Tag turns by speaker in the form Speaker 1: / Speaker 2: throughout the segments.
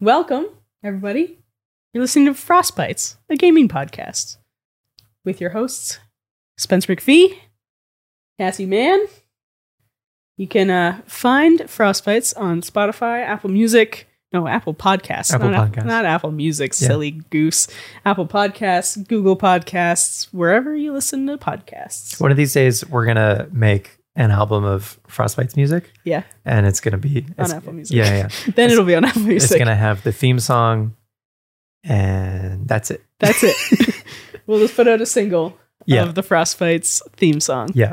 Speaker 1: Welcome, everybody,
Speaker 2: You're listening to Frostbites, a gaming podcast.
Speaker 1: with your hosts,
Speaker 2: Spence McPhee.
Speaker 1: Cassie Mann.
Speaker 2: You can uh, find Frostbites on Spotify, Apple Music, no, Apple Podcasts.
Speaker 3: Apple
Speaker 2: not, App-
Speaker 3: Podcasts.
Speaker 2: not Apple Music,
Speaker 3: Yeah.
Speaker 2: silly goose. Apple Podcasts, Google Podcasts, wherever you listen to podcasts.
Speaker 3: One of these days, we're gonna make an album of Frostbite's music.
Speaker 2: Yeah.
Speaker 3: and it's gonna be it's-
Speaker 2: Apple Music.
Speaker 3: Yeah, yeah.
Speaker 2: Then it'll be on Apple
Speaker 3: it's
Speaker 2: Music.
Speaker 3: gonna have the theme song, and that's it.
Speaker 2: That's it. we'll just put out a single
Speaker 3: Yeah.
Speaker 2: of the Frostbites theme song.
Speaker 3: Yeah.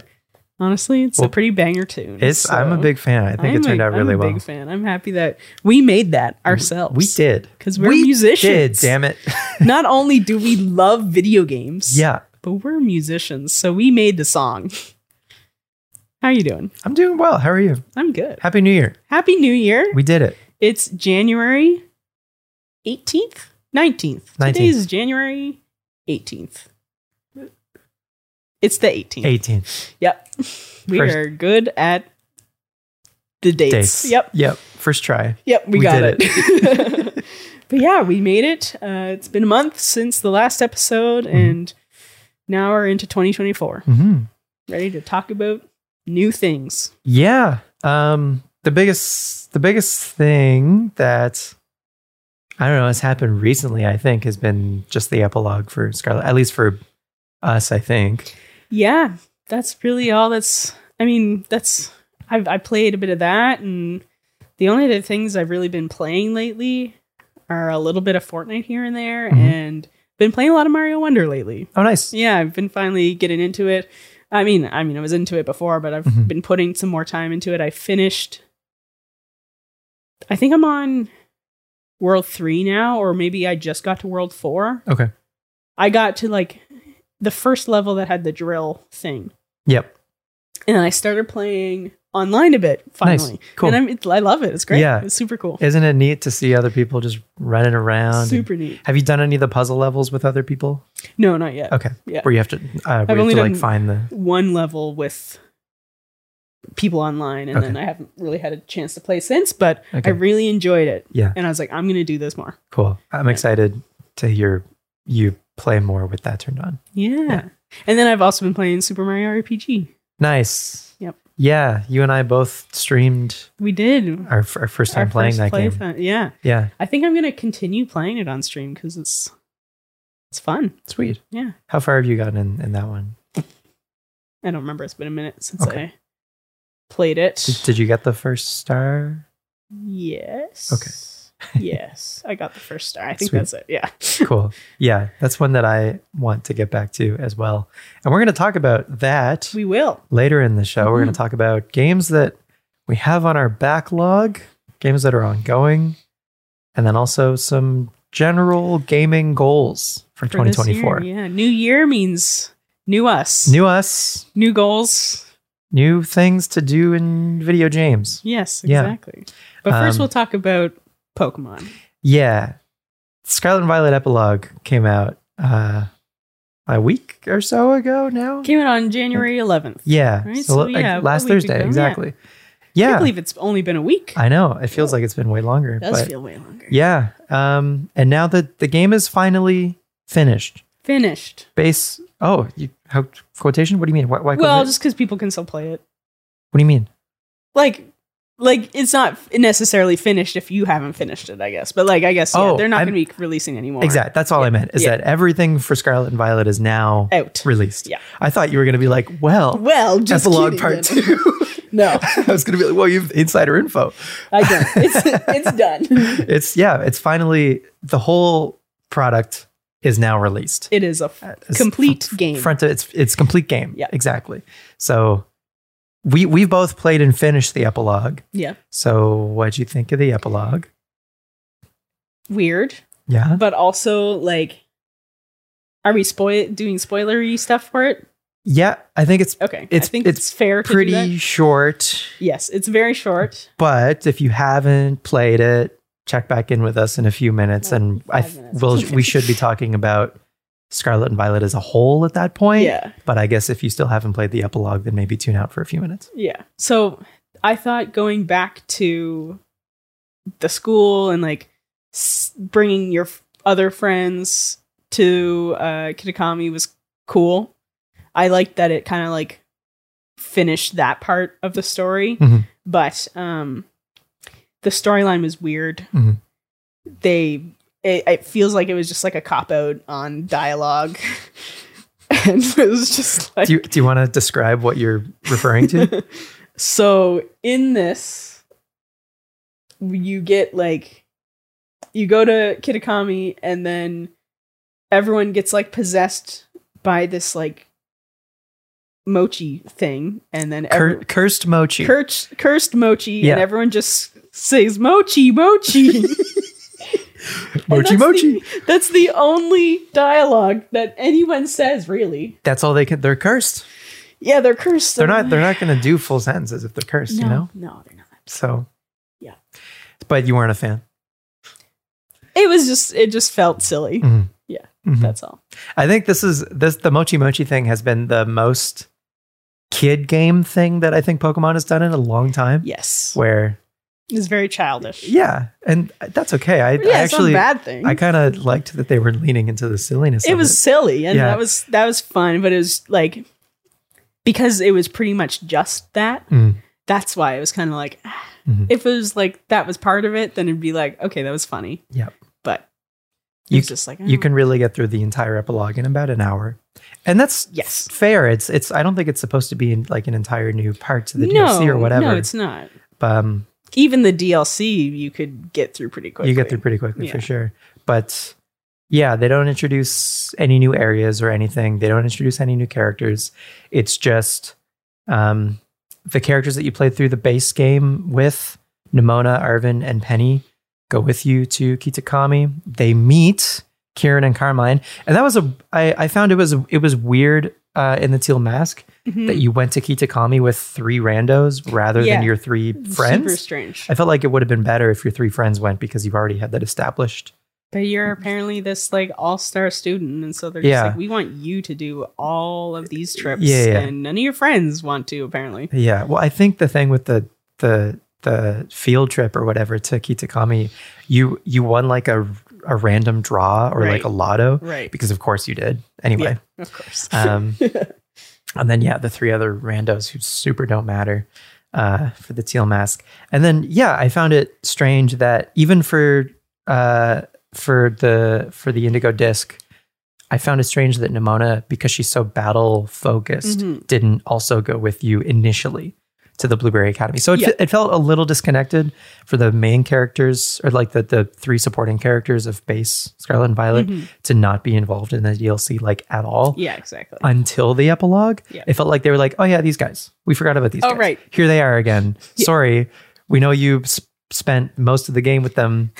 Speaker 2: Honestly, it's a
Speaker 3: Well,
Speaker 2: pretty banger tune.
Speaker 3: It's I'm a
Speaker 2: so-
Speaker 3: big fan. I think
Speaker 2: I'm
Speaker 3: it turned
Speaker 2: a-
Speaker 3: out really
Speaker 2: I'm a
Speaker 3: well.
Speaker 2: Big fan. I'm happy that we made that ourselves.
Speaker 3: We did
Speaker 2: 'Cause we're
Speaker 3: We
Speaker 2: musicians.
Speaker 3: Did damn it?
Speaker 2: Not only do we love video games,
Speaker 3: yeah,
Speaker 2: but we're musicians, so we made the song. How you doing?
Speaker 3: I'm doing well. How are you?
Speaker 2: I'm good.
Speaker 3: Happy New Year.
Speaker 2: Happy New Year.
Speaker 3: We did it.
Speaker 2: it's January 18th, 19th. Today
Speaker 3: 19th.
Speaker 2: is January 18th. It's the 18th.
Speaker 3: 18
Speaker 2: Yep. We
Speaker 3: First-
Speaker 2: are good at the dates.
Speaker 3: dates.
Speaker 2: Yep.
Speaker 3: Yep. First try.
Speaker 2: Yep, we,
Speaker 3: We
Speaker 2: got
Speaker 3: did
Speaker 2: it. but yeah, we made it. Uh, it's been a month since the last episode,
Speaker 3: Mm-hmm.
Speaker 2: and now we're into 2024.
Speaker 3: hmm
Speaker 2: Ready to talk about new things.
Speaker 3: Yeah. Um. The biggest the biggest thing that I don't know has happened recently, I think, has been just the epilogue for Scarlet. At least for us, I think.
Speaker 2: Yeah, that's really all that's. I mean, that's. I've, I played a bit of that, and the only other things I've really been playing lately are a little bit of Fortnite here and there,
Speaker 3: Mhm.
Speaker 2: and been playing a lot of Mario Wonder lately.
Speaker 3: Oh, nice.
Speaker 2: yeah i've been finally getting into it i mean i mean i was into it before but i've
Speaker 3: Mhm.
Speaker 2: been putting some more time into it i finished i think i'm on world three now or maybe i just got to world four
Speaker 3: Okay.
Speaker 2: i got to like the first level that had the drill thing
Speaker 3: Yep.
Speaker 2: and then i started playing online a bit finally
Speaker 3: Nice. Cool.
Speaker 2: and I'm, it, i love it it's great
Speaker 3: Yeah.
Speaker 2: it's super cool
Speaker 3: Isn't it neat to see other people just running around? and-
Speaker 2: super neat
Speaker 3: Have you done any of the puzzle levels with other people?
Speaker 2: no not yet
Speaker 3: Okay.
Speaker 2: Yeah.
Speaker 3: Where you have to, uh, where you
Speaker 2: only
Speaker 3: have to like
Speaker 2: done-
Speaker 3: find the.
Speaker 2: one level with people online and
Speaker 3: Okay.
Speaker 2: then I haven't really had a chance to play since, but I
Speaker 3: Okay.
Speaker 2: really enjoyed it.
Speaker 3: Yeah.
Speaker 2: And I was like, I'm gonna do this more.
Speaker 3: Cool. I'm excited to hear you play more with that turned on.
Speaker 2: Yeah.
Speaker 3: Yeah.
Speaker 2: And then I've also been playing Super Mario RPG.
Speaker 3: Nice.
Speaker 2: Yep.
Speaker 3: Yeah. You and I both streamed
Speaker 2: We did.
Speaker 3: our, f- our first time playing that game.
Speaker 2: playtime- Yeah.
Speaker 3: Yeah.
Speaker 2: I think I'm gonna continue playing it on stream because it's it's fun.
Speaker 3: Sweet.
Speaker 2: Yeah.
Speaker 3: How far have you gotten in, in that one?
Speaker 2: I don't remember. It's been a minute since
Speaker 3: Okay.
Speaker 2: I played it.
Speaker 3: Did, did you get the first star?
Speaker 2: yes. Okay. yes. I got the first star. I think
Speaker 3: Sweet.
Speaker 2: that's it. Yeah.
Speaker 3: cool. Yeah. That's one that I want to get back to as well. And we're going to talk about that.
Speaker 2: We Mm-hmm. will.
Speaker 3: later in the show, we're going to talk about games that we have on our backlog, games that are ongoing, and then also some general gaming goals for,
Speaker 2: for this year.
Speaker 3: 2024.
Speaker 2: Yeah, new year means new us,
Speaker 3: New us,
Speaker 2: new goals.
Speaker 3: new things to do in video games.
Speaker 2: Yes,
Speaker 3: Yeah.
Speaker 2: exactly. But first,
Speaker 3: Um,
Speaker 2: we'll talk about Pokemon.
Speaker 3: Yeah. Scarlet and Violet Epilogue came out uh, a week or so ago now.
Speaker 2: Came out on January 11th.
Speaker 3: Yeah.
Speaker 2: Right,
Speaker 3: So,
Speaker 2: so
Speaker 3: like,
Speaker 2: yeah, a
Speaker 3: last
Speaker 2: week
Speaker 3: Thursday,
Speaker 2: ago, yeah.
Speaker 3: exactly.
Speaker 2: I
Speaker 3: Yeah.
Speaker 2: can't believe it's only been a week.
Speaker 3: I know. It feels like it's been way longer.
Speaker 2: It does
Speaker 3: but-
Speaker 2: feel way longer.
Speaker 3: Yeah. Um, and now that the game is finally finished,
Speaker 2: Finished.
Speaker 3: base. Oh, you, how quotation? What do you mean? Why, why
Speaker 2: well,
Speaker 3: quotation?
Speaker 2: just because people can still play it.
Speaker 3: what do you mean?
Speaker 2: Like, like it's not necessarily finished if you haven't finished it, I guess. But like, I guess yeah,
Speaker 3: Oh,
Speaker 2: they're not
Speaker 3: I'm-
Speaker 2: going to be releasing anymore.
Speaker 3: Exact. That's all I meant. Is
Speaker 2: Yeah.
Speaker 3: that everything for Scarlet and Violet is now
Speaker 2: Out.
Speaker 3: released?
Speaker 2: Yeah.
Speaker 3: I thought you were going to be like, well,
Speaker 2: Well, just
Speaker 3: epilogue
Speaker 2: kidding,
Speaker 3: part
Speaker 2: then.
Speaker 3: two.
Speaker 2: No,
Speaker 3: I was going to be like, well, you've insider info.
Speaker 2: I don't. It's it's done.
Speaker 3: It's yeah. It's finally the whole product is now released.
Speaker 2: It is a f-
Speaker 3: It's
Speaker 2: complete
Speaker 3: fr- fr-
Speaker 2: game.
Speaker 3: Front to it's it's complete game.
Speaker 2: Yeah.
Speaker 3: exactly. So we we both played and finished the epilogue.
Speaker 2: yeah,
Speaker 3: So, what'd you think of the epilogue?
Speaker 2: weird.
Speaker 3: Yeah.
Speaker 2: but also like are we spoil doing spoilery stuff for it
Speaker 3: Yeah, I think it's
Speaker 2: okay i
Speaker 3: It's-
Speaker 2: think it's,
Speaker 3: it's
Speaker 2: fair to do that.
Speaker 3: pretty short,
Speaker 2: yes it's very short
Speaker 3: but if you haven't played it, check back in with us in a few minutes
Speaker 2: Oh,
Speaker 3: and I
Speaker 2: five
Speaker 3: th-
Speaker 2: minutes.
Speaker 3: will
Speaker 2: Okay.
Speaker 3: we should be talking about Scarlet and Violet as a whole at that point.
Speaker 2: yeah
Speaker 3: But I guess if you still haven't played the epilogue, then maybe tune out for a few minutes.
Speaker 2: yeah so i thought going back to the school and like s- bringing your f- other friends to uh, Kitakami was cool. I liked that it kind of like finished that part of the story,
Speaker 3: Mhm.
Speaker 2: but um, the storyline was weird.
Speaker 3: Mhm.
Speaker 2: They it, it feels like it was just like a cop out on dialogue, and it was just like
Speaker 3: Do you, do you want to describe what you're referring to?
Speaker 2: so in this, you get like you go to Kitakami, and then everyone gets like possessed by this like mochi thing, and then
Speaker 3: Cur-
Speaker 2: every-
Speaker 3: cursed mochi.
Speaker 2: cursed cursed mochi,
Speaker 3: Yeah.
Speaker 2: and everyone just says mochi mochi. And
Speaker 3: mochi
Speaker 2: that's
Speaker 3: mochi.
Speaker 2: the- that's the only dialogue that anyone says, really.
Speaker 3: That's all they can. They're cursed.
Speaker 2: Yeah, they're cursed. so-
Speaker 3: They're not. They're not going to do full sentences if they're cursed.
Speaker 2: no,
Speaker 3: You know.
Speaker 2: no, they're not.
Speaker 3: So.
Speaker 2: Yeah.
Speaker 3: But you weren't a fan.
Speaker 2: It was just it just felt silly.
Speaker 3: Mhm.
Speaker 2: Yeah.
Speaker 3: Mhm.
Speaker 2: That's all.
Speaker 3: I think this is this the mochi mochi thing has been the most kid game thing that I think Pokemon has done in a long time.
Speaker 2: Yes.
Speaker 3: Where
Speaker 2: It's very childish.
Speaker 3: yeah, and that's okay. I, I
Speaker 2: yeah, it's
Speaker 3: actually
Speaker 2: not a bad thing.
Speaker 3: I kind of liked that they were leaning into the silliness.
Speaker 2: it
Speaker 3: of
Speaker 2: was silly and
Speaker 3: Yeah.
Speaker 2: that was that was fun, but it was like because it was pretty much just that.
Speaker 3: Mm.
Speaker 2: That's why it was kind of like ah.
Speaker 3: Mhm.
Speaker 2: if it was like that was part of it, then it'd be like okay, that was funny.
Speaker 3: Yep.
Speaker 2: But it
Speaker 3: You
Speaker 2: was
Speaker 3: c-
Speaker 2: just like
Speaker 3: You
Speaker 2: oh.
Speaker 3: can really get through the entire epilogue in about an hour, and that's
Speaker 2: yes.
Speaker 3: fair. It's it's. I don't think it's supposed to be in, like an entire new part to the DLC or whatever.
Speaker 2: No, it's not.
Speaker 3: um,
Speaker 2: Even the DLC you could get through pretty quickly.
Speaker 3: you get through pretty quickly
Speaker 2: Yeah.
Speaker 3: for sure. But yeah, they don't introduce any new areas or anything. They don't introduce any new characters. It's just um, the characters that you played through the base game with Nimona, Arvin, and Penny go with you to Kitakami. They meet Kieran and Carmine, and that was a I, I found it was it was weird uh, in the Teal Mask
Speaker 2: Mhm.
Speaker 3: that you went to Kitakami with three randos rather
Speaker 2: Yeah.
Speaker 3: than your three
Speaker 2: Super
Speaker 3: friends.
Speaker 2: strange.
Speaker 3: I felt like it would have been better if your three friends went because you've already had that established.
Speaker 2: But you're apparently this like all star student, and so they're
Speaker 3: Yeah.
Speaker 2: just like, we want you to do all of these trips,
Speaker 3: Yeah, yeah.
Speaker 2: and none of your friends want to. Apparently,
Speaker 3: Yeah. Well, I think the thing with the the the field trip or whatever to Kitakami, you you won like a a random draw or like
Speaker 2: Right.
Speaker 3: a lotto
Speaker 2: right?
Speaker 3: because of course you did. Anyway.
Speaker 2: Of course.
Speaker 3: Um and then yeah, the three other randos who super don't matter uh for the teal mask. And then yeah, I found it strange that even for uh for the for the indigo disc I found it strange that Nimona, because she's so battle focused,
Speaker 2: Mhm.
Speaker 3: didn't also go with you initially to the Blueberry Academy. So it,
Speaker 2: Yeah.
Speaker 3: fe- it felt a little disconnected for the main characters or like the, the three supporting characters of base Scarlet and Violet
Speaker 2: Mhm.
Speaker 3: to not be involved in the DLC like at all
Speaker 2: Yeah, exactly.
Speaker 3: until the epilogue.
Speaker 2: Yeah.
Speaker 3: It felt like they were like, oh yeah, these guys. We forgot about these
Speaker 2: Oh,
Speaker 3: guys.
Speaker 2: right.
Speaker 3: Here they are again.
Speaker 2: Yeah.
Speaker 3: Sorry. We know you s- spent most of the game with them.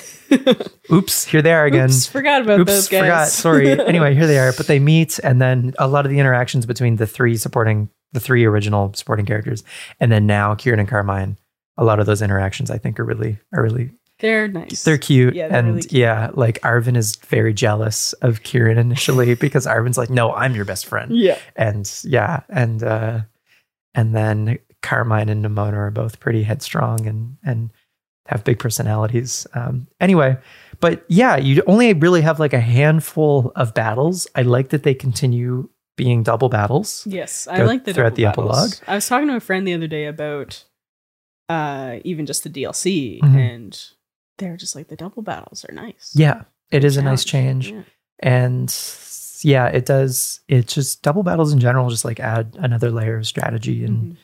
Speaker 3: Oops, here they are again.
Speaker 2: Oops, forgot about
Speaker 3: Oops,
Speaker 2: those guys.
Speaker 3: forgot. Sorry. anyway, here they are. But they meet, and then a lot of the interactions between the three supporting the three original supporting characters, and then now Kieran and Carmine. A lot of those interactions, I think, are really are really
Speaker 2: they're nice.
Speaker 3: they're cute.
Speaker 2: Yeah, they're
Speaker 3: and
Speaker 2: really cute.
Speaker 3: yeah, like Arvin is very jealous of Kieran initially because Arvin's like, "No, I'm your best friend."
Speaker 2: yeah,
Speaker 3: And yeah, and uh, and then Carmine and Nimona are both pretty headstrong and and have big personalities. Um, anyway, but yeah, you only really have like a handful of battles. I like that they continue being double battles.
Speaker 2: yes, I
Speaker 3: They're-
Speaker 2: like the
Speaker 3: throughout
Speaker 2: double
Speaker 3: the
Speaker 2: battles. I was talking to a friend the other day about uh even just the DLC,
Speaker 3: Mhm.
Speaker 2: and they're just like the double battles are nice.
Speaker 3: Yeah, it is a nice
Speaker 2: Challenge.
Speaker 3: change,
Speaker 2: Yeah.
Speaker 3: and yeah, it does. It just double battles in general just like add another layer of strategy and.
Speaker 2: Mhm.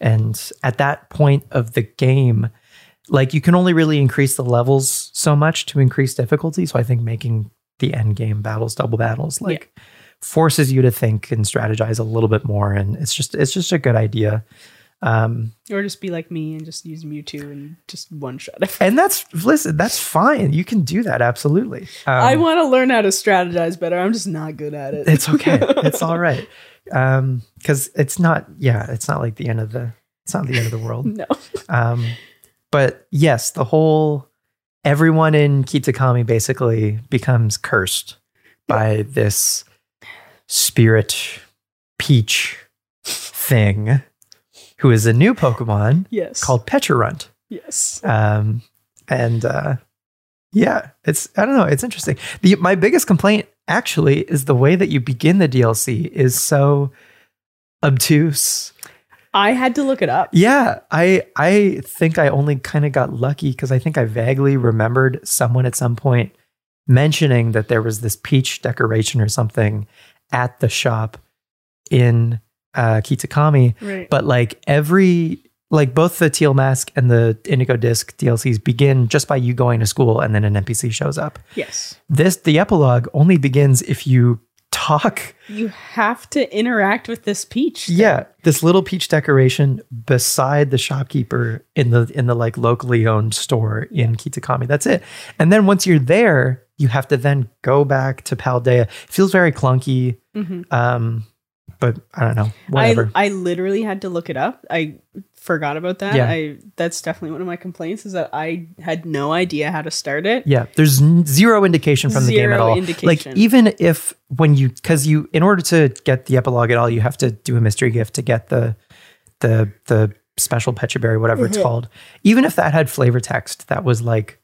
Speaker 3: And at that point of the game, like you can only really increase the levels so much to increase difficulty. So I think making the end game battles, double battles,
Speaker 2: Yeah.
Speaker 3: like forces you to think and strategize a little bit more. And it's just it's just a good idea. Um,
Speaker 2: Or just be like me and just use Mewtwo and just one shot. everything.
Speaker 3: and that's listen, that's fine. You can do that absolutely. Um,
Speaker 2: I want to learn how to strategize better. I'm just not good at it.
Speaker 3: It's okay. it's all right. Um, because it's not. Yeah, it's not like the end of the. It's not the end of the world.
Speaker 2: no.
Speaker 3: Um, but yes, the whole everyone in Kitakami basically becomes cursed by this spirit peach thing, who is a new Pokemon
Speaker 2: Yes.
Speaker 3: called Pechurunt.
Speaker 2: Yes.
Speaker 3: Um, and uh, Yeah, it's I don't know, it's interesting. The my biggest complaint actually is the way that you begin the DLC is so obtuse.
Speaker 1: I had to look it up.
Speaker 3: Yeah, I I think I only kind of got lucky because I think I vaguely remembered someone at some point mentioning that there was this peach decoration or something at the shop in uh, Kitakami,
Speaker 2: Right.
Speaker 3: but like every like both the teal mask and the indigo disc DLCs begin just by you going to school and then an NPC shows up.
Speaker 2: yes.
Speaker 3: This the epilogue only begins if you talk.
Speaker 2: You have to interact with this peach.
Speaker 3: Yeah, this little peach decoration beside the shopkeeper in the in the like locally owned store in Kitakami. That's it. And then once you're there, you have to then go back to Paldea. Feels very clunky.
Speaker 2: hmm
Speaker 3: Um, but I don't know.
Speaker 2: I,
Speaker 3: Whatever.
Speaker 2: I literally had to look it up. I forgot about that.
Speaker 3: Yeah.
Speaker 2: I that's definitely one of my complaints is that I had no idea how to start it.
Speaker 3: yeah, there's n- zero indication from the game at
Speaker 2: Zero
Speaker 3: all. Like
Speaker 2: indication.
Speaker 3: even if when you because you in order to get the epilogue at all, you have to do a mystery gift to get the the the special Petra berry, whatever it's
Speaker 2: Mm-hmm.
Speaker 1: Mhm.
Speaker 3: called. Even if that had flavor text that was like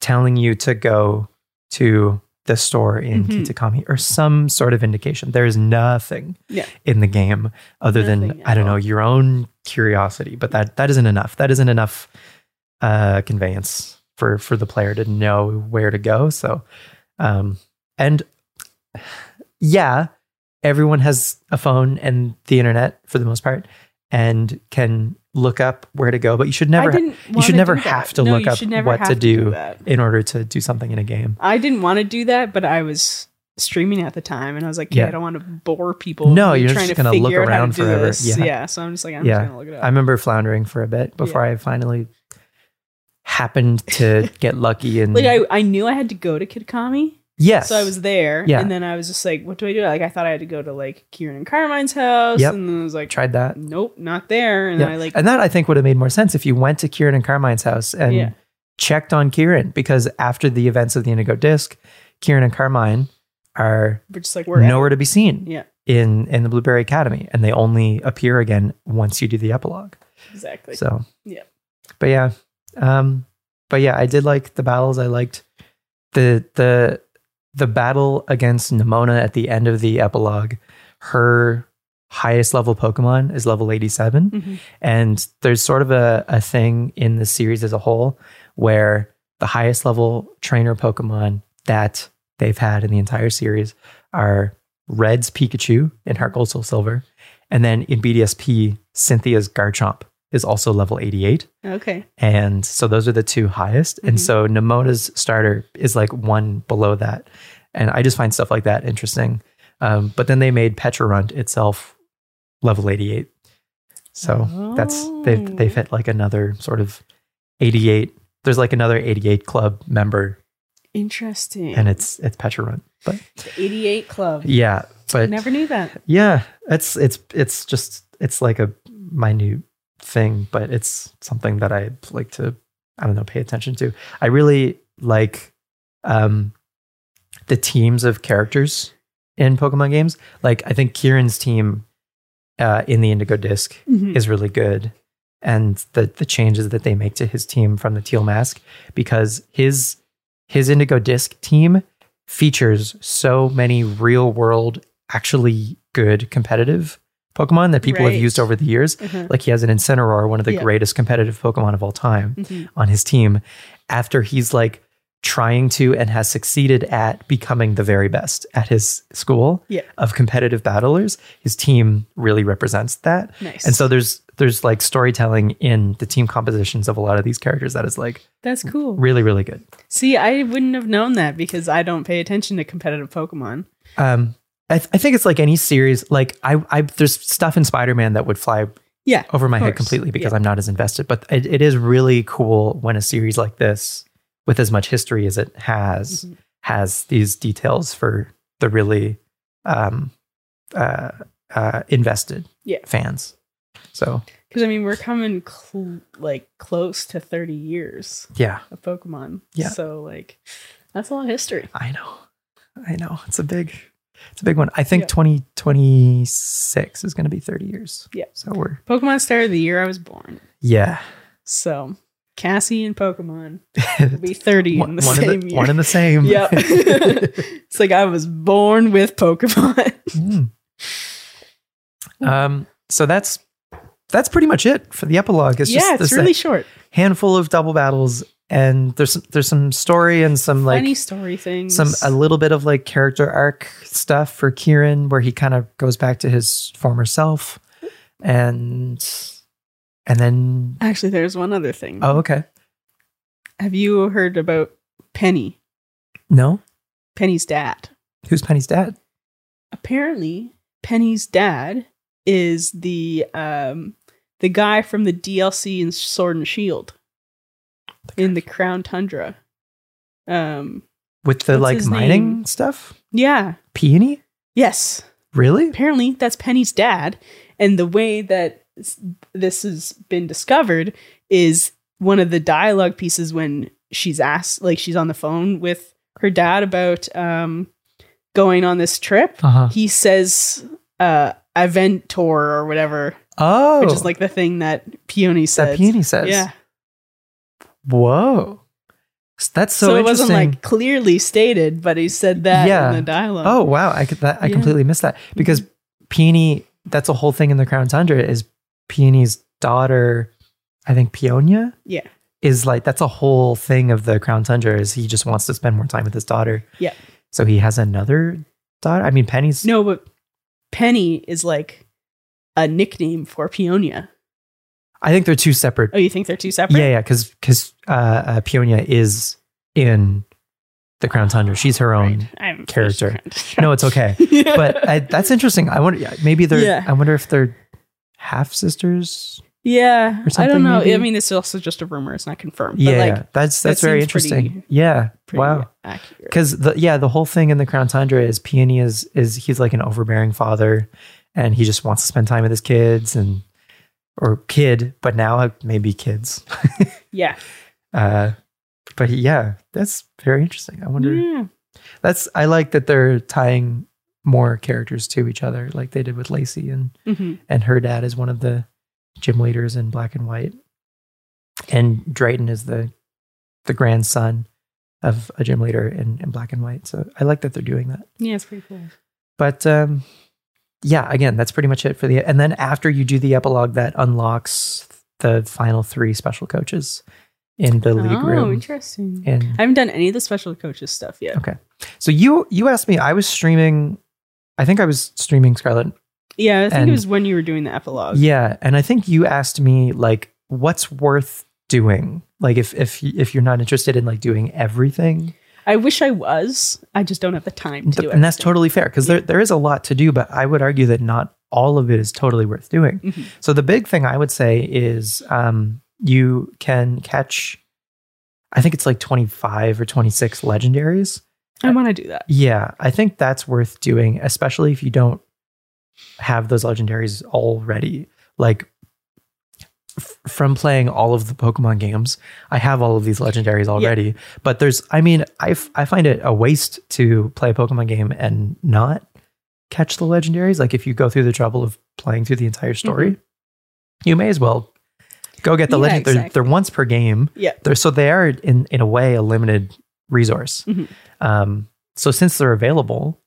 Speaker 3: telling you to go to the store in
Speaker 2: Mhm.
Speaker 3: Kitakami or some sort of indication. There is nothing
Speaker 2: Yeah.
Speaker 3: in the game other than
Speaker 2: Nothing at
Speaker 3: I don't know
Speaker 2: all.
Speaker 3: your own curiosity, but that that isn't enough. That isn't enough uh, conveyance for for the player to know where to go. So, um, and yeah, everyone has a phone and the internet for the most part, and can look up where to go. But you should
Speaker 2: I
Speaker 3: never
Speaker 2: didn't wanna
Speaker 3: should never
Speaker 2: do that.
Speaker 3: have to
Speaker 2: No,
Speaker 3: look
Speaker 2: you
Speaker 3: up
Speaker 2: should never
Speaker 3: what to
Speaker 2: have
Speaker 3: do.
Speaker 2: that.
Speaker 3: in order to do something in a game.
Speaker 2: I didn't want to do that, but I was streaming at the time and I was like, okay,
Speaker 3: Yeah.
Speaker 2: I don't want to bore people.
Speaker 3: No,
Speaker 2: with
Speaker 3: you're just gonna look
Speaker 2: figure out how to
Speaker 3: around
Speaker 2: do
Speaker 3: forever.
Speaker 2: this.
Speaker 3: Yeah.
Speaker 2: Yeah. So I'm just like, I'm
Speaker 3: Yeah.
Speaker 2: just gonna look it up.
Speaker 3: I remember floundering for a bit before I finally happened to get lucky and
Speaker 2: like I, I knew I had to go to Kidkami.
Speaker 3: yes,
Speaker 2: So I was there.
Speaker 3: Yeah.
Speaker 2: And then I was just like, what do I do? Like I thought I had to go to like Kieran and Carmine's house.
Speaker 3: Yep.
Speaker 2: And then I was like,
Speaker 3: tried that.
Speaker 2: nope, not there. And
Speaker 3: Yeah.
Speaker 2: I like
Speaker 3: And that I think would have made more sense if you went to Kieran and Carmine's house and
Speaker 2: Yeah.
Speaker 3: checked on Kieran because after the events of the Indigo Disc, Kieran and Carmine are
Speaker 2: we're just like we're at-
Speaker 3: nowhere to be seen
Speaker 2: Yeah.
Speaker 3: in in the Blueberry Academy, and they only appear again once you do the epilogue.
Speaker 2: exactly.
Speaker 3: So
Speaker 2: Yeah.
Speaker 3: but yeah, um, but yeah, I did like the battles. I liked the the the battle against Nimona at the end of the epilogue. Her highest level Pokemon is level eighty
Speaker 2: Mhm.
Speaker 3: and there's sort of a a thing in the series as a whole where the highest level trainer Pokemon that they've had in the entire series are Red's Pikachu in Heart Gold Soul Silver, and then in BDSP Cynthia's Garchomp is also level 88.
Speaker 2: Okay.
Speaker 3: And so those are the two highest. And
Speaker 2: Mhm.
Speaker 3: so Nemona's starter is like one below that. And I just find stuff like that interesting. Um, but then they made Petrarunt itself level 88. So that's they've they've hit like another sort of 88. There's like another 88 club member,
Speaker 2: Interesting.
Speaker 3: and it's it's Petrarunt. But
Speaker 2: the 88 Club.
Speaker 3: yeah, but
Speaker 2: Never knew that.
Speaker 3: yeah, it's it's it's just it's like a minute thing, but it's something that I like to I don't know pay attention to. I really like um the teams of characters in Pokemon games. Like I think Kieran's team uh in the Indigo Disc
Speaker 2: Mhm.
Speaker 3: is really good and the the changes that they make to his team from the teal mask because his his indigo disc team features so many real world actually good competitive pokemon that people have
Speaker 2: Right.
Speaker 3: used over the years
Speaker 2: Uh-huh.
Speaker 3: like he has an incineroar one of the
Speaker 2: Yeah.
Speaker 3: greatest competitive pokemon of all time
Speaker 2: Mhm.
Speaker 3: on his team after he's like trying to and has succeeded at becoming the very best at his school
Speaker 2: Yeah.
Speaker 3: of competitive battlers his team really represents that
Speaker 2: Nice.
Speaker 3: and so there's there's like storytelling in the team compositions of a lot of these characters that is like
Speaker 2: that's cool.
Speaker 3: really really good.
Speaker 2: See, I wouldn't have known that because I don't pay attention to competitive Pokemon.
Speaker 3: Um, I, th- I think it's like any series. Like I, I there's stuff in Spider Man that would fly
Speaker 2: Yeah,
Speaker 3: over my head
Speaker 2: course.
Speaker 3: completely because I'm not as invested. But it, it is really cool when a series like this, with as much history as it has,
Speaker 2: Mhm.
Speaker 3: has these details for the really um, uh, uh, invested
Speaker 2: Yeah.
Speaker 3: fans. So
Speaker 2: Because I mean, we're coming cl- like close to 30 years
Speaker 3: yeah,
Speaker 2: of Pokemon.
Speaker 3: Yeah.
Speaker 2: So like, that's a lot of history.
Speaker 3: I know. I know. It's a big it's a big one. I think
Speaker 2: Yeah.
Speaker 3: 2026 is going to be 30 years.
Speaker 2: Yeah.
Speaker 3: So we're
Speaker 2: Pokemon started the year I was born.
Speaker 3: yeah.
Speaker 2: So Cassie and Pokemon will be 30 in the
Speaker 3: one,
Speaker 2: same
Speaker 3: in the,
Speaker 2: year.
Speaker 3: one in the same.
Speaker 2: Yep. it's like I was born with Pokemon.
Speaker 3: Mm. Um, so that's that's pretty much it for the epilogue. It's
Speaker 2: yeah,
Speaker 3: just this
Speaker 2: it's really short.
Speaker 3: handful of double battles, and there's some, there's some story and some like
Speaker 2: Funny story things.
Speaker 3: some a little bit of like character arc stuff for Kieran, where he kind of goes back to his former self, and and then
Speaker 2: Actually, there's one other thing.
Speaker 3: oh okay,
Speaker 2: Have you heard about Penny?
Speaker 3: no,
Speaker 2: Penny's dad.
Speaker 3: who's Penny's dad?
Speaker 2: Apparently, Penny's dad is the um the guy from the DLC in Sword and Shield in the Crown Tundra. Um
Speaker 3: with the
Speaker 2: what's
Speaker 3: like
Speaker 2: his
Speaker 3: mining
Speaker 2: name?
Speaker 3: stuff,
Speaker 2: yeah.
Speaker 3: peony,
Speaker 2: Yes.
Speaker 3: really?
Speaker 2: apparently that's Penny's dad. And the way that s- this has been discovered is one of the dialogue pieces when she's asked, like she's on the phone with her dad about um, going on this trip.
Speaker 3: Uh huh.
Speaker 2: He says, uh, Aventor or whatever,
Speaker 3: Oh,
Speaker 2: which is like the thing that Peony
Speaker 3: that
Speaker 2: says.
Speaker 3: peony says.
Speaker 2: Yeah.
Speaker 3: Whoa. S- That's so,
Speaker 2: So, it
Speaker 3: interesting.
Speaker 2: wasn't like clearly stated, but he said that
Speaker 3: Yeah.
Speaker 2: in the dialogue.
Speaker 3: oh wow, I could, that, I
Speaker 2: uh, Yeah.
Speaker 3: completely missed that because Peony. That's a whole thing in the Crown Tundra is Peony's daughter. I think Peonia.
Speaker 2: Yeah.
Speaker 3: Is like that's a whole thing of the Crown Tundra is he just wants to spend more time with his daughter.
Speaker 2: Yeah.
Speaker 3: So he has another daughter. I mean, Penny's.
Speaker 2: No, but Penny is like a nickname for Peonia.
Speaker 3: I think they're two separate.
Speaker 2: Oh, you think they're two separate?
Speaker 3: Yeah, yeah, because uh, uh, Peonia is in the Crown Tundra. She's her own.
Speaker 2: Right. I'm
Speaker 3: character. No, it's okay.
Speaker 2: Yeah.
Speaker 3: But I, that's interesting. I wonder. yeah, Maybe they're.
Speaker 2: Yeah.
Speaker 3: I wonder if they're half sisters.
Speaker 2: yeah,
Speaker 3: or
Speaker 2: I
Speaker 3: something,
Speaker 2: don't know.
Speaker 3: maybe?
Speaker 2: I mean, it's also just a rumor; it's not confirmed.
Speaker 3: Yeah,
Speaker 2: but like,
Speaker 3: yeah. that's that's very
Speaker 2: seems pretty-
Speaker 3: interesting. yeah.
Speaker 2: pretty
Speaker 3: wow.
Speaker 2: accurate.
Speaker 3: Because the yeah the whole thing in the Crown Tundra is Peony is is he's like an overbearing father, and he just wants to spend time with his kids and or kid, but now maybe kids.
Speaker 2: Yeah,
Speaker 3: Uh, but yeah, that's very interesting. I wonder.
Speaker 2: yeah,
Speaker 3: That's I like that they're tying more characters to each other, like they did with Lacey and
Speaker 2: Mhm.
Speaker 3: and her dad is one of the gym leaders in black and white and drayton is the the grandson of a gym leader in, in black and white so i like that they're doing that
Speaker 2: yeah. It's pretty cool.
Speaker 3: but um yeah again that's pretty much it for the and then after you do the epilogue that unlocks the final three special coaches in the league
Speaker 2: oh,
Speaker 3: room
Speaker 2: interesting.
Speaker 3: and
Speaker 2: I haven't done any of the special coaches stuff yet.
Speaker 3: so you you asked me i was streaming i think i was streaming scarlet
Speaker 2: Yeah, I think
Speaker 3: And-
Speaker 2: it was when you were doing the epilogue.
Speaker 3: Yeah, and I think you asked me like what's worth doing? Like if if y- if you're not interested in like doing everything.
Speaker 2: I wish I was. I just don't have the time to do it.
Speaker 3: and that's totally fair cuz there there is a lot to do, but I would argue that not all of it is totally worth doing.
Speaker 2: Mhm.
Speaker 3: So the big thing I would say is um you can catch I think it's like 25 or 26 legendaries.
Speaker 2: I want to do that.
Speaker 3: Yeah, I think that's worth doing, especially if you don't have those legendaries already. Like f- from playing all of the Pokemon games, I have all of these legendaries already. But there's, I mean, I, f- I find it a waste to play a Pokemon game and not catch the legendaries. Like if you go through the trouble of playing through the entire story, you may as well go get the
Speaker 2: Yeah,
Speaker 3: legend. They're,
Speaker 2: exactly.
Speaker 3: they're once per game.
Speaker 2: Yeah.
Speaker 3: They're, so they are in in a way a limited resource.
Speaker 2: Mhm.
Speaker 3: Um, so since they're available,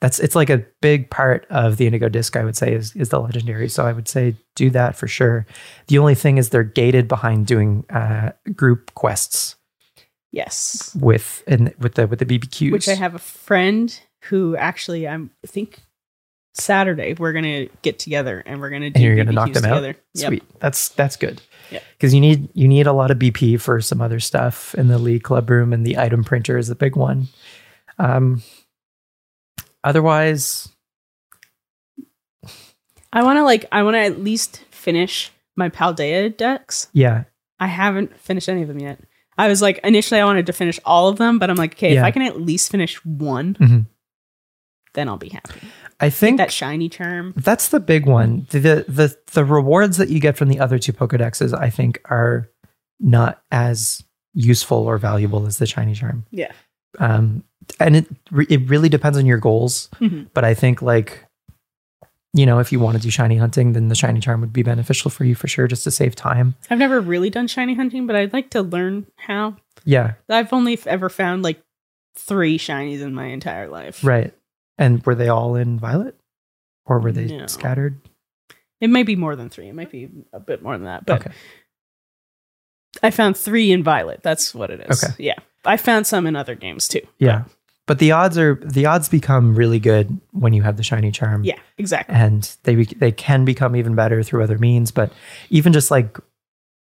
Speaker 3: that's it's like a big part of the Indigo disc. I would say is is the legendary. So I would say do that for sure. The only thing is they're gated behind doing uh, group quests
Speaker 2: Yes.
Speaker 3: with and with the with the BBQs.
Speaker 2: which I have a friend who actually I'm I think Saturday we're gonna get together and we're gonna do
Speaker 3: you're gonna
Speaker 2: BBQs
Speaker 3: knock them out?
Speaker 2: together. Yep.
Speaker 3: Sweet. That's that's good.
Speaker 2: Yeah.
Speaker 3: Because you need you need a lot of BP for some other stuff in the Lee Club Room and the item printer is the big one. Um otherwise,
Speaker 2: I wanna like I wanna at least finish my Paldea decks.
Speaker 3: yeah.
Speaker 2: I haven't finished any of them yet. I was like initially I wanted to finish all of them, but I'm like, okay,
Speaker 3: Yeah.
Speaker 2: if I can at least finish one,
Speaker 3: Mhm.
Speaker 2: then I'll be happy.
Speaker 3: I think
Speaker 2: That shiny charm.
Speaker 3: that's the big one. The, the the the rewards that you get from the other two Pokedexes, I think, are not as useful or valuable as the shiny charm.
Speaker 2: Yeah.
Speaker 3: Um, and it re- it really depends on your goals,
Speaker 2: Mhm.
Speaker 3: but I think like you know, if you want to do shiny hunting, then the shiny charm would be beneficial for you for sure, just to save time.
Speaker 2: I've never really done shiny hunting, but I'd like to learn how.
Speaker 3: Yeah,
Speaker 2: I've only f- ever found like three shinies in my entire life.
Speaker 3: right. And were they all in violet, or were they
Speaker 2: No.
Speaker 3: scattered?
Speaker 2: It might be more than three. It might be a bit more than that. But
Speaker 3: okay,
Speaker 2: I found three in Violet. That's what it is.
Speaker 3: Okay. Mm-hmm.
Speaker 2: Yeah. I found some in other games too.
Speaker 3: yeah. But the odds are the odds become really good when you have the shiny charm.
Speaker 2: Yeah, exactly.
Speaker 3: and they be- they can become even better through other means. But even just like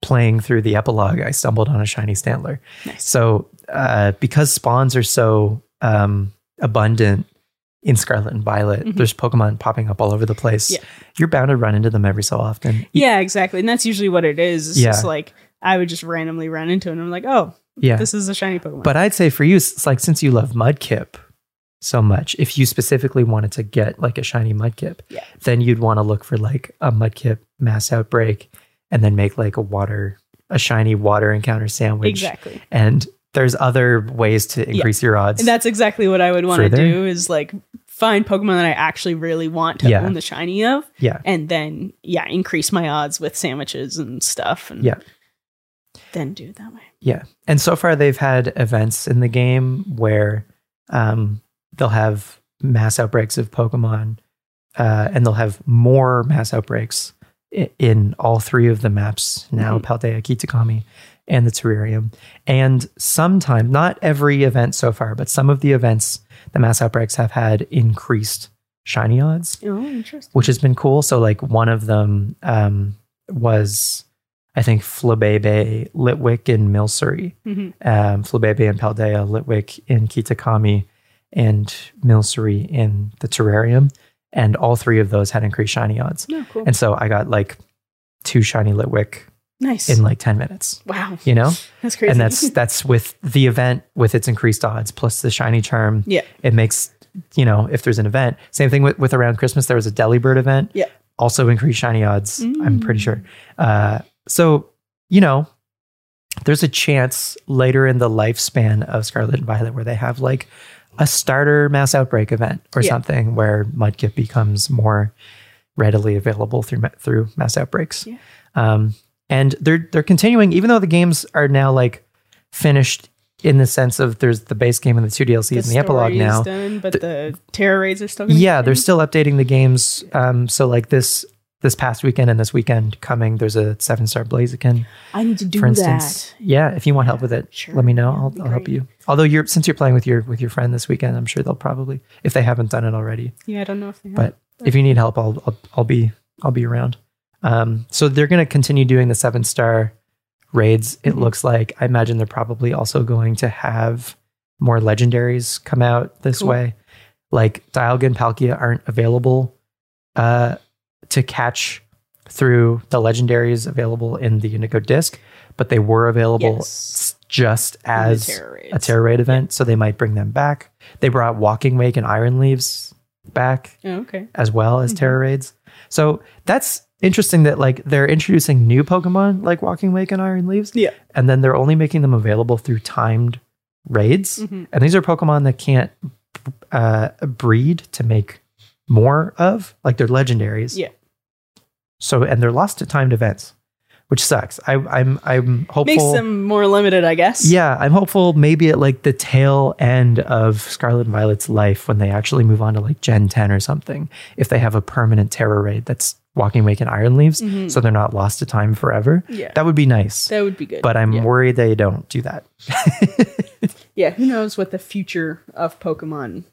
Speaker 3: playing through the epilogue, I stumbled on a shiny Stantler.
Speaker 2: Nice.
Speaker 3: So uh, because spawns are so um, abundant in Scarlet and Violet,
Speaker 2: Mhm.
Speaker 3: there's Pokemon popping up all over the place.
Speaker 2: Yeah.
Speaker 3: You're bound to run into them every so often.
Speaker 2: yeah, exactly. And that's usually what it is. It's
Speaker 3: Yeah.
Speaker 2: just like I would just randomly run into it and I'm like, oh,
Speaker 3: Yeah.
Speaker 2: this is a shiny Pokemon.
Speaker 3: But I'd say for you, it's like since you love Mudkip so much, if you specifically wanted to get like a shiny Mudkip,
Speaker 2: Yeah.
Speaker 3: then you'd want to look for like a Mudkip mass outbreak and then make like a water, a shiny water encounter sandwich.
Speaker 2: exactly.
Speaker 3: And there's other ways to increase your odds.
Speaker 2: And that's exactly what I would want to
Speaker 3: Further?
Speaker 2: do is like find Pokemon that I actually really want to
Speaker 3: Yeah.
Speaker 2: own the shiny of
Speaker 3: yeah.
Speaker 2: and then yeah, increase my odds with sandwiches and stuff and
Speaker 3: Yeah.
Speaker 2: then do it that way.
Speaker 3: And so far, they've had events in the game where um, they'll have mass outbreaks of Pokemon, uh, and they'll have more mass outbreaks i- in all three of the maps now:
Speaker 2: Mhm.
Speaker 3: Paldea, Kitakami, and the Terrarium. And sometime, not every event so far, but some of the events, the mass outbreaks have had increased shiny odds
Speaker 2: Oh, interesting.
Speaker 3: which has been cool. So like one of them um, was, I think Flabebe, Litwick, and Milsuri.
Speaker 2: Mhm.
Speaker 3: Um, Flabebe and Paldea, Litwick in Kitakami, and Milsuri in the Terrarium, and all three of those had increased shiny odds.
Speaker 2: No, cool.
Speaker 3: And so I got like two shiny Litwick
Speaker 2: nice.
Speaker 3: in like ten minutes.
Speaker 2: wow.
Speaker 3: You know,
Speaker 2: That's crazy.
Speaker 3: and that's that's with the event with its increased odds plus the shiny charm.
Speaker 2: Yeah.
Speaker 3: It makes you know, if there's an event. Same thing with, with around Christmas, there was a Delibird event.
Speaker 2: Yeah.
Speaker 3: Also increased shiny odds, I'm pretty
Speaker 2: Mm.
Speaker 3: sure. Uh so, you know, there's a chance later in the lifespan of Scarlet and Violet where they have like a starter mass outbreak event or
Speaker 2: Yeah.
Speaker 3: something where Mudkip becomes more readily available through ma- through mass outbreaks.
Speaker 2: Yeah.
Speaker 3: Um, and they're they're continuing, even though the games are now like finished in the sense of there's the base game and the two DLCs and the epilogue
Speaker 2: story is
Speaker 3: now.
Speaker 2: done, but the, terror raids are still. Gonna
Speaker 3: Yeah,
Speaker 2: be
Speaker 3: they're
Speaker 2: happening?
Speaker 3: still updating the games. Um, so like this this past weekend and this weekend coming, there's a seven star Blaziken,
Speaker 2: I need to do
Speaker 3: for instance. Yeah, if you want help with it,
Speaker 2: Sure.
Speaker 3: let me know.
Speaker 2: Yeah,
Speaker 3: I'll,
Speaker 2: that'd be
Speaker 3: I'll help
Speaker 2: great.
Speaker 3: you. Although you're since you're playing with your with your friend this weekend, I'm sure they'll probably if they haven't done it already.
Speaker 2: that. Yeah, I don't know if they have.
Speaker 3: But if you need help, I'll I'll, I'll be I'll be around. Um, so they're going to continue doing the seven star raids. It
Speaker 2: Mhm.
Speaker 3: looks like I imagine they're probably also going to have more legendaries come out this
Speaker 2: Cool.
Speaker 3: way. Like Dialga and Palkia aren't available uh, to catch through the legendaries available in the Indigo Disc, but they were available
Speaker 2: Yes.
Speaker 3: s- just
Speaker 2: in the
Speaker 3: as
Speaker 2: terror raids.
Speaker 3: a terror raid event. So they might bring them back. They brought Walking Wake and Iron Leaves back
Speaker 2: Oh, okay.
Speaker 3: as well as
Speaker 2: Mhm.
Speaker 3: terror raids. So that's interesting that like they're introducing new Pokemon like Walking Wake and Iron Leaves.
Speaker 2: Yeah.
Speaker 3: And then they're only making them available through timed raids.
Speaker 2: Mhm.
Speaker 3: And these are Pokemon that can't uh, breed to make more of. Like they're legendaries.
Speaker 2: Yeah.
Speaker 3: So and they're lost to timed events, which sucks. I, I'm I'm hopeful.
Speaker 2: Makes them more limited, I guess.
Speaker 3: Yeah, I'm hopeful maybe at like the tail end of Scarlet and Violet's life when they actually move on to like Gen 10 or something, if they have a permanent terror raid that's walking awake in Iron Leaves,
Speaker 2: Mhm.
Speaker 3: so they're not lost to time forever.
Speaker 2: Yeah. That,
Speaker 3: That would be nice.
Speaker 2: would be good.
Speaker 3: but I'm
Speaker 2: yeah.
Speaker 3: worried they don't do that.
Speaker 2: yeah. Who knows what the future of Pokemon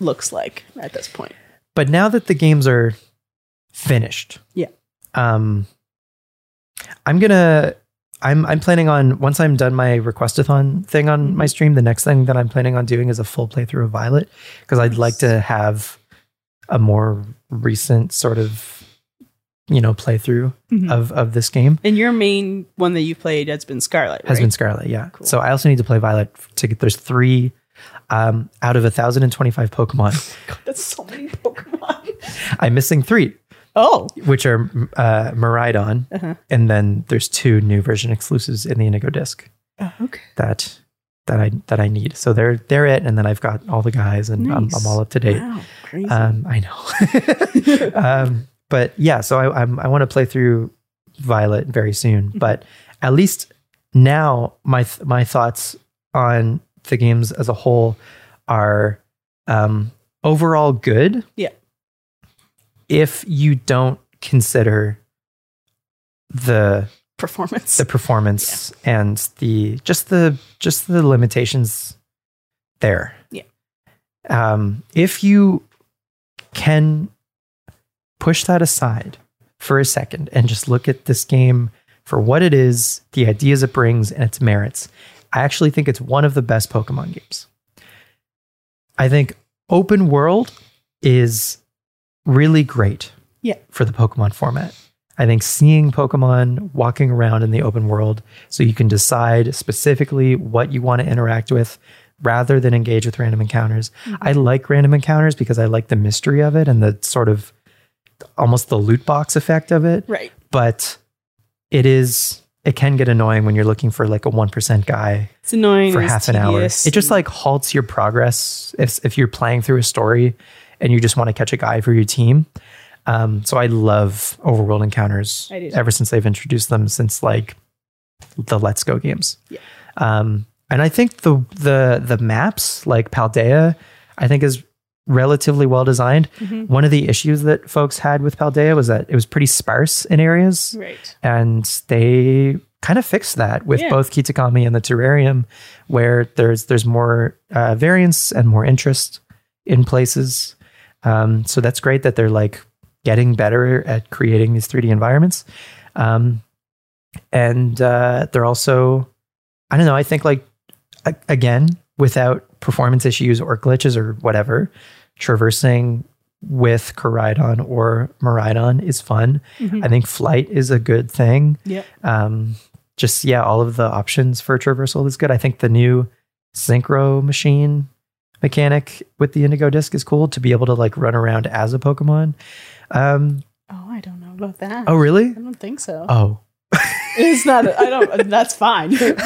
Speaker 2: looks like at this point?
Speaker 3: But now that the games are finished,
Speaker 2: Yeah.
Speaker 3: Um I'm gonna I'm I'm planning on once I'm done my requestathon thing on
Speaker 2: Mhm.
Speaker 3: my stream, the next thing that I'm planning on doing is a full playthrough of Violet because I'd like
Speaker 2: Nice.
Speaker 3: to have a more recent sort of you know playthrough
Speaker 2: Mhm.
Speaker 3: of of this game
Speaker 2: and your main one that you played has been Scarlet.
Speaker 3: has
Speaker 2: right?
Speaker 3: been Scarlet, yeah.
Speaker 2: Cool.
Speaker 3: So I also need to play Violet to get there's three um out of a thousand and twenty five Pokemon.
Speaker 2: God, that's so many Pokemon.
Speaker 3: I'm missing three.
Speaker 2: oh.
Speaker 3: which are uh, Maridon,
Speaker 2: Uh-huh.
Speaker 3: and then there's two new version exclusives in the Indigo disc
Speaker 2: oh. Uh, Okay.
Speaker 3: that that I that I need. So they're they're it, and then I've got all the guys, and I'm, I'm
Speaker 2: Nice.
Speaker 3: all up to date.
Speaker 2: Wow, crazy.
Speaker 3: Um, I know. um, but yeah, so I I'm, I want to play through Violet very soon.
Speaker 2: Mm-hmm.
Speaker 3: But at least now my th- my thoughts on the games as a whole are um, overall good.
Speaker 2: Yeah.
Speaker 3: If you don't consider the
Speaker 2: Performance.
Speaker 3: the performance and the just the just the limitations there.
Speaker 2: Yeah.
Speaker 3: Um, if you can push that aside for a second and just look at this game for what it is, the ideas it brings, and its merits, I actually think it's one of the best Pokemon games. I think open world is really great
Speaker 2: Yeah.
Speaker 3: for the Pokemon format. I think seeing Pokemon walking around in the open world so you can decide specifically what you want to interact with rather than engage with random encounters. I like random encounters because I like the mystery of it and the sort of almost the loot box effect of it
Speaker 2: right.
Speaker 3: but it is it can get annoying when you're looking for like a 1% guy
Speaker 2: It's annoying.
Speaker 3: for
Speaker 2: and it's
Speaker 3: half an hour.
Speaker 2: tedious
Speaker 3: It just
Speaker 2: and-
Speaker 3: like halts your progress if if you're playing through a story and you just want to catch a guy for your team. Um, so I love overworld encounters
Speaker 2: I do too.
Speaker 3: ever since they've introduced them since like the Let's Go games.
Speaker 2: Yeah.
Speaker 3: Um, and I think the the the maps like Paldea, I think is relatively well designed.
Speaker 2: Mhm.
Speaker 3: One of the issues that folks had with Paldea was that it was pretty sparse in areas
Speaker 2: Right.
Speaker 3: and they kind of fixed that with
Speaker 2: Yeah.
Speaker 3: both Kitakami and the Terrarium, where there's there's more uh, variance and more interest in places. Um, so that's great that they're like getting better at creating these 3D environments, um, and uh, they're also, I don't know, I think like a- again without performance issues or glitches or whatever, traversing with Coridon or Maridon is fun.
Speaker 2: Mhm.
Speaker 3: I think flight is a good thing.
Speaker 2: Yeah.
Speaker 3: Um, just yeah, all of the options for traversal is good. I think the new synchro machine mechanic with the indigo disc is cool to be able to like run around as a Pokemon. Um,
Speaker 2: Oh, I don't know about that.
Speaker 3: oh really?
Speaker 2: I don't think so.
Speaker 3: Oh,
Speaker 2: It's not. I don't. That's fine. But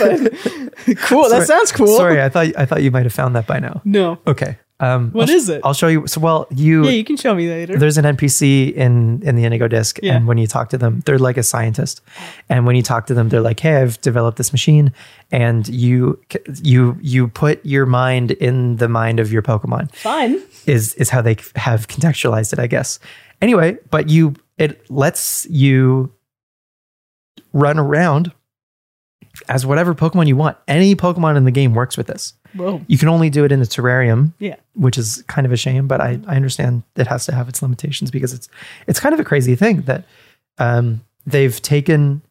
Speaker 2: cool.
Speaker 3: Sorry.
Speaker 2: That sounds cool.
Speaker 3: sorry. I thought I thought you might have found that by now.
Speaker 2: No.
Speaker 3: Okay. Um,
Speaker 2: What
Speaker 3: I'll,
Speaker 2: is it?
Speaker 3: I'll show you. So well, you
Speaker 2: yeah, you can show me later.
Speaker 3: there's an NPC in in the Indigo Disc,
Speaker 2: Yeah.
Speaker 3: and when you talk to them, they're like a scientist, and when you talk to them, they're like, "Hey, I've developed this machine, and you c- you you put your mind in the mind of your Pokemon."
Speaker 2: Fun.
Speaker 3: Is is how they c- have contextualized it, I guess. Anyway, but you it lets you run around as whatever Pokemon you want. Any Pokemon in the game works with this.
Speaker 2: Whoa.
Speaker 3: You can only do it in the terrarium.
Speaker 2: Yeah.
Speaker 3: Which is kind of a shame, but I, I understand it has to have its limitations because it's it's kind of a crazy thing that um, they've taken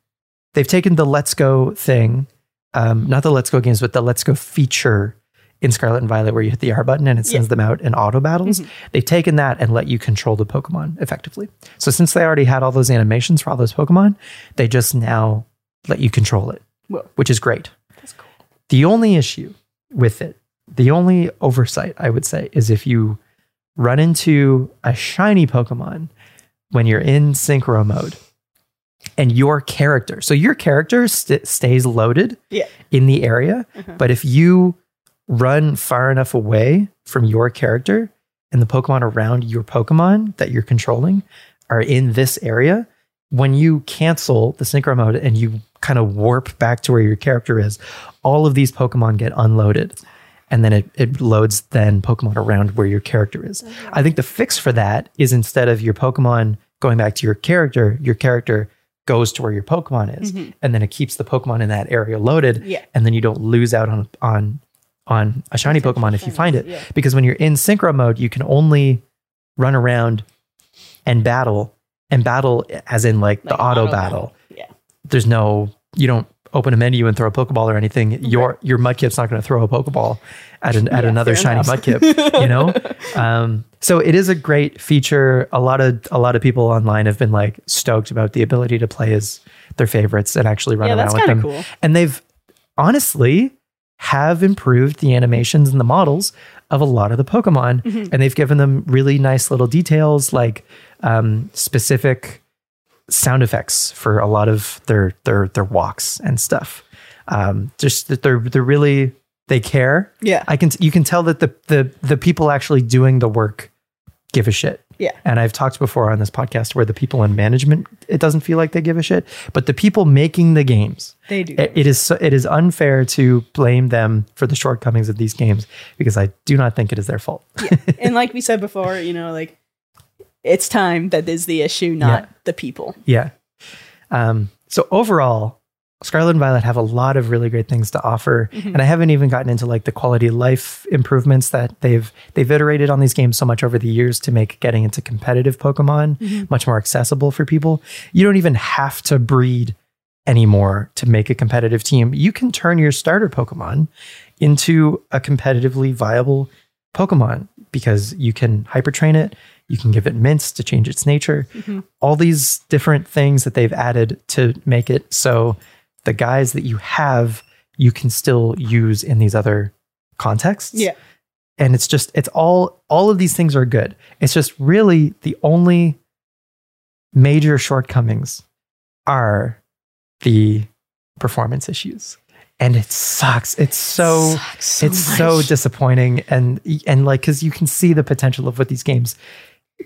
Speaker 3: they've taken the let's go thing, um, not the let's go games, but the let's go feature in Scarlet and Violet where you hit the R button and it sends them out in auto battles.
Speaker 2: Mm-hmm.
Speaker 3: They've taken that and let you control the Pokemon effectively. So since they already had all those animations for all those Pokemon, they just now let you control it.
Speaker 2: Whoa.
Speaker 3: Which is great.
Speaker 2: That's cool.
Speaker 3: The only issue with it, the only oversight I would say, is if you run into a shiny Pokemon when you're in synchro mode and your character, so your character st- stays loaded
Speaker 2: Yeah.
Speaker 3: in the area,
Speaker 2: Uh-huh.
Speaker 3: but if you run far enough away from your character and the Pokemon around your Pokemon that you're controlling are in this area, when you cancel the synchro mode and you kind of warp back to where your character is, all of these Pokemon get unloaded. And then it, it loads then Pokemon around where your character is. I think the fix for that is instead of your Pokemon going back to your character, your character goes to where your Pokemon is.
Speaker 2: Mhm.
Speaker 3: And then it keeps the Pokemon in that area loaded.
Speaker 2: Yeah.
Speaker 3: And then you don't lose out on on on a shiny Pokemon if you find it.
Speaker 2: Yeah.
Speaker 3: Because when you're in synchro mode, you can only run around and battle and battle as in like, the
Speaker 2: Like
Speaker 3: auto,
Speaker 2: auto
Speaker 3: battle.
Speaker 2: battle. Yeah.
Speaker 3: There's no you don't open a menu and throw a Pokeball or anything. Your your Mudkip's not going to throw a Pokeball at an, at
Speaker 2: Yeah,
Speaker 3: another
Speaker 2: fair
Speaker 3: shiny
Speaker 2: enough.
Speaker 3: Mudkip. You know. Um, so it is a great feature. A lot of a lot of people online have been like stoked about the ability to play as their favorites and actually run
Speaker 2: Yeah,
Speaker 3: around
Speaker 2: that's
Speaker 3: with
Speaker 2: kind
Speaker 3: them
Speaker 2: of cool.
Speaker 3: and they've honestly have improved the animations and the models of a lot of the Pokemon, and they've given them really nice little details, like um, specific sound effects for a lot of their their their walks and stuff. Um, just that they're they're really they care.
Speaker 1: Yeah.
Speaker 3: I can you can tell that the the the people actually doing the work give a shit.
Speaker 1: Yeah.
Speaker 3: And I've talked before on this podcast where the people in management it doesn't feel like they give a shit, but the people making the games
Speaker 2: They do.
Speaker 3: it, it is so, it is unfair to blame them for the shortcomings of these games because I do not think it is their fault.
Speaker 2: and like we said before, you know, like
Speaker 1: It's time that is the issue, not the people.
Speaker 3: Yeah. Um, so overall, Scarlet and Violet have a lot of really great things to offer, and I haven't even gotten into like the quality of life improvements that they've they've iterated on these games so much over the years to make getting into competitive Pokemon much more accessible for people. You don't even have to breed anymore to make a competitive team. You can turn your starter Pokemon into a competitively viable Pokemon because you can hypertrain it, you can give it mints to change its nature,
Speaker 2: Mm-hmm.
Speaker 3: all these different things that they've added to make it so the guys that you have you can still use in these other contexts.
Speaker 2: Yeah.
Speaker 3: And it's just it's all all of these things are good. It's just really the only major shortcomings are the performance issues. And it sucks. It's so
Speaker 2: Sucks so
Speaker 3: it's so
Speaker 2: much.
Speaker 3: disappointing and and like because you can see the potential of what these games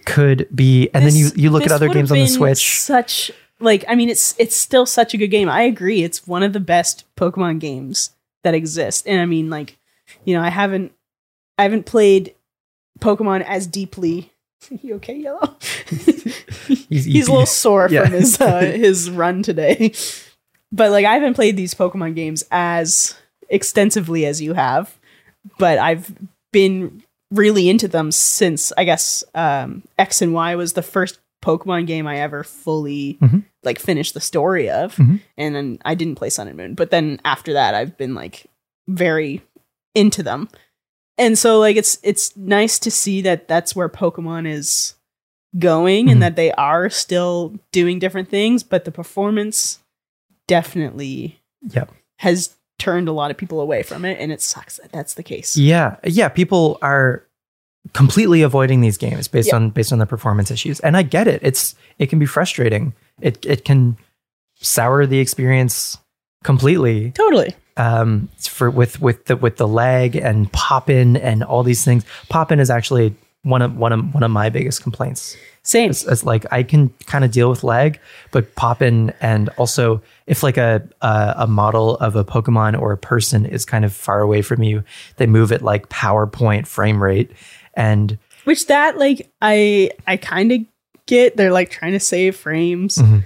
Speaker 3: could be and then you
Speaker 2: This-
Speaker 3: you look at
Speaker 2: this
Speaker 3: other
Speaker 2: would've
Speaker 3: games on the
Speaker 2: been
Speaker 3: switch
Speaker 2: Such like I mean it's it's still such a good game. I agree. It's one of the best Pokemon games that exist. And I mean like you know, I haven't I haven't played Pokemon as deeply. you okay, Yellow?
Speaker 3: He's-
Speaker 2: He's a little sore
Speaker 3: Yeah.
Speaker 2: from his uh, his run today. But like I haven't played these Pokemon games as extensively as you have, but I've been really into them since I guess um, X and Y was the first Pokemon game I ever fully
Speaker 3: Mhm.
Speaker 2: like finished the story of,
Speaker 3: Mhm.
Speaker 2: and then I didn't play Sun and Moon. But then after that, I've been like very into them, and so like it's it's nice to see that that's where Pokemon is going
Speaker 3: Mhm.
Speaker 2: and that they are still doing different things, but the performance definitely
Speaker 3: Yep.
Speaker 2: has turned a lot of people away from it, and it sucks that that's the case.
Speaker 3: yeah yeah people are completely avoiding these games based
Speaker 2: Yeah.
Speaker 3: on based on the performance issues and i get it it's it can be frustrating it it can sour the experience completely
Speaker 2: Totally.
Speaker 3: um, for with with the with the lag and pop in and all these things. Pop in is actually one of one of one of my biggest complaints.
Speaker 2: Same.
Speaker 3: It's, uh, it's like I can kind of deal with lag, but pop in and also if like a, a a model of a Pokemon or a person is kind of far away from you, they move at like PowerPoint frame rate, and
Speaker 2: Which that like I I kind of get. They're like trying to save frames,
Speaker 3: Mhm.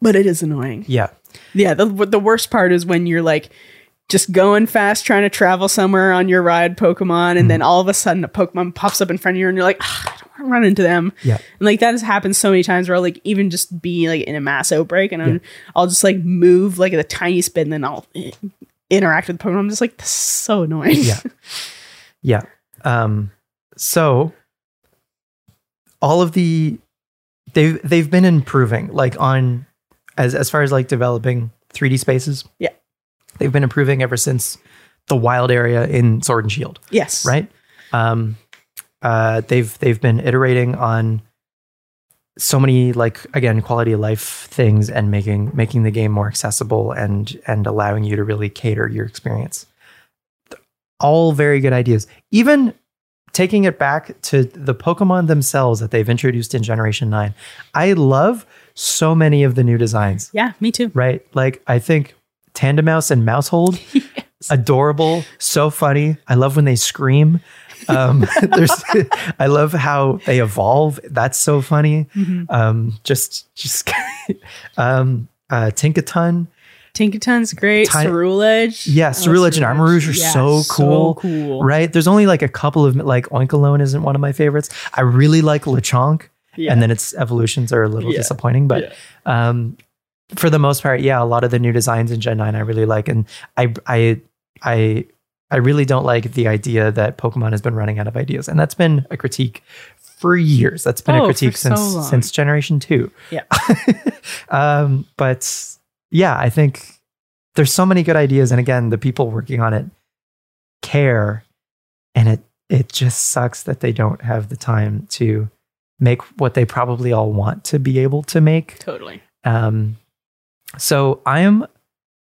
Speaker 2: but it is annoying.
Speaker 3: yeah,
Speaker 2: Yeah. The the worst part is when you're like just going fast, trying to travel somewhere on your ride Pokemon,
Speaker 3: Hmm.
Speaker 2: and then all of a sudden a Pokemon pops up in front of you, and you're like, "Ah, I don't want to run into them.
Speaker 3: Yeah.
Speaker 2: And like that has happened so many times where I'll like even just be like in a mass outbreak, and I'm, I'll just like move like the tiniest bit, and then I'll eh, interact with the Pokemon. I'm just like, this is so annoying.
Speaker 3: Yeah. Yeah. Um, so all of the they've they've been improving like on as as far as like developing 3D spaces.
Speaker 2: Yeah.
Speaker 3: They've been improving ever since the wild area in Sword and Shield,
Speaker 2: yes.
Speaker 3: right? Um uh they've they've been iterating on so many like again quality of life things and making making the game more accessible and and allowing you to really cater your experience all very good ideas. Even taking it back to the Pokemon themselves that they've introduced in Generation 9, I love so many of the new designs,
Speaker 2: Yeah. Me too.
Speaker 3: right? Like, I think Tandemouse and Mousehold, adorable, so funny. I love when they scream. Um, there's, I love how they evolve. That's so funny.
Speaker 2: Mm-hmm.
Speaker 3: Um, just, just, um, uh, Tinkaton,
Speaker 2: Tinkerton's great.
Speaker 3: Ti-
Speaker 2: Cerulege.
Speaker 3: Yeah,
Speaker 2: I love
Speaker 3: Cerulege and Armor Rouge are so cool.
Speaker 2: So cool.
Speaker 3: right? There's only like a couple of like Oinkalone isn't one of my favorites. I really like Lechonk,
Speaker 2: Yeah.
Speaker 3: and then its evolutions are a little
Speaker 2: Yeah.
Speaker 3: disappointing, but um, for the most part, yeah, a lot of the new designs in Gen Nine I really like, and I I I I really don't like the idea that Pokemon has been running out of ideas, and that's been a critique for years. That's been
Speaker 2: Oh,
Speaker 3: a
Speaker 2: for
Speaker 3: critique
Speaker 2: so
Speaker 3: since
Speaker 2: long.
Speaker 3: since Generation Two.
Speaker 2: Yeah.
Speaker 3: um, but yeah, I think there's so many good ideas, and again, the people working on it care, and it it just sucks that they don't have the time to make what they probably all want to be able to make.
Speaker 2: Totally.
Speaker 3: Um, so I am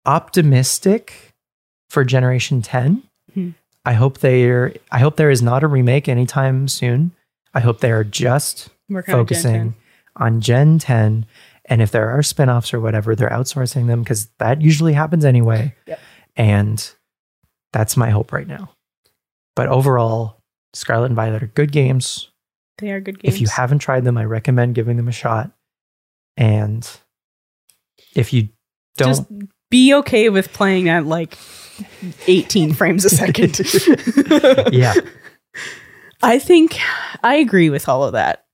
Speaker 3: optimistic for Generation 10.
Speaker 2: Hmm.
Speaker 3: I hope there I hope there is not a remake anytime soon. I hope they are just
Speaker 2: Working on Gen 10.
Speaker 3: focusing on Gen 10. And if there are spin-offs or whatever, they're outsourcing them because that usually happens anyway.
Speaker 2: Yep.
Speaker 3: And that's my hope right now. But overall, Scarlet and Violet are good games.
Speaker 2: They are good games.
Speaker 3: If you haven't tried them, I recommend giving them a shot. And if you don't
Speaker 2: Just be okay with playing at like
Speaker 1: 18 frames a second.
Speaker 3: Yeah.
Speaker 2: I think I agree with all of that.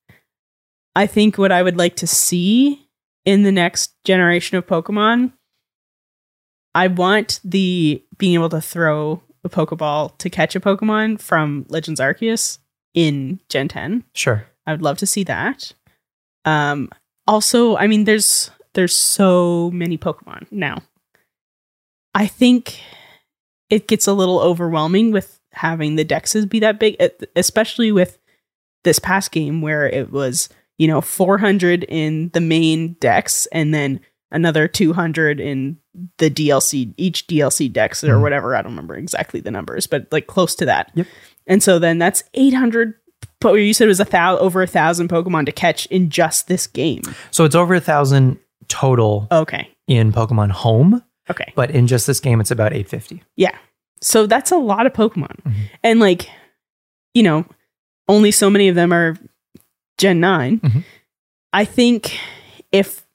Speaker 2: I think what I would like to see in the next generation of Pokemon, I want the being able to throw a Pokeball to catch a Pokemon from Legends Arceus in Gen 10.
Speaker 3: Sure.
Speaker 2: I would love to see that. Um, also, I mean, there's there's so many Pokemon now. I think it gets a little overwhelming with having the dexes be that big, e- especially with this past game where it was you know 400 in the main dex and then another 200 in the DLC, each DLC dex or
Speaker 3: Mhm.
Speaker 2: whatever. I don't remember exactly the numbers, but like close to that.
Speaker 3: Yep.
Speaker 2: And so then that's 800 but you said it was a thou over a thousand Pokemon to catch in just this game.
Speaker 3: So it's over a thousand total
Speaker 2: Okay.
Speaker 3: in Pokemon Home,
Speaker 2: Okay.
Speaker 3: but in just this game, it's about 850.
Speaker 2: So that's a lot of Pokemon.
Speaker 3: Mhm.
Speaker 2: And like, you know, only so many of them are Gen 9.
Speaker 3: Mhm.
Speaker 2: I think if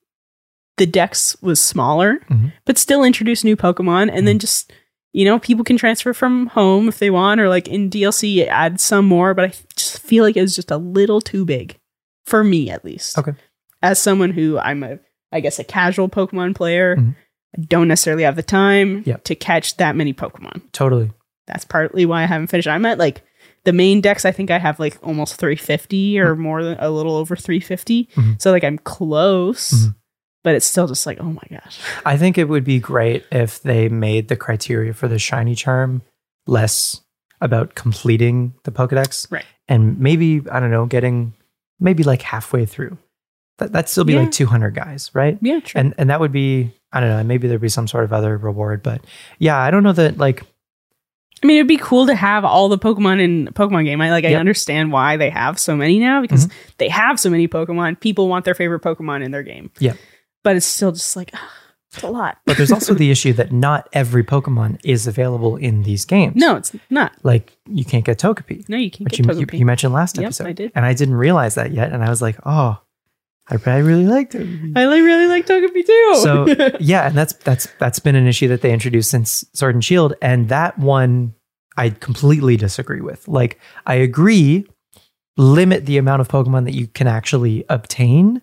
Speaker 2: the dex was smaller,
Speaker 3: Mhm.
Speaker 2: but still introduce new Pokemon and
Speaker 3: Mm-hmm.
Speaker 2: then just you know, people can transfer from home if they want, or like in DLC, add some more. But I just feel like it was just a little too big for me, at least.
Speaker 3: Okay.
Speaker 2: As someone who I'm a, I guess, a casual Pokemon player,
Speaker 3: Mhm.
Speaker 2: I don't necessarily have the time
Speaker 3: Yep.
Speaker 2: to catch that many Pokemon.
Speaker 3: Totally.
Speaker 2: That's partly why I haven't finished. I'm at like the main decks. I think I have like almost 350
Speaker 3: Mm-hmm.
Speaker 2: or more than a little over 350.
Speaker 3: Mhm.
Speaker 2: So like I'm close,
Speaker 3: Mhm.
Speaker 2: but it's still just like, oh my gosh.
Speaker 3: I think it would be great if they made the criteria for the shiny charm less about completing the Pokedex.
Speaker 2: Right.
Speaker 3: And maybe, I don't know, getting maybe like halfway through. That, that'd still be
Speaker 2: Yeah.
Speaker 3: like 200 guys, right?
Speaker 2: Yeah, true.
Speaker 3: and and that would be I don't know maybe there'd be some sort of other reward but yeah I don't know that like
Speaker 2: I mean, it'd be cool to have all the Pokemon in a Pokemon game. I like. I
Speaker 3: Yep. Mm-hmm.
Speaker 2: understand why they have so many now because they have so many Pokemon. People want their favorite Pokemon in their game.
Speaker 3: Yep.
Speaker 2: But it's still just like ah, it's a lot.
Speaker 3: but there's also the issue that not every Pokemon is available in these games
Speaker 2: no, it's not.
Speaker 3: like you can't get Togepi
Speaker 2: No, you can't
Speaker 3: which
Speaker 2: get
Speaker 3: you, you,
Speaker 2: Togepi.
Speaker 3: you mentioned last
Speaker 2: Yep,
Speaker 3: episode.
Speaker 2: I did.
Speaker 3: And I didn't realize that yet. And I was like, oh, I, I really liked it.
Speaker 2: I like, really like Togepi too.
Speaker 3: So yeah, and that's that's that's been an issue that they introduced since Sword and Shield, and that one I completely disagree with. Like I agree, limit the amount of Pokemon that you can actually obtain.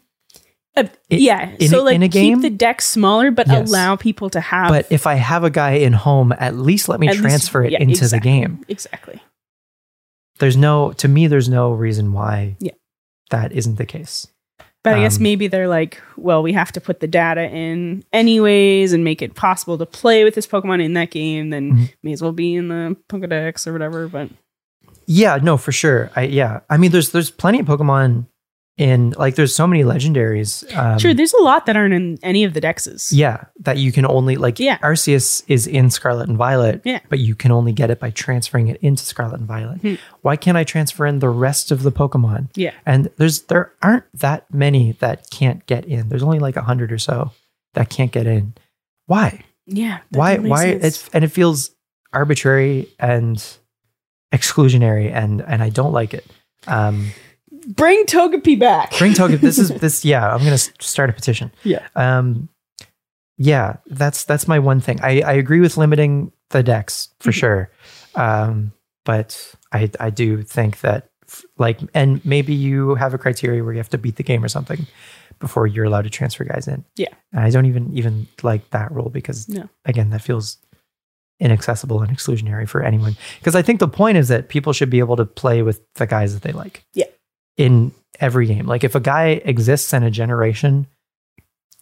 Speaker 2: Uh,
Speaker 3: i-
Speaker 2: yeah.
Speaker 3: in
Speaker 2: so
Speaker 3: a-
Speaker 2: like
Speaker 3: in a game?
Speaker 2: keep the deck smaller, but
Speaker 3: Yes.
Speaker 2: allow people to have
Speaker 3: But if I have a guy in home, at least let me
Speaker 2: at least-
Speaker 3: transfer it
Speaker 2: yeah,
Speaker 3: into
Speaker 2: exactly,
Speaker 3: the game.
Speaker 2: Exactly.
Speaker 3: There's no to me, there's no reason why
Speaker 2: Yeah.
Speaker 3: that isn't the case.
Speaker 2: But I guess
Speaker 3: Um,
Speaker 2: maybe they're like, well, we have to put the data in anyways and make it possible to play with this Pokemon in that game. Then
Speaker 3: Mhm.
Speaker 2: may as well be in the Pokedex or whatever. But
Speaker 3: Yeah, no, for sure. I yeah. I mean there's there's plenty of Pokemon in like there's so many legendaries. Um,
Speaker 2: sure, there's a lot that aren't in any of the dexes.
Speaker 3: Yeah, that you can only like
Speaker 2: Yeah.
Speaker 3: Arceus is in Scarlet and Violet,
Speaker 2: Yeah.
Speaker 3: but you can only get it by transferring it into Scarlet and Violet.
Speaker 2: Mhm.
Speaker 3: Why can't I transfer in the rest of the Pokemon?
Speaker 2: Yeah.
Speaker 3: And there's there aren't that many that can't get in. There's only like a hundred or so that can't get in. Why?
Speaker 2: Yeah. that
Speaker 3: why
Speaker 2: doesn't make
Speaker 3: why
Speaker 2: sense.
Speaker 3: it's and it feels arbitrary and exclusionary and and I don't like it. Um
Speaker 2: bring Togepi back.
Speaker 3: Bring token. This is this. Yeah, I'm gonna s- start a petition.
Speaker 2: Yeah.
Speaker 3: Um. Yeah, that's that's my one thing. I I agree with limiting the decks for
Speaker 2: Mhm.
Speaker 3: sure. Um. But I I do think that f- like and maybe you have a criteria where you have to beat the game or something before you're allowed to transfer guys in.
Speaker 2: Yeah.
Speaker 3: And I don't even even like that rule because
Speaker 2: No.
Speaker 3: again that feels inaccessible and exclusionary for anyone because I think the point is that people should be able to play with the guys that they like in every game. Like if a guy exists in a generation,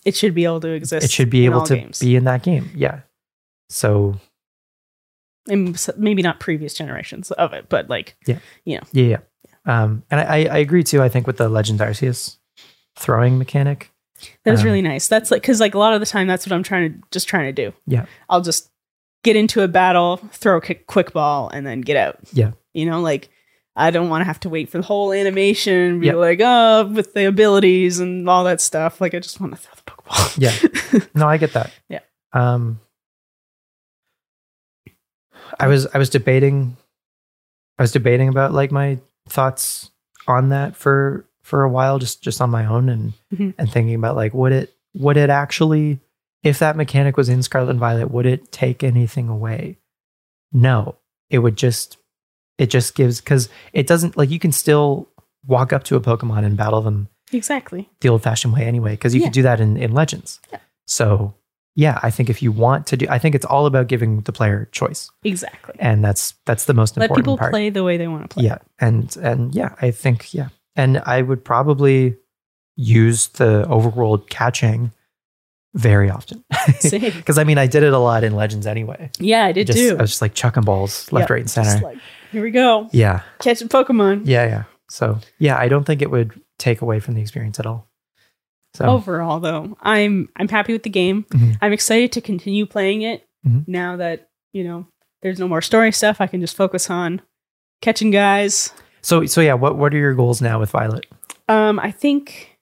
Speaker 2: it should be able to exist.
Speaker 3: it should be
Speaker 2: in
Speaker 3: able
Speaker 2: all
Speaker 3: to
Speaker 2: games.
Speaker 3: be in that game. Yeah. So
Speaker 2: and s- maybe not previous generations of it, but like
Speaker 3: yeah, yeah. Um, and I, I I agree too. I think with the Legend Arceus throwing mechanic,
Speaker 2: that was
Speaker 3: Um,
Speaker 2: really nice. That's like because like a lot of the time that's what I'm trying to just trying to do.
Speaker 3: Yeah.
Speaker 2: I'll just get into a battle, throw a quick, quick ball, and then get out.
Speaker 3: Yeah.
Speaker 2: You know, like I don't want to have to wait for the whole animation and be
Speaker 3: Yep.
Speaker 2: like, oh, with the abilities and all that stuff. Like I just want to throw the Pokeball.
Speaker 3: Yeah. No, I get that.
Speaker 2: Yeah.
Speaker 3: Um I was I was debating I was debating about like my thoughts on that for for a while just just on my own and
Speaker 2: Mhm.
Speaker 3: and thinking about like would it would it actually if that mechanic was in Scarlet and Violet would it take anything away? No. It would just it just gives cuz it doesn't like you can still walk up to a Pokemon and battle them
Speaker 2: exactly.
Speaker 3: the old fashioned way anyway, because you
Speaker 2: Yeah.
Speaker 3: could do that in, in Legends. So, yeah, I think if you want to do, I think it's all about giving the player choice,
Speaker 2: Exactly.
Speaker 3: and that's that's the most
Speaker 2: Let
Speaker 3: important
Speaker 2: people
Speaker 3: part.
Speaker 2: play the way they want to play.
Speaker 3: Yeah, and and yeah, I think yeah, and I would probably use the overworld catching very often
Speaker 2: Same.
Speaker 3: because I mean I did it a lot in Legends anyway.
Speaker 2: Yeah, I did
Speaker 3: Just-
Speaker 2: too.
Speaker 3: I was just like chucking balls left,
Speaker 2: Yeah,
Speaker 3: right, and
Speaker 2: Just
Speaker 3: center.
Speaker 2: like, here we go.
Speaker 3: yeah,
Speaker 2: Catching Pokemon.
Speaker 3: yeah, yeah. So yeah, I don't think it would take away from the experience at all. So
Speaker 2: Overall though, I'm I'm happy with the game.
Speaker 3: Mhm.
Speaker 2: I'm excited to continue playing it
Speaker 3: Mhm.
Speaker 2: now that, you know, there's no more story stuff. I can just focus on catching guys.
Speaker 3: so so yeah, what what are your goals now with Violet?
Speaker 2: Um, I think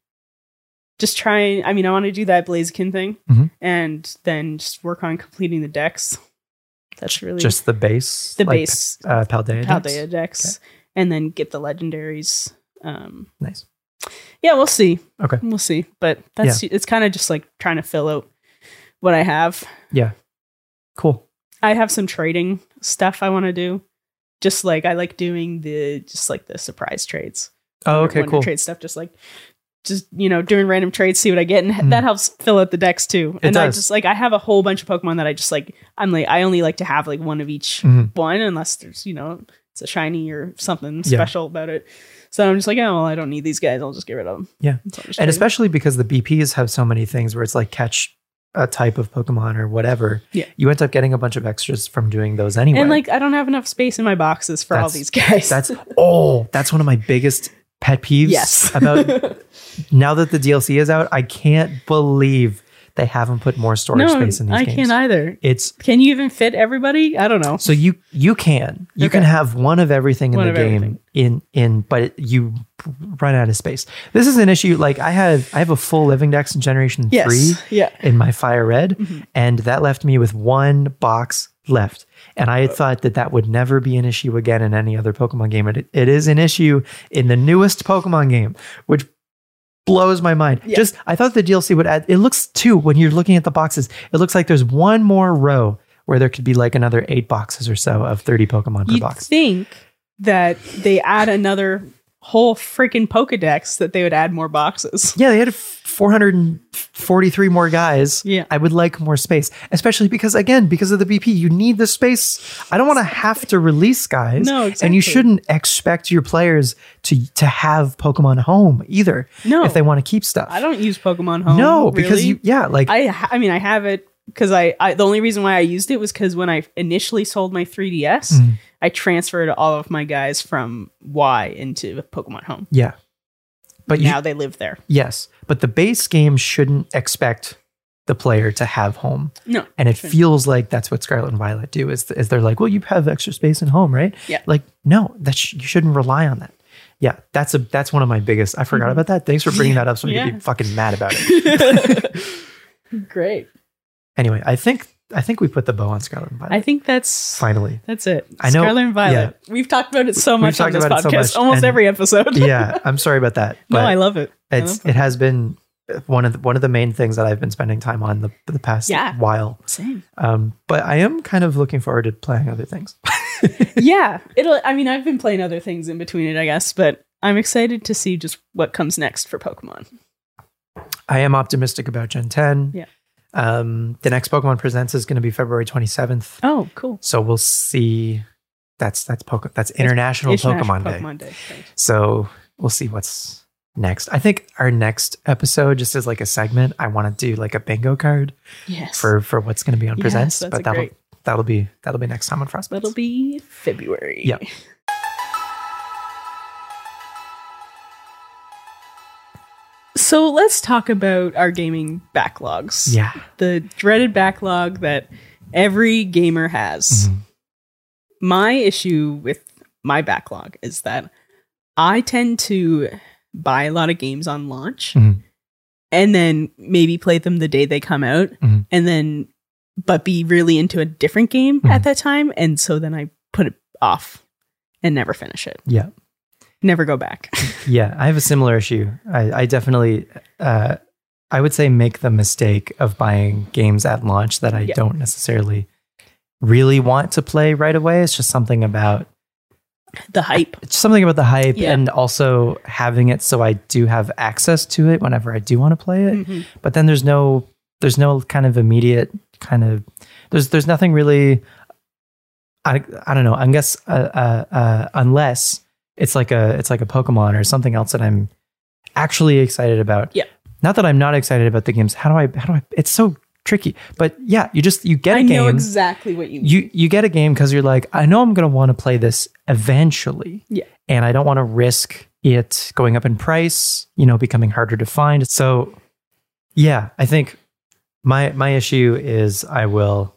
Speaker 2: just trying. I mean, I want to do that Blaziken thing,
Speaker 3: Mhm.
Speaker 2: and then just work on completing the decks. That's really
Speaker 3: just the base
Speaker 2: the
Speaker 3: like,
Speaker 2: base
Speaker 3: uh, Paldea
Speaker 2: Paldea
Speaker 3: Paldea
Speaker 2: decks, and then get the legendaries. Um,
Speaker 3: nice
Speaker 2: yeah, we'll see.
Speaker 3: Okay.
Speaker 2: we'll see. But that's it's kind of just like trying to fill out what I have.
Speaker 3: cool
Speaker 2: I have some trading stuff I want to do. Just like I like doing the just like the surprise trades.
Speaker 3: oh
Speaker 2: or
Speaker 3: okay
Speaker 2: Wonder
Speaker 3: cool
Speaker 2: Trade stuff, just like just you know doing random trades, see what I get, and
Speaker 3: Mm.
Speaker 2: that helps fill out the decks too.
Speaker 3: It
Speaker 2: and I
Speaker 3: does.
Speaker 2: just like I have a whole bunch of Pokemon that I just like. I'm like I only like to have like one of each
Speaker 3: Mhm.
Speaker 2: one, unless there's you know it's a shiny or something
Speaker 3: Yeah.
Speaker 2: special about it. So I'm just like, oh well, I don't need these guys. I'll just get rid of them.
Speaker 3: Yeah.
Speaker 2: So I'll just
Speaker 3: and
Speaker 2: trade them.
Speaker 3: especially because the bps have so many things where it's like catch a type of pokemon or whatever
Speaker 2: Yeah.
Speaker 3: you end up getting a bunch of extras from doing those anyway
Speaker 2: and like I don't have enough space in my boxes for all
Speaker 3: That's-
Speaker 2: these guys.
Speaker 3: that's oh that's one of my biggest pet peeves
Speaker 2: yes.
Speaker 3: about now that the dlc is out i can't believe they haven't put more storage
Speaker 2: no,
Speaker 3: space in these
Speaker 2: I
Speaker 3: games
Speaker 2: can't either.
Speaker 3: it's
Speaker 2: Can you even fit everybody? I don't know.
Speaker 3: So you you can you
Speaker 2: Okay.
Speaker 3: can have one of everything in
Speaker 2: One
Speaker 3: the
Speaker 2: of
Speaker 3: game
Speaker 2: everything.
Speaker 3: in in but it, you run out of space. This is an issue. Like I had I have a full living dex in generation
Speaker 2: Yes.
Speaker 3: three
Speaker 2: Yeah.
Speaker 3: in my fire red,
Speaker 2: Mhm.
Speaker 3: and that left me with one box left. And I
Speaker 2: Uh,
Speaker 3: had thought that that would never be an issue again in any other Pokemon game. It, it is an issue in the newest Pokemon game, which blows my mind.
Speaker 2: Yeah.
Speaker 3: Just I thought the DLC would add. It looks too when you're looking at the boxes, it looks like there's one more row where there could be like another eight boxes or so of 30 Pokemon per
Speaker 2: You'd
Speaker 3: box.
Speaker 2: think that they add another whole freaking Pokedex that they would add more boxes.
Speaker 3: Yeah, they had f- 443 more guys.
Speaker 2: Yeah.
Speaker 3: I would like more space, especially because again, because of the BP, you need the space. I don't want to have to release guys.
Speaker 2: No,
Speaker 3: And you
Speaker 2: exactly.
Speaker 3: shouldn't expect your players to to have Pokemon home either
Speaker 2: No,
Speaker 3: if they want to keep stuff.
Speaker 2: I don't use Pokemon Home.
Speaker 3: No, because
Speaker 2: really.
Speaker 3: you yeah, like
Speaker 2: I ha- I mean I have it because I, I the only reason why I used it was because when I initially sold my 3DS,
Speaker 3: Mhm.
Speaker 2: I transferred all of my guys from Y into Pokemon Home.
Speaker 3: yeah. But you
Speaker 2: now they live there.
Speaker 3: Yes, but the base game shouldn't expect the player to have home.
Speaker 2: No,
Speaker 3: And it
Speaker 2: shouldn't.
Speaker 3: feels like that's what Scarlet and Violet do is, is they're like, well, you have extra space in home, right?
Speaker 2: Yeah.
Speaker 3: Like, no, that sh- you shouldn't rely on that. Yeah, that's a that's one of my biggest. I forgot about that. Thanks for bringing that up. So I could
Speaker 2: Mm-hmm. Yeah.
Speaker 3: be fucking mad about it.
Speaker 2: Great.
Speaker 3: anyway, I think I think we put the bow on Scarlet and Violet.
Speaker 2: I think that's
Speaker 3: Finally,
Speaker 2: that's it.
Speaker 3: I know-
Speaker 2: Scarlet and Violet. We've talked about it so much on
Speaker 3: talked
Speaker 2: this
Speaker 3: about it so
Speaker 2: podcast,
Speaker 3: much,
Speaker 2: almost
Speaker 3: and-
Speaker 2: every episode.
Speaker 3: yeah. I'm sorry about that.
Speaker 2: no,
Speaker 3: but
Speaker 2: I love it. I love
Speaker 3: it's it has been one of the, one of the main things that I've been spending time on the the past
Speaker 2: Yeah.
Speaker 3: while.
Speaker 2: Same.
Speaker 3: Um, but I am kind of looking forward to playing other things.
Speaker 2: yeah, it'll. I mean, I've been playing other things in between it, I guess, but I'm excited to see just what comes next for Pokemon.
Speaker 3: I am optimistic about Gen 10.
Speaker 2: Yeah.
Speaker 3: Um, the next Pokemon Presents is going to be February 27th.
Speaker 2: Oh, cool!
Speaker 3: So we'll see. That's that's Poke- that's International, Pokemon, Day.
Speaker 2: Pokemon Day. right.
Speaker 3: So we'll see what's next. I think our next episode, just as like a segment, I want to do like a bingo card
Speaker 2: Yes,
Speaker 3: for for what's going to be on
Speaker 2: Yes,
Speaker 3: Presents.
Speaker 2: that's a
Speaker 3: but that'll
Speaker 2: great-
Speaker 3: that'll be that'll be next time on Frostbites.
Speaker 2: that'll be February.
Speaker 3: Yeah.
Speaker 2: So let's talk about our gaming backlogs.
Speaker 3: yeah.
Speaker 2: the dreaded backlog that every gamer has.
Speaker 3: Mhm.
Speaker 2: my issue with my backlog is that I tend to buy a lot of games on launch
Speaker 3: Mhm.
Speaker 2: and then maybe play them the day they come out
Speaker 3: Mhm.
Speaker 2: and then but be really into a different game
Speaker 3: Mhm.
Speaker 2: at that time and so then I put it off and never finish it.
Speaker 3: Yeah.
Speaker 2: Never go back.
Speaker 3: Yeah, I have a similar issue. I, I definitely, uh, I would say, make the mistake of buying games at launch that I
Speaker 2: Yeah.
Speaker 3: don't necessarily really want to play right away. It's just something about
Speaker 2: the hype.
Speaker 3: it's something about the hype
Speaker 2: Yeah.
Speaker 3: and also having it so I do have access to it whenever I do want to play it.
Speaker 2: Mm-hmm.
Speaker 3: But then there's no there's no kind of immediate kind of there's there's nothing really. I, I don't know. I guess uh, uh, uh, unless it's like a it's like a Pokemon or something else that I'm actually excited about.
Speaker 2: Yeah.
Speaker 3: Not that I'm not excited about the games. How do I? How do I? It's so tricky. But yeah, you just you get a
Speaker 2: I
Speaker 3: game.
Speaker 2: know exactly what you mean.
Speaker 3: you you get a game because you're like, I know I'm gonna want to play this eventually.
Speaker 2: Yeah.
Speaker 3: And I don't want to risk it going up in price. You know, becoming harder to find. So, yeah, I think my my issue is I will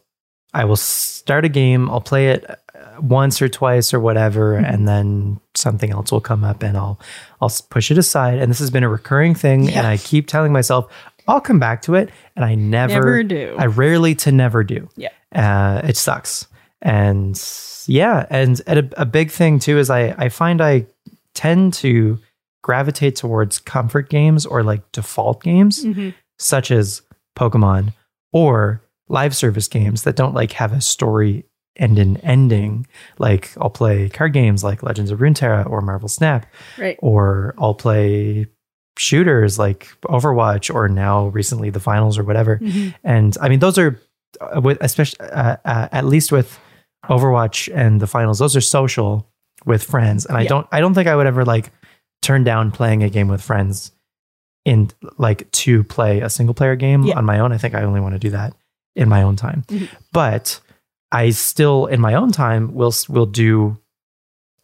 Speaker 3: I will start a game. I'll play it uh, once or twice or whatever,
Speaker 2: Mm-hmm.
Speaker 3: and then something else will come up, and I'll I'll s- push it aside. And this has been a recurring thing, and
Speaker 2: Yeah.
Speaker 3: I keep telling myself I'll come back to it, and I
Speaker 2: never do.
Speaker 3: I rarely to never do.
Speaker 2: Yeah.
Speaker 3: Uh, it sucks. And yeah, and, and a, a big thing too is I, I find I tend to gravitate towards comfort games or like default games,
Speaker 2: Mhm.
Speaker 3: such as Pokemon or live service games that don't like have a story and an ending. Like I'll play card games like Legends of Runeterra or Marvel Snap
Speaker 2: Right.
Speaker 3: or I'll play shooters like Overwatch or now recently the finals or whatever.
Speaker 2: Mhm.
Speaker 3: And I mean, those are uh, with especially uh, uh, at least with Overwatch and the finals, those are social with friends. And I
Speaker 2: Yeah.
Speaker 3: don't, I don't think I would ever like turn down playing a game with friends in like to play a single player game
Speaker 2: Yeah.
Speaker 3: on my own. I think I only want to do that in my own time.
Speaker 2: Mhm.
Speaker 3: But I still, in my own time, will s- will do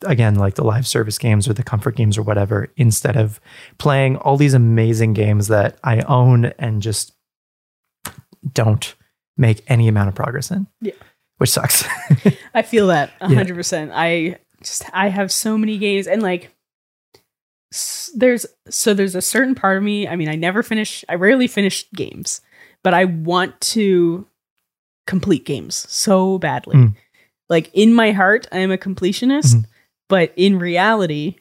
Speaker 3: again like the live service games or the comfort games or whatever instead of playing all these amazing games that I own and just don't make any amount of progress in.
Speaker 2: Yeah.
Speaker 3: Which sucks.
Speaker 2: I feel that a
Speaker 3: Yeah.
Speaker 2: 100%. I just I have so many games and like s- there's so there's a certain part of me, I mean I never finish I rarely finish games, but I want to complete games so badly.
Speaker 3: Mm.
Speaker 2: Like in my heart I am a completionist,
Speaker 3: Mhm.
Speaker 2: but in reality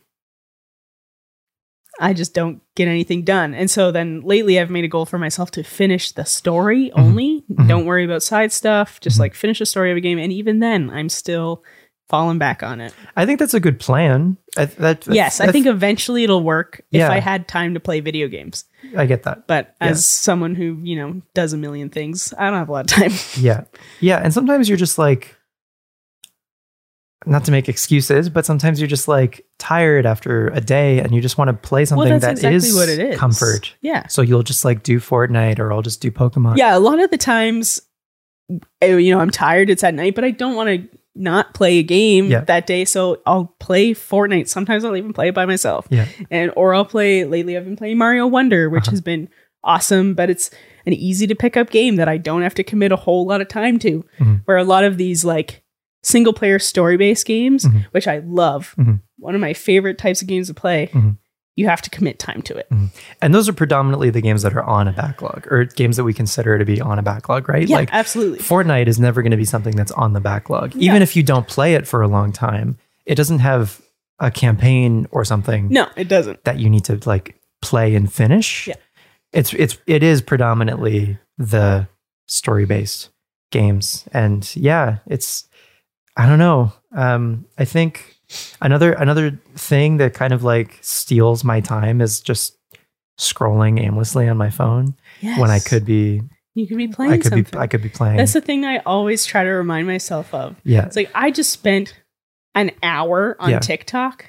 Speaker 2: I just don't get anything done. And so then lately I've made a goal for myself to finish the story only.
Speaker 3: Mhm.
Speaker 2: Don't worry about side stuff. Just
Speaker 3: Mhm.
Speaker 2: like finish the story of a game. And even then I'm still falling back on it.
Speaker 3: I think that's a good plan. I, that,
Speaker 2: yes, I
Speaker 3: that's-
Speaker 2: think eventually it'll work
Speaker 3: Yeah.
Speaker 2: if I had time to play video games.
Speaker 3: I get that.
Speaker 2: But
Speaker 3: Yeah.
Speaker 2: as someone who, you know, does a million things, I don't have a lot of time.
Speaker 3: Yeah. Yeah. And sometimes you're just like, not to make excuses, but sometimes you're just like tired after a day and you just want to play something
Speaker 2: well, that's
Speaker 3: that
Speaker 2: exactly
Speaker 3: is
Speaker 2: what it is.
Speaker 3: comfort.
Speaker 2: Yeah.
Speaker 3: So you'll just like do Fortnite or I'll just do Pokemon.
Speaker 2: Yeah, a lot of the times, eh, you know, I'm tired. It's at night, but I don't want to not play a game
Speaker 3: Yeah.
Speaker 2: that day. So I'll play Fortnite. Sometimes I'll even play it by myself.
Speaker 3: Yeah.
Speaker 2: And or I'll play. Lately, I've been playing Mario Wonder, which
Speaker 3: Uh-huh.
Speaker 2: has been awesome. But it's an easy to pick up game that I don't have to commit a whole lot of time to.
Speaker 3: Mhm.
Speaker 2: Where a lot of these like single player story based games,
Speaker 3: Mhm.
Speaker 2: which I love,
Speaker 3: Mhm.
Speaker 2: one of my favorite types of games to play.
Speaker 3: Mhm.
Speaker 2: You have to commit time to it.
Speaker 3: And those are predominantly the games that are on a backlog or games that we consider to be on a backlog, right?
Speaker 2: Yeah,
Speaker 3: like
Speaker 2: absolutely.
Speaker 3: Fortnite is never going to be something that's on the backlog.
Speaker 2: Yeah.
Speaker 3: Even if you don't play it for a long time, it doesn't have a campaign or something
Speaker 2: no, it doesn't.
Speaker 3: that you need to like play and finish.
Speaker 2: Yeah.
Speaker 3: It's it's it is predominantly the story based games. And yeah, it's I don't know. Um I think another another thing that kind of like steals my time is just scrolling aimlessly on my phone when I
Speaker 2: Yes.
Speaker 3: could be
Speaker 2: You could be playing
Speaker 3: I could
Speaker 2: something.
Speaker 3: be I could be playing.
Speaker 2: That's the thing I always try to remind myself of.
Speaker 3: yeah.
Speaker 2: It's like I just spent an hour on
Speaker 3: Yeah.
Speaker 2: TikTok.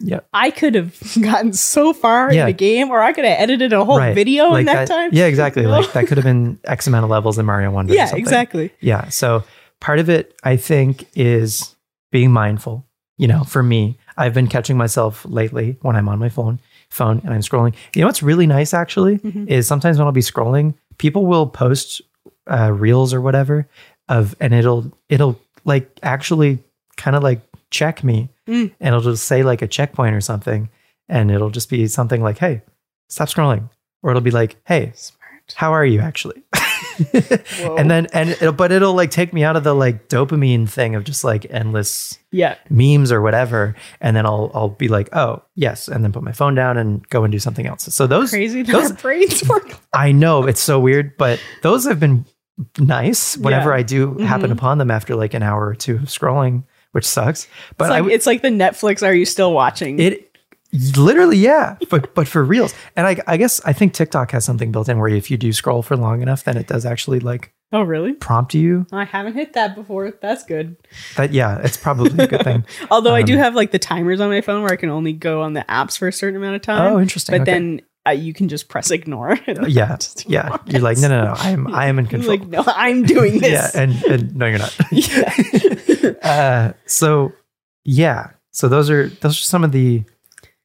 Speaker 3: Yeah.
Speaker 2: I could have gotten so far
Speaker 3: Yeah.
Speaker 2: in the game, or I could have edited a whole
Speaker 3: Right.
Speaker 2: video in that, time.
Speaker 3: Yeah, exactly.
Speaker 2: You know?
Speaker 3: Like that could have been X amount of levels in Mario Wonder. or
Speaker 2: yeah,
Speaker 3: something.
Speaker 2: exactly.
Speaker 3: Yeah. So part of it, I think, is being mindful. You know, for me, I've been catching myself lately when I'm on my phone, phone, and I'm scrolling. You know, what's really nice actually
Speaker 2: Mhm.
Speaker 3: is sometimes when I'll be scrolling, people will post uh, reels or whatever of and it'll it'll like actually kind of like check me
Speaker 2: Mm.
Speaker 3: and it'll just say like a checkpoint or something and it'll just be something like hey stop scrolling or it'll be like hey
Speaker 2: Smart.
Speaker 3: how are you actually and then and it'll, but it'll like take me out of the like dopamine thing of just like endless
Speaker 2: Yeah.
Speaker 3: memes or whatever and then I'll I'll be like oh yes and then put my phone down and go and do something else so those
Speaker 2: Crazy that
Speaker 3: those-
Speaker 2: our brains work.
Speaker 3: I know it's so weird, but those have been nice whenever
Speaker 2: Yeah. Mm-hmm.
Speaker 3: I do happen upon them after like an hour or two of scrolling, which sucks. But
Speaker 2: it's, like,
Speaker 3: I would
Speaker 2: it's like the Netflix. Are you still watching?
Speaker 3: it literally yeah, but but for reals. And I I guess I think TikTok has something built in where if you do scroll for long enough, then it does actually like
Speaker 2: oh, really? Oh,
Speaker 3: prompt you.
Speaker 2: I haven't hit that before. That's good.
Speaker 3: That yeah, it's probably a good thing.
Speaker 2: Although I do
Speaker 3: Um,
Speaker 2: have like the timers on my phone where I can only go on the apps for a certain amount of time.
Speaker 3: Oh, interesting.
Speaker 2: Uh-huh. but
Speaker 3: okay. Uh,
Speaker 2: then uh, you can just press ignore.
Speaker 3: yeah,
Speaker 2: Just
Speaker 3: yeah,
Speaker 2: ignore
Speaker 3: you're
Speaker 2: it.
Speaker 3: like no no no, I am I am in control.
Speaker 2: Like, no, I'm doing
Speaker 3: yeah,
Speaker 2: this.
Speaker 3: and, and no, you're not.
Speaker 2: Yeah.
Speaker 3: Uh, so yeah, so those are those are some of the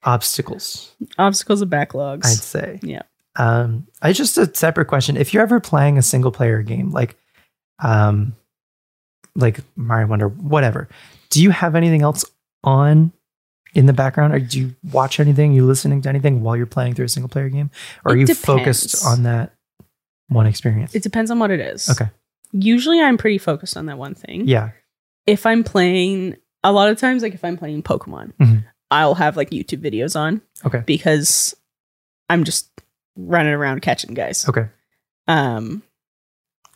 Speaker 3: obstacles
Speaker 2: Obstacles and backlogs.
Speaker 3: I'd say.
Speaker 2: Yeah.
Speaker 3: Um, I just a separate question. If you're ever playing a single player game, like, um, like Mario Wonder, whatever, do you have anything else on in the background, or do you watch anything? You listening to anything while you're playing through a single player game, or are
Speaker 2: It
Speaker 3: you
Speaker 2: depends.
Speaker 3: focused on that one experience?
Speaker 2: It depends on what it is.
Speaker 3: Okay.
Speaker 2: Usually I'm pretty focused on that one thing.
Speaker 3: yeah,
Speaker 2: If I'm playing, a lot of times, like if I'm playing Pokemon,
Speaker 3: Mhm.
Speaker 2: I'll have like YouTube videos on.
Speaker 3: Okay.
Speaker 2: Because I'm just running around catching guys.
Speaker 3: Okay.
Speaker 2: Um,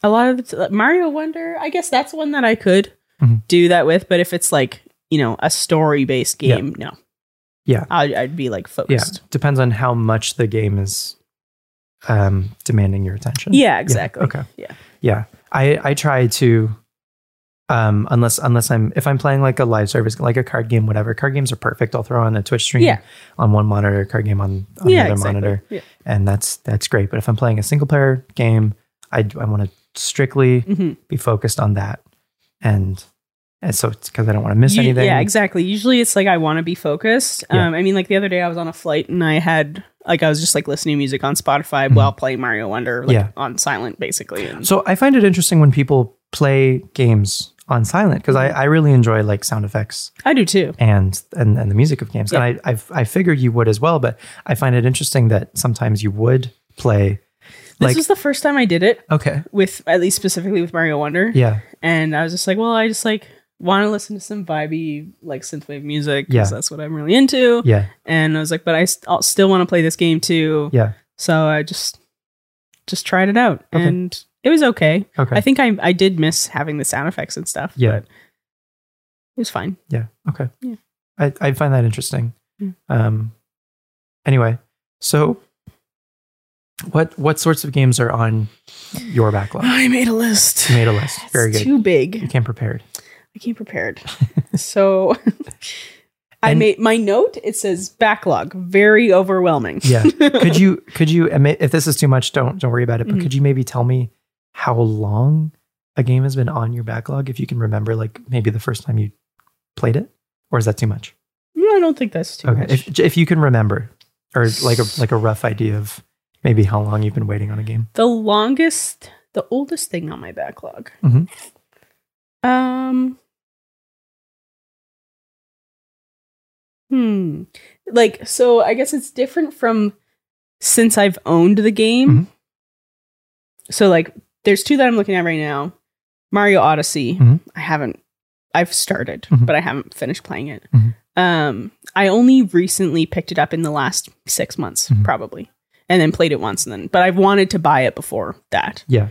Speaker 2: a lot of the t- Mario Wonder, I guess that's one that I could
Speaker 3: Mhm.
Speaker 2: do that with. But if it's like, you know, a story based
Speaker 3: Yeah.
Speaker 2: game, no.
Speaker 3: Yeah.
Speaker 2: I'd, I'd be like
Speaker 3: yeah.
Speaker 2: focused.
Speaker 3: Depends on how much the game is um demanding your attention.
Speaker 2: Yeah, exactly.
Speaker 3: Okay.
Speaker 2: Yeah.
Speaker 3: yeah i i try to um unless unless i'm if i'm playing like a live service like a card game whatever card games are perfect i'll throw on a twitch stream
Speaker 2: Yeah.
Speaker 3: on one monitor card game on, on the
Speaker 2: yeah,
Speaker 3: other
Speaker 2: exactly.
Speaker 3: monitor
Speaker 2: Yeah.
Speaker 3: and that's that's great but if i'm playing a single player game i i want to strictly
Speaker 2: hmm
Speaker 3: be focused on that and and so it's because i don't want to miss
Speaker 2: You-
Speaker 3: anything
Speaker 2: Yeah, exactly. Usually it's like I want to be focused.
Speaker 3: Yeah.
Speaker 2: Um, I mean, like the other day I was on a flight and I had like I was just like listening to music on Spotify while playing Mario Wonder, like
Speaker 3: Mm-hmm. Yeah.
Speaker 2: on silent basically. And
Speaker 3: So I find it interesting when people play games on silent because I, I really enjoy like sound effects
Speaker 2: I do too.
Speaker 3: and and, and the music of games.
Speaker 2: Yeah.
Speaker 3: And I, I I figured you would as well, but I find it interesting that sometimes you would play
Speaker 2: This
Speaker 3: like
Speaker 2: was the first time I did it
Speaker 3: okay,
Speaker 2: with at least specifically with Mario Wonder,
Speaker 3: yeah,
Speaker 2: and I was just like, well, I just like want to listen to some vibey like synthwave music because
Speaker 3: Yeah.
Speaker 2: that's what I'm really into.
Speaker 3: yeah,
Speaker 2: And I was like, but I st- I'll still want to play this game too.
Speaker 3: Yeah.
Speaker 2: So I just just tried it out
Speaker 3: Okay.
Speaker 2: and it was okay.
Speaker 3: okay,
Speaker 2: I think I I did miss having the sound effects and stuff.
Speaker 3: Yeah.
Speaker 2: but it was fine.
Speaker 3: yeah, okay.
Speaker 2: Yeah. Mm.
Speaker 3: I I find that interesting.
Speaker 2: Yeah.
Speaker 3: Um, anyway, so what what sorts of games are on your backlog?
Speaker 2: I made a list.
Speaker 3: You made a list. Very good.
Speaker 2: Too
Speaker 3: you
Speaker 2: big.
Speaker 3: came prepared.
Speaker 2: I came prepared. so I
Speaker 3: And-
Speaker 2: made my note. It says backlog. Very overwhelming.
Speaker 3: Yeah. could you could you admit if this is too much don't don't worry about it but
Speaker 2: Mhm.
Speaker 3: could you maybe tell me how long a game has been on your backlog if you can remember like maybe the first time you played it or is that too much
Speaker 2: No, I don't think that's too
Speaker 3: okay
Speaker 2: much.
Speaker 3: if, if you can remember or like a like a rough idea of maybe how long you've been waiting on a game
Speaker 2: the longest, the oldest thing on my backlog.
Speaker 3: Mhm.
Speaker 2: Um. Hmm. Like so, I guess it's different from since I've owned the game.
Speaker 3: Mhm.
Speaker 2: So like, there's two that I'm looking at right now. Mario Odyssey.
Speaker 3: Mhm.
Speaker 2: I haven't. I've started,
Speaker 3: Mhm.
Speaker 2: but I haven't finished playing it.
Speaker 3: Mhm.
Speaker 2: Um, I only recently picked it up in the last six months,
Speaker 3: Mhm.
Speaker 2: probably and then played it once and then but I've wanted to buy it before that.
Speaker 3: Yeah.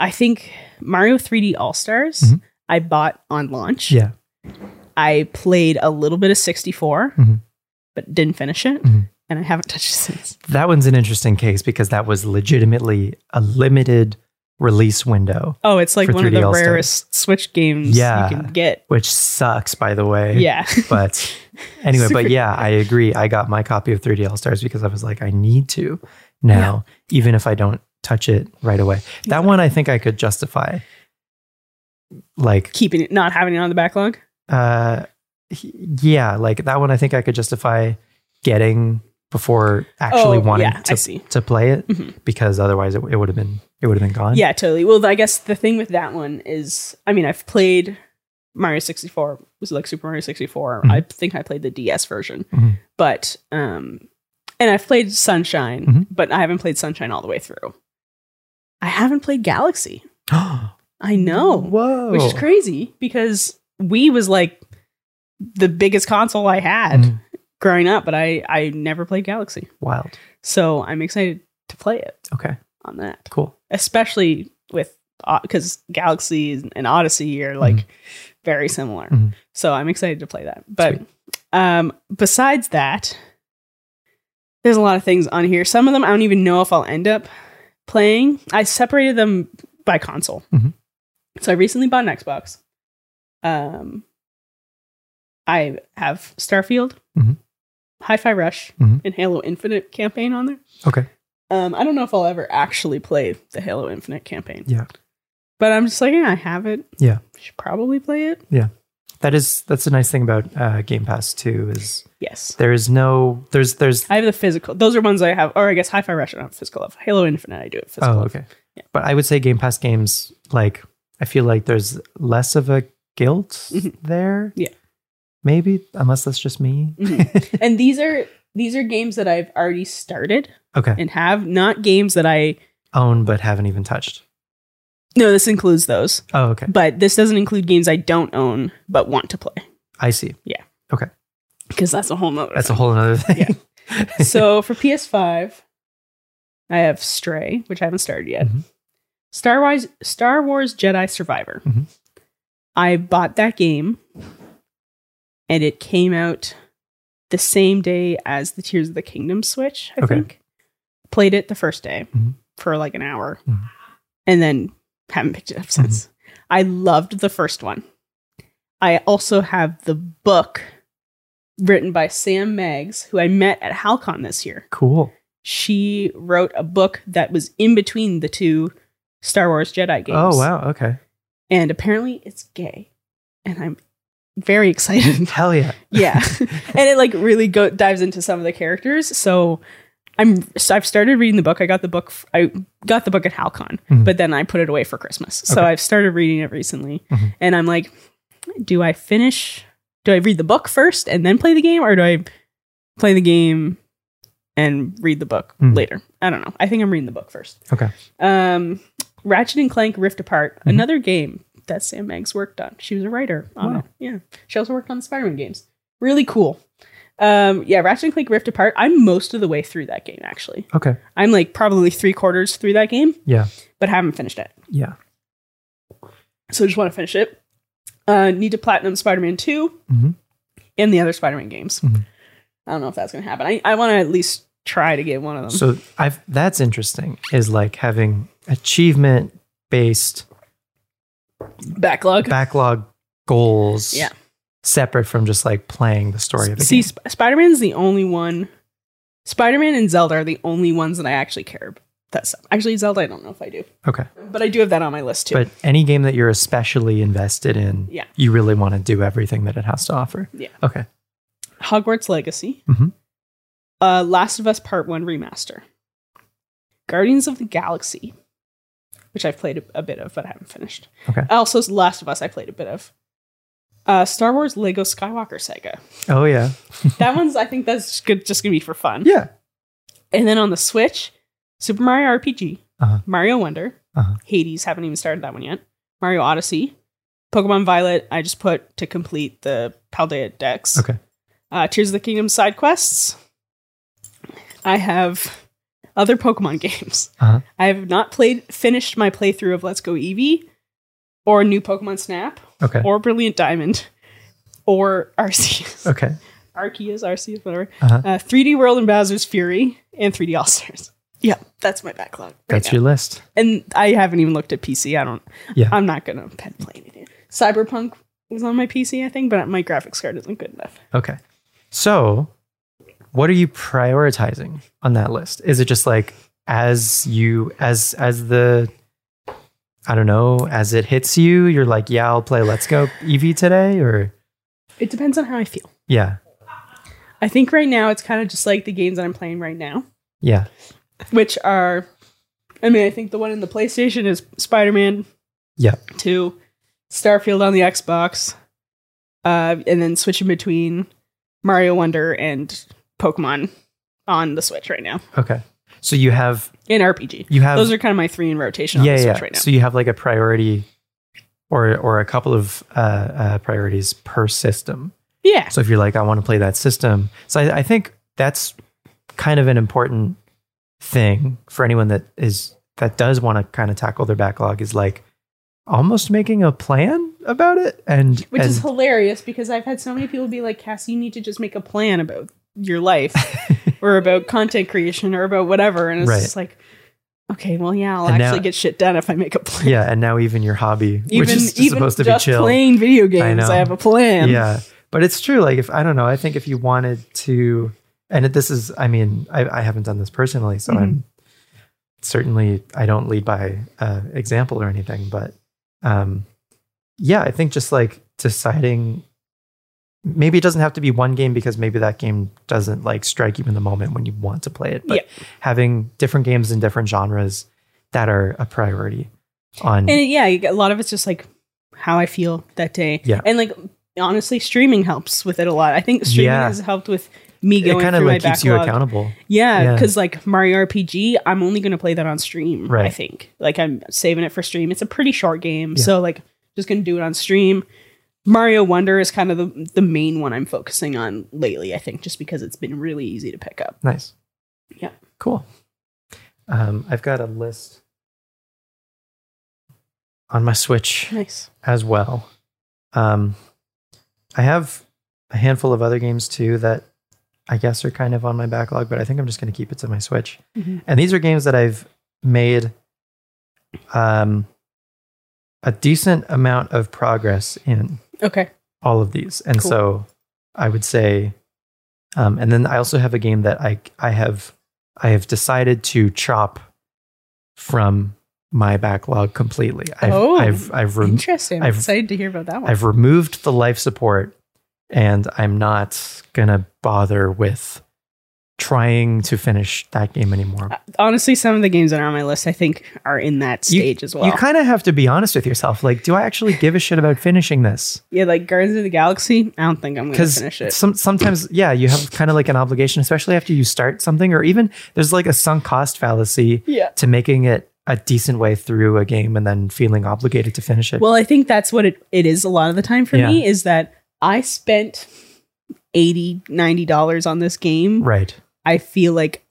Speaker 2: I think Mario 3D All-Stars
Speaker 3: Mhm.
Speaker 2: I bought on launch.
Speaker 3: yeah
Speaker 2: I played a little bit of 64
Speaker 3: Mhm.
Speaker 2: but didn't finish it
Speaker 3: Mhm.
Speaker 2: and I haven't touched it since.
Speaker 3: that one's an interesting case because that was legitimately a limited release window
Speaker 2: Oh, it's like
Speaker 3: For
Speaker 2: one of
Speaker 3: 3D
Speaker 2: the
Speaker 3: All-Stars.
Speaker 2: rarest Switch games
Speaker 3: Yeah.
Speaker 2: you can get.
Speaker 3: which sucks by the way
Speaker 2: Yeah.
Speaker 3: but anyway,
Speaker 2: Super
Speaker 3: but yeah, I agree. I got my copy of 3D All Stars because I was like, I need to now, even if I don't touch it right away. That one I think I could justify. Like,
Speaker 2: Keeping it not having it on the backlog.
Speaker 3: uh, yeah, like that one I think I could justify getting before actually
Speaker 2: Oh,
Speaker 3: wanting
Speaker 2: yeah, I
Speaker 3: to,
Speaker 2: see.
Speaker 3: to play it
Speaker 2: Mhm.
Speaker 3: because otherwise it, it would have been it would have been gone.
Speaker 2: Yeah, totally. Well, I guess the thing with that one is, I mean, I've played Mario 64, It was like Super Mario 64.
Speaker 3: Mhm.
Speaker 2: I think I played the DS version,
Speaker 3: Mhm.
Speaker 2: but, um, and I've played Sunshine,
Speaker 3: Mhm.
Speaker 2: but I haven't played Sunshine all the way through. I haven't played Galaxy. I know,
Speaker 3: Whoa.
Speaker 2: which is crazy because Wii was like the biggest console I had
Speaker 3: Mhm.
Speaker 2: growing up, but I, I never played Galaxy.
Speaker 3: Wild.
Speaker 2: So I'm excited to play it
Speaker 3: Okay.
Speaker 2: on that
Speaker 3: Cool.
Speaker 2: especially with because Galaxy and Odyssey are like very similar.
Speaker 3: Mhm.
Speaker 2: So I'm excited to play that. But um, besides that, there's a lot of things on here. Some of them I don't even know if I'll end up playing. I separated them by console.
Speaker 3: Mhm.
Speaker 2: So I recently bought an Xbox. Um, I have Starfield,
Speaker 3: Mhm.
Speaker 2: Hi-Fi Rush,
Speaker 3: Mhm.
Speaker 2: and Halo Infinite campaign on there.
Speaker 3: Okay.
Speaker 2: Um, I don't know if I'll ever actually play the Halo Infinite campaign.
Speaker 3: Yeah.
Speaker 2: But I'm just like, yeah, I have it.
Speaker 3: Yeah.
Speaker 2: Should probably play it.
Speaker 3: That is that's the nice thing about uh, Game Pass too is
Speaker 2: Yes.
Speaker 3: there is no there's there's
Speaker 2: I have the physical. Those are ones I have, or I guess Hi Fi Rush, I don't have physical of. Halo Infinite, I do it physical.
Speaker 3: oh
Speaker 2: of.
Speaker 3: okay
Speaker 2: Yeah.
Speaker 3: but I would say Game Pass games like I feel like there's less of a guilt
Speaker 2: Mhm.
Speaker 3: there
Speaker 2: Yeah.
Speaker 3: maybe unless that's just me
Speaker 2: Mhm. And these are these are games that I've already started
Speaker 3: okay
Speaker 2: and have, not games that I.
Speaker 3: own but haven't even touched
Speaker 2: No, this includes those,
Speaker 3: oh okay
Speaker 2: but this doesn't include games I don't own but want to play
Speaker 3: I see
Speaker 2: because that's a whole nother.
Speaker 3: that's a whole another thing
Speaker 2: Yeah. so for PS5, I have Stray, which I haven't started yet.
Speaker 3: Mhm.
Speaker 2: Star Wars, Star Wars Jedi Survivor.
Speaker 3: Mhm.
Speaker 2: I bought that game, and it came out the same day as the Tears of the Kingdom Switch. I
Speaker 3: Okay.
Speaker 2: think played it the first day
Speaker 3: Mhm.
Speaker 2: for like an hour,
Speaker 3: Mhm.
Speaker 2: and then haven't picked it up since. I loved the first one. I also have the book written by Sam Meggs, who I met at Halcon this year.
Speaker 3: cool
Speaker 2: She wrote a book that was in between the two Star Wars Jedi games.
Speaker 3: oh wow okay
Speaker 2: And apparently it's gay. And I'm very excited.
Speaker 3: hell yeah
Speaker 2: yeah. and it like really go dives into some of the characters. So I'm so I've started reading the book. I got the book f- I got the book at Halcon,
Speaker 3: Mhm.
Speaker 2: but then I put it away for Christmas. So
Speaker 3: Okay.
Speaker 2: I've started reading it recently.
Speaker 3: Mhm.
Speaker 2: And I'm like, do I finish do I read the book first and then play the game or do I play the game and read the book
Speaker 3: Mm.
Speaker 2: later? I don't know. I think I'm reading the book first.
Speaker 3: Okay.
Speaker 2: Um Ratchet and Clank Rift Apart,
Speaker 3: Mhm.
Speaker 2: another game that Sam Meggs worked on. She was a writer on
Speaker 3: Wow.
Speaker 2: it. Yeah. She also worked on the Spider-Man games. Really cool. Um, yeah, Ratchet and Clank Rift Apart. I'm most of the way through that game actually.
Speaker 3: okay
Speaker 2: I'm like probably three quarters through that game.
Speaker 3: Yeah.
Speaker 2: but haven't finished it.
Speaker 3: yeah
Speaker 2: So just want to finish it. Uh, need to platinum Spider-Man Two
Speaker 3: Mhm.
Speaker 2: and the other Spider-Man games.
Speaker 3: Mhm.
Speaker 2: I don't know if that's going to happen. I, I want to at least try to get one of them.
Speaker 3: so I've that's interesting is like having achievement based
Speaker 2: Backlog.
Speaker 3: backlog goals
Speaker 2: Yeah.
Speaker 3: separate from just like playing the story of the
Speaker 2: See,
Speaker 3: game.
Speaker 2: Sp- Spider-Man's the only one. Spider-Man and Zelda are the only ones that I actually care. about. That's actually Zelda. I don't know if I do,
Speaker 3: Okay.
Speaker 2: but I do have that on my list too.
Speaker 3: But any game that you're especially invested in,
Speaker 2: Yeah.
Speaker 3: you really want to do everything that it has to offer.
Speaker 2: Yeah.
Speaker 3: Okay.
Speaker 2: Hogwarts Legacy,
Speaker 3: Mhm.
Speaker 2: uh, Last of Us Part One Remaster, Guardians of the Galaxy, which I've played a, a bit of but I haven't finished.
Speaker 3: Okay.
Speaker 2: Also, Last of Us I played a bit of. Uh, Star Wars Lego Skywalker Saga.
Speaker 3: Oh yeah.
Speaker 2: That one's I think that's just good, just gonna be for fun.
Speaker 3: Yeah.
Speaker 2: And then on the Switch, Super Mario RPG,
Speaker 3: Uh-huh.
Speaker 2: Mario Wonder,
Speaker 3: Uh-huh.
Speaker 2: Hades. Haven't even started that one yet. Mario Odyssey, Pokemon Violet. I just put to complete the Paldea Dex
Speaker 3: Okay.
Speaker 2: uh, Tears of the Kingdom side quests. I have other Pokemon games.
Speaker 3: Uh-huh.
Speaker 2: I have not played finished my playthrough of Let's Go Eevee, or New Pokemon Snap,
Speaker 3: Okay.
Speaker 2: or Brilliant Diamond, or Arceus,
Speaker 3: Okay.
Speaker 2: Arceus, Arceus, whatever.
Speaker 3: Uh-huh.
Speaker 2: Uh, 3D World and Bowser's Fury, and 3D All Stars. Yeah, that's my backlog. right
Speaker 3: That's
Speaker 2: now.
Speaker 3: your list.
Speaker 2: and I haven't even looked at PC. I don't.
Speaker 3: Yeah.
Speaker 2: I'm not gonna pen play anything. Cyberpunk is on my PC, I think, but my graphics card isn't good enough.
Speaker 3: Okay. So, what are you prioritizing on that list? Is it just like as you as as the I don't know, as it hits you, you're like, yeah, I'll play Let's Go Eevee today or
Speaker 2: It depends on how I feel.
Speaker 3: yeah.
Speaker 2: I think right now it's kind of just like the games that I'm playing right now,
Speaker 3: Yeah.
Speaker 2: which are, I mean, I think the one in the PlayStation is Spider Man.
Speaker 3: Yeah.
Speaker 2: Two, Starfield on the Xbox, uh, and then switching between Mario Wonder and Pokemon on the Switch right now
Speaker 3: Okay. So you have
Speaker 2: in RPG.
Speaker 3: you have
Speaker 2: Those are kind of my three in rotation on
Speaker 3: yeah
Speaker 2: the Switch
Speaker 3: yeah.
Speaker 2: right now.
Speaker 3: So you have like a priority or or a couple of uh, uh, priorities per system.
Speaker 2: yeah.
Speaker 3: So if you're like, I want to play that system, so I, I think that's kind of an important thing for anyone that is that does want to kind of tackle their backlog is like almost making a plan about it and
Speaker 2: Which is
Speaker 3: and-
Speaker 2: hilarious because I've had so many people be like, Cass, you need to just make a plan about your life or about content creation or about whatever. And it's
Speaker 3: Right.
Speaker 2: just like, okay, well, yeah, I'll
Speaker 3: And now-
Speaker 2: actually get shit done if I make a plan.
Speaker 3: yeah and now even your hobby
Speaker 2: Even,
Speaker 3: which is just
Speaker 2: even
Speaker 3: supposed to
Speaker 2: just
Speaker 3: be chill
Speaker 2: playing video games, I,
Speaker 3: know.
Speaker 2: have a plan.
Speaker 3: yeah but it's true like if i don't know i think if you wanted to and it, this is i mean I, I haven't done this personally so i'm
Speaker 2: Mm-hmm.
Speaker 3: certainly i don't lead by uh, example or anything but um yeah i think just like deciding maybe it doesn't have to be one game because maybe that game doesn't like strike you in the moment when you want to play it but having different games in different genres that are a priority on
Speaker 2: And yeah, you get- a lot of it's just like how I feel that day.
Speaker 3: Yeah.
Speaker 2: And like, honestly, streaming helps with it a lot. I think streaming
Speaker 3: Yeah.
Speaker 2: has helped with me
Speaker 3: it
Speaker 2: going
Speaker 3: kind of
Speaker 2: through
Speaker 3: like
Speaker 2: my
Speaker 3: keeps you
Speaker 2: backlog.
Speaker 3: accountable
Speaker 2: Yeah,
Speaker 3: Yeah.
Speaker 2: because like Mario RPG, I'm only going to play that on stream. I
Speaker 3: Right.
Speaker 2: think like I'm saving it for stream. It's a pretty short game,
Speaker 3: Yeah.
Speaker 2: so like just going to do it on stream. Mario Wonder is kind of the the main one I'm focusing on lately. I think just because it's been really easy to pick up.
Speaker 3: Nice.
Speaker 2: Yeah.
Speaker 3: Cool. Um, I've got a list on my Switch
Speaker 2: Nice.
Speaker 3: as well. Um, I have a handful of other games too that I guess are kind of on my backlog, but I think I'm just going to keep it to my Switch.
Speaker 2: Mhm.
Speaker 3: And these are games that I've made um, a decent amount of progress in
Speaker 2: Okay.
Speaker 3: all of these. And
Speaker 2: Cool.
Speaker 3: so I would say, um, and then I also have a game that I I have I have decided to chop from my backlog completely. I've
Speaker 2: Oh,
Speaker 3: I've I've, rem-
Speaker 2: Interesting. I'm
Speaker 3: I've-
Speaker 2: excited to hear about that one.
Speaker 3: I've removed the life support, and I'm not gonna bother with trying to finish that game anymore.
Speaker 2: Uh, Honestly, some of the games that are on my list, I think, are in that
Speaker 3: You-
Speaker 2: stage as well.
Speaker 3: You kind of have to be honest with yourself. Like, do I actually give a shit about finishing this?
Speaker 2: yeah, like Guardians of the Galaxy. I don't think I'm going to finish it.
Speaker 3: because some sometimes yeah you have kind of like an obligation especially after you start something or even there's like a sunk cost fallacy
Speaker 2: Yeah.
Speaker 3: to making it a decent way through a game and then feeling obligated to finish it
Speaker 2: Well, I think that's what it, it is a lot of the time for
Speaker 3: Yeah.
Speaker 2: me is that I spent 80 $90 on this game.
Speaker 3: right
Speaker 2: I feel like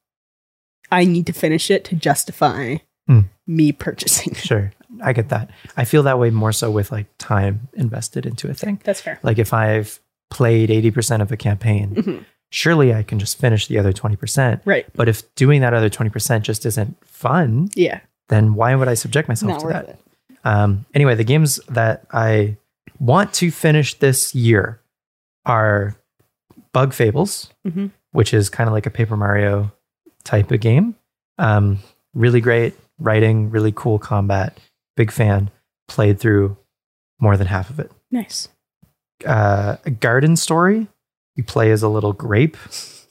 Speaker 2: I need to finish it to justify
Speaker 3: Hmm.
Speaker 2: me purchasing it.
Speaker 3: sure i get that i feel that way more so with like time invested into a thing
Speaker 2: That's fair.
Speaker 3: like if i've played 80% of a campaign
Speaker 2: Mhm.
Speaker 3: surely i can just finish the other 20%
Speaker 2: Right.
Speaker 3: but if doing that other 20% just isn't fun
Speaker 2: Yeah.
Speaker 3: then why would i subject myself
Speaker 2: Not
Speaker 3: to
Speaker 2: worth
Speaker 3: that
Speaker 2: it.
Speaker 3: Um, anyway, the games that I want to finish this year are Bug Fables,
Speaker 2: Mhm.
Speaker 3: which is kind of like a Paper Mario type of game. Um, really great writing, really cool combat. Big fan. Played through more than half of it.
Speaker 2: Nice.
Speaker 3: Uh, a Garden Story. You play as a little grape,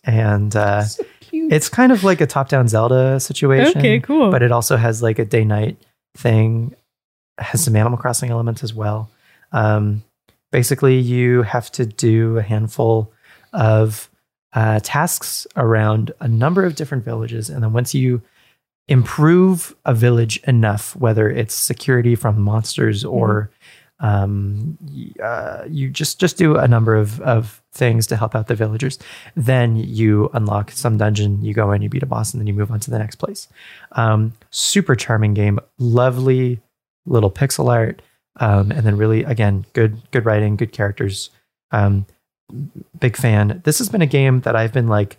Speaker 3: and uh,
Speaker 2: so cute.
Speaker 3: it's kind of like a top-down Zelda situation
Speaker 2: okay, cool.
Speaker 3: but it also has like a day night thing It has some animal crossing elements as well um, basically you have to do a handful of uh, tasks around a number of different villages and then once you improve a village enough whether it's security from monsters or um, y- uh, you just just do a number of, of things to help out the villagers then you unlock some dungeon you go in you beat a boss and then you move on to the next place um, super charming game, lovely little pixel art, um, and then really again good good writing, good characters. Um, big fan. This has been a game that I've been like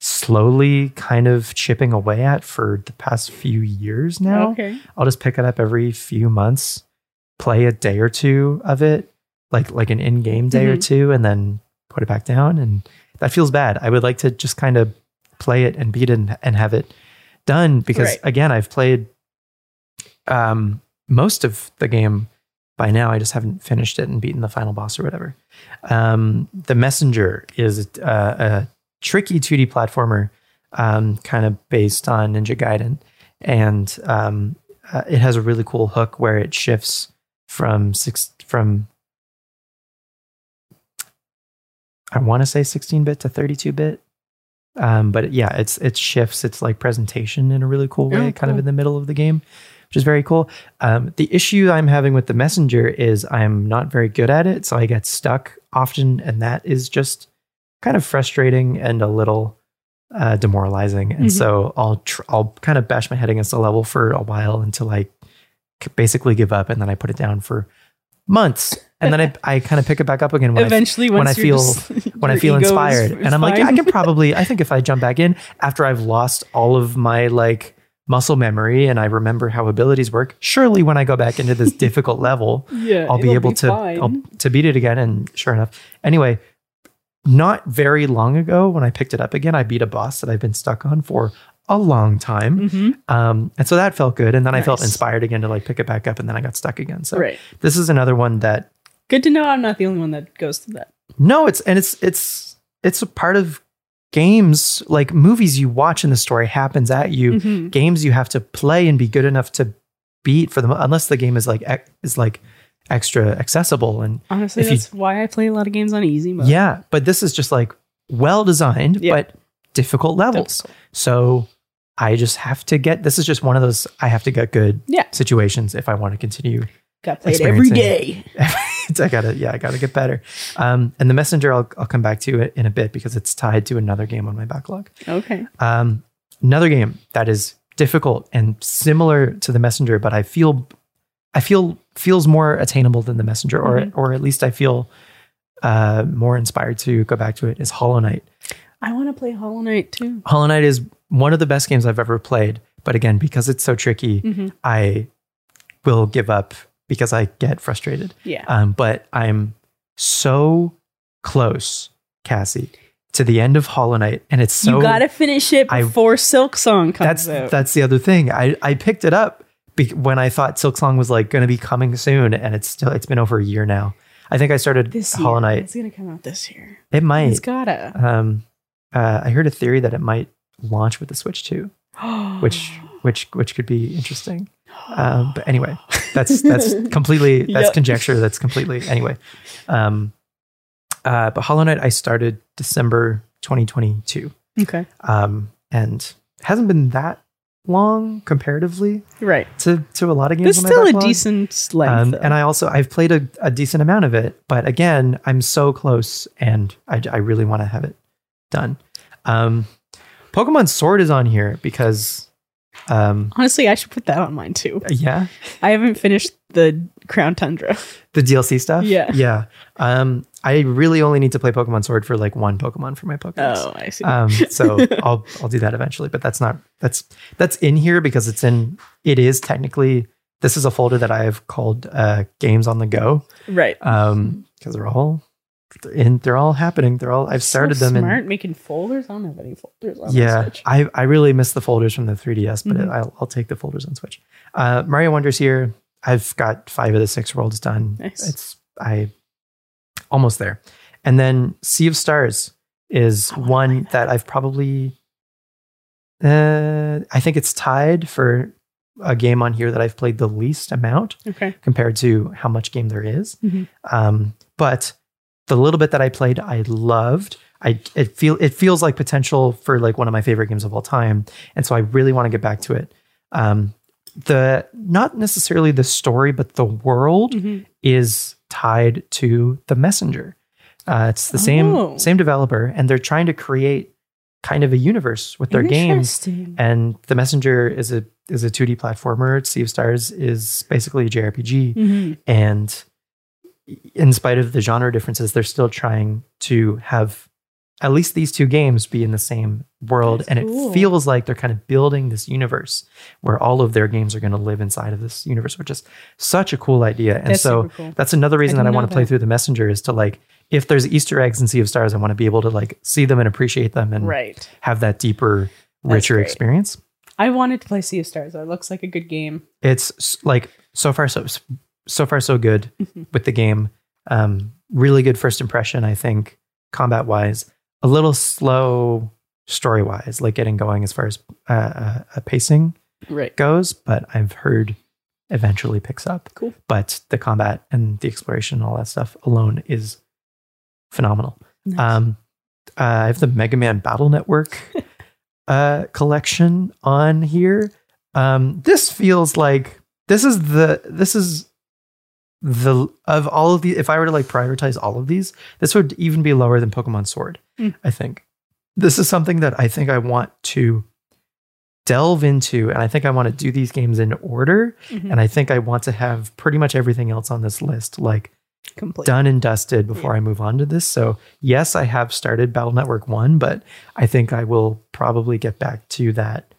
Speaker 3: slowly kind of chipping away at for the past few years now.
Speaker 2: okay.
Speaker 3: I'll just pick it up every few months, play a day or two of it, like like an in-game day or
Speaker 2: Mhm.
Speaker 3: two, and then put it back down. And that feels bad. I would like to just kind of play it and beat it and, and have it done because
Speaker 2: Right.
Speaker 3: again, I've played um most of the game by now I just haven't finished it and beaten the final boss or whatever. Um, the Messenger is uh, a tricky 2D platformer, um, kind of based on Ninja Gaiden, and um, uh, it has a really cool hook where it shifts from six from I want to say 16 bit to 32 bit. Um, but yeah, it's it shifts its like presentation in a really cool way,
Speaker 2: Oh,
Speaker 3: kind of
Speaker 2: cool.
Speaker 3: in the middle of the game, which is very cool. Um, the issue I'm having with the messenger is I'm not very good at it, so I get stuck often, and that is just kind of frustrating and a little uh, demoralizing. And
Speaker 2: Mhm.
Speaker 3: so I'll tr- I'll kind of bash my head against the level for a while until I c- basically give up, and then I put it down for months, and then I I kind of pick it back up again when I
Speaker 2: Eventually,
Speaker 3: when
Speaker 2: once
Speaker 3: I
Speaker 2: you're
Speaker 3: feel-
Speaker 2: just-
Speaker 3: when I
Speaker 2: your
Speaker 3: feel
Speaker 2: ego is-
Speaker 3: inspired.
Speaker 2: is
Speaker 3: and I'm like,
Speaker 2: fine.
Speaker 3: I can probably, I think if I jump back in after I've lost all of my like muscle memory and I remember how abilities work, surely when I go back into this difficult level,
Speaker 2: yeah,
Speaker 3: I'll be
Speaker 2: it'll
Speaker 3: able to
Speaker 2: fine.
Speaker 3: I'll, to beat it again. And sure enough, anyway, not very long ago when I picked it up again, I beat a boss that I've been stuck on for a long time.
Speaker 2: Mhm.
Speaker 3: Um, and so that felt good. And then I felt
Speaker 2: Nice.
Speaker 3: inspired again to like pick it back up and then I got stuck again. So
Speaker 2: Right.
Speaker 3: this is another one that
Speaker 2: Good to know. I'm not the only one that goes through that.
Speaker 3: No, it's and it's it's it's a part of games like movies you watch and the story happens at you.
Speaker 2: Mhm.
Speaker 3: Games you have to play and be good enough to beat for them unless the game is like ex- is like extra accessible and
Speaker 2: Honestly,
Speaker 3: If you-
Speaker 2: that's why I play a lot of games on easy mode.
Speaker 3: yeah, but this is just like well designed
Speaker 2: Yeah.
Speaker 3: but difficult levels.
Speaker 2: Difficult.
Speaker 3: So I just have to get this is just one of those I have to get good
Speaker 2: Yeah.
Speaker 3: situations if I want to continue
Speaker 1: Got played every
Speaker 3: Experiencing.
Speaker 1: day.
Speaker 3: I gotta, yeah, I gotta get better. Um, and the messenger, I'll, I'll come back to it in a bit because it's tied to another game on my backlog.
Speaker 2: Okay.
Speaker 3: Um, another game that is difficult and similar to the messenger, but I feel, I feel feels more attainable than the messenger, or
Speaker 2: Mhm.
Speaker 3: or at least I feel uh, more inspired to go back to it. Is Hollow Knight.
Speaker 2: I want to play Hollow Knight too.
Speaker 3: Hollow Knight is one of the best games I've ever played, but again, because it's so tricky,
Speaker 2: Mhm.
Speaker 3: I will give up because I get frustrated.
Speaker 2: Yeah.
Speaker 3: Um, but I'm so close, Cassie, to the end of Hollow Knight, and it's so
Speaker 2: you gotta finish it
Speaker 3: I-
Speaker 2: before Silk Song comes
Speaker 3: that's
Speaker 2: out.
Speaker 3: that's the other thing. I I picked it up be- when I thought Silk Song was like going to be coming soon, and it's still it's been over a year now. I think I started
Speaker 2: this year.
Speaker 3: Hollow Knight.
Speaker 2: It's gonna come out this year.
Speaker 3: It
Speaker 2: It's
Speaker 3: might.
Speaker 2: gotta.
Speaker 3: Um, uh, I heard a theory that it might launch with the Switch too, which
Speaker 2: Oh.
Speaker 3: which which could be interesting. Um, but anyway, that's that's completely that's
Speaker 2: Yep.
Speaker 3: conjecture. That's completely anyway. Um, uh, but Hollow Knight, I started December 2022,
Speaker 2: okay.
Speaker 3: um, and hasn't been that long comparatively
Speaker 2: Right.
Speaker 3: to to a lot of games.
Speaker 2: There's
Speaker 3: on my
Speaker 2: still a
Speaker 3: backlog.
Speaker 2: decent length.
Speaker 3: Um,
Speaker 2: though.
Speaker 3: and I also I've played a, a decent amount of it, but again, I'm so close, and I, I really want to have it done. Um, Pokemon Sword is on here because, um,
Speaker 2: Honestly, I should put that on mine too.
Speaker 3: yeah,
Speaker 2: I haven't finished the Crown Tundra.
Speaker 3: The DLC stuff?
Speaker 2: Yeah.
Speaker 3: Yeah. Um, I really only need to play Pokemon Sword for like one Pokemon for my Pokemon.
Speaker 2: Oh, I see.
Speaker 3: Um, so I'll I'll do that eventually, but that's not that's that's in here because it's in it is technically this is a folder that I have called uh games on the go.
Speaker 2: right.
Speaker 3: Um because they're all in they're all happening. They're all I've started
Speaker 2: so
Speaker 3: them
Speaker 2: Smart
Speaker 3: in
Speaker 2: making folders. I don't have any folders. On yeah.
Speaker 3: yeah, I, I really miss the folders from the 3DS, but
Speaker 2: Mhm.
Speaker 3: I'll, I'll take the folders on Switch. Uh, Mario Wonders here. I've got five of the six worlds done.
Speaker 2: Nice.
Speaker 3: It's I almost there. And then Sea of Stars is
Speaker 2: wanna
Speaker 3: one that. I've probably uh, I think it's tied for a game on here that I've played the least amount
Speaker 2: Okay.
Speaker 3: compared to how much game there is.
Speaker 2: Mhm.
Speaker 3: Um, but the little bit that I played, I loved. I it feel it feels like potential for like one of my favorite games of all time, and so I really want to get back to it. Um, the not necessarily the story, but the world
Speaker 2: Mhm.
Speaker 3: is tied to the messenger. Uh, it's the
Speaker 2: Oh.
Speaker 3: same same developer, and they're trying to create kind of a universe with their games
Speaker 2: Interesting.
Speaker 3: and the messenger is a is a 2d platformer sea of stars is basically a jrpg
Speaker 2: Mhm.
Speaker 3: and in spite of the genre differences they're still trying to have at least these two games be in the same world
Speaker 2: That's
Speaker 3: and
Speaker 2: cool.
Speaker 3: it feels like they're kind of building this universe where all of their games are going to live inside of this universe which is such a cool idea and
Speaker 2: That's
Speaker 3: so
Speaker 2: super cool.
Speaker 3: that's another reason that I
Speaker 2: didn't
Speaker 3: want
Speaker 2: know
Speaker 3: to play
Speaker 2: that.
Speaker 3: through the messenger is to like if there's easter eggs in sea of stars I want to be able to like see them and appreciate them and
Speaker 2: Right.
Speaker 3: have that deeper
Speaker 2: That's
Speaker 3: richer
Speaker 2: great.
Speaker 3: experience
Speaker 2: I wanted to play Sea of Stars. That looks like a good game.
Speaker 3: it's s- like so far so s- so far so good
Speaker 2: Mhm.
Speaker 3: with the game. Um, really good first impression, I think, combat wise. A little slow story wise, like getting going as far as uh, uh, uh, pacing
Speaker 2: Right.
Speaker 3: goes, but I've heard eventually picks up.
Speaker 2: Cool.
Speaker 3: But the combat and the exploration and all that stuff alone is phenomenal. Um, uh, I have the Mega Man Battle Network uh, collection on here. Um, this feels like this is the this is the of all of the. If I were to like prioritize all of these, this would even be lower than Pokemon Sword.
Speaker 2: Mm.
Speaker 3: I think this is something that I think I want to delve into, and I think I want to do these games in order,
Speaker 2: Mhm.
Speaker 3: and I think I want to have pretty much everything else on this list like
Speaker 2: Complete.
Speaker 3: done and dusted before I move on to this. So, yes, I have started Battle Network 1, but I think I will probably get back to that.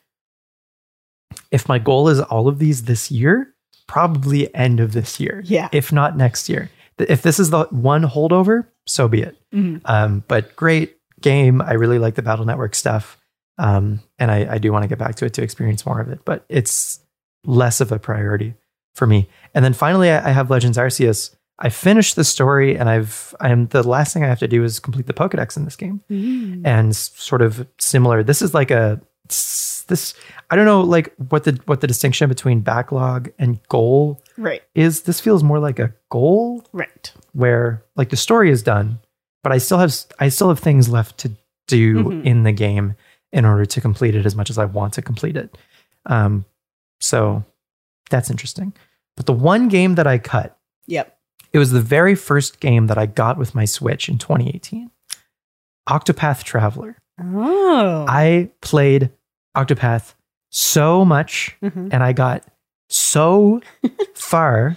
Speaker 3: If my goal is all of these this year, probably end of this year,
Speaker 1: Yeah.
Speaker 3: if not next year. Th- If this is the one holdover, so be it.
Speaker 2: Mhm.
Speaker 3: Um, but great game. I really like the Battle Network stuff. Um, and I, I do want to get back to it to experience more of it, but it's less of a priority for me. And then finally, I, I have Legends Arceus. I finished the story, and I've I'm the last thing I have to do is complete the Pokedex in this game,
Speaker 2: Mm.
Speaker 3: and s- sort of similar. This is like a s- this I don't know like what the what the distinction between backlog and goal
Speaker 2: Right.
Speaker 3: is. This feels more like a goal
Speaker 2: Right.
Speaker 3: where like the story is done, but I still have I still have things left to do
Speaker 2: Mhm.
Speaker 3: in the game in order to complete it as much as I want to complete it. Um, so that's interesting. But the one game that I cut,
Speaker 1: Yep.
Speaker 3: it was the very first game that I got with my Switch in 2018, Octopath Traveler.
Speaker 2: Oh.
Speaker 3: I played Octopath so much,
Speaker 2: Mhm.
Speaker 3: and I got so far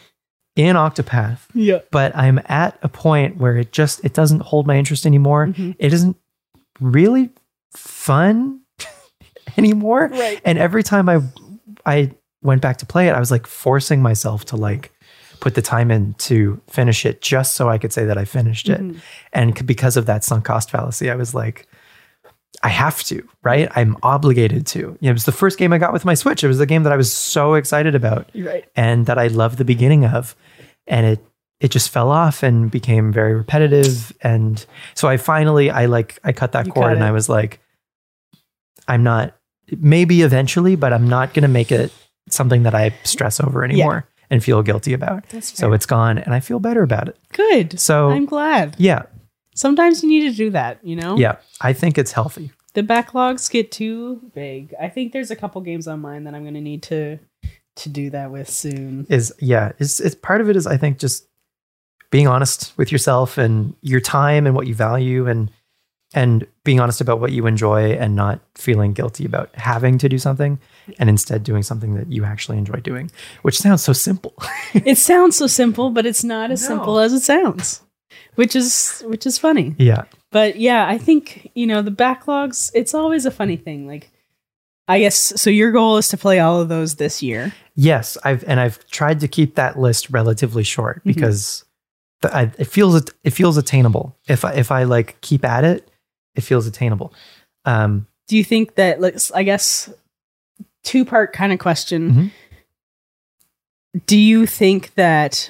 Speaker 3: in Octopath
Speaker 2: Yeah.
Speaker 3: but I'm at a point where it just it doesn't hold my interest anymore.
Speaker 2: Mhm.
Speaker 3: It isn't really fun anymore.
Speaker 1: Right.
Speaker 3: And every time I I went back to play it, I was like forcing myself to like put the time in to finish it just so I could say that I finished it.
Speaker 2: Mhm.
Speaker 3: And c- because of that sunk cost fallacy, I was like, I have to, right? I'm obligated to. You know, it was the first game I got with my Switch. It was the game that I was so excited about
Speaker 2: Right.
Speaker 3: and that I loved the beginning of, and it it just fell off and became very repetitive. And so I finally I like I cut that
Speaker 2: You
Speaker 3: cord
Speaker 2: cut
Speaker 3: and
Speaker 2: it.
Speaker 3: I was like, I'm not maybe eventually, but I'm not gonna make it something that I stress over anymore and feel guilty about.
Speaker 2: That's fair.
Speaker 3: So it's gone and I feel better about it.
Speaker 2: good.
Speaker 3: So
Speaker 2: I'm glad.
Speaker 3: yeah,
Speaker 2: Sometimes you need to do that, you know?
Speaker 3: yeah. I think it's healthy.
Speaker 2: The backlogs get too big. I think there's a couple games on mine that I'm going to need to to do that with soon.
Speaker 3: Is yeah, it's it's part of it is I think just being honest with yourself and your time and what you value and and being honest about what you enjoy and not feeling guilty about having to do something and instead doing something that you actually enjoy doing which sounds so simple
Speaker 2: it sounds so simple, but it's not as
Speaker 3: No.
Speaker 2: simple as it sounds. Which is which is funny.
Speaker 3: yeah
Speaker 2: But yeah, I think, you know, the backlogs, it's always a funny thing. Like I guess so your goal is to play all of those this year.
Speaker 3: yes i've and i've tried to keep that list relatively short because the, I, it feels it feels attainable if i if i like keep at it it feels attainable um
Speaker 2: do you think that let's i guess two part kind of question
Speaker 3: Mhm. Mm-hmm.
Speaker 2: do you think that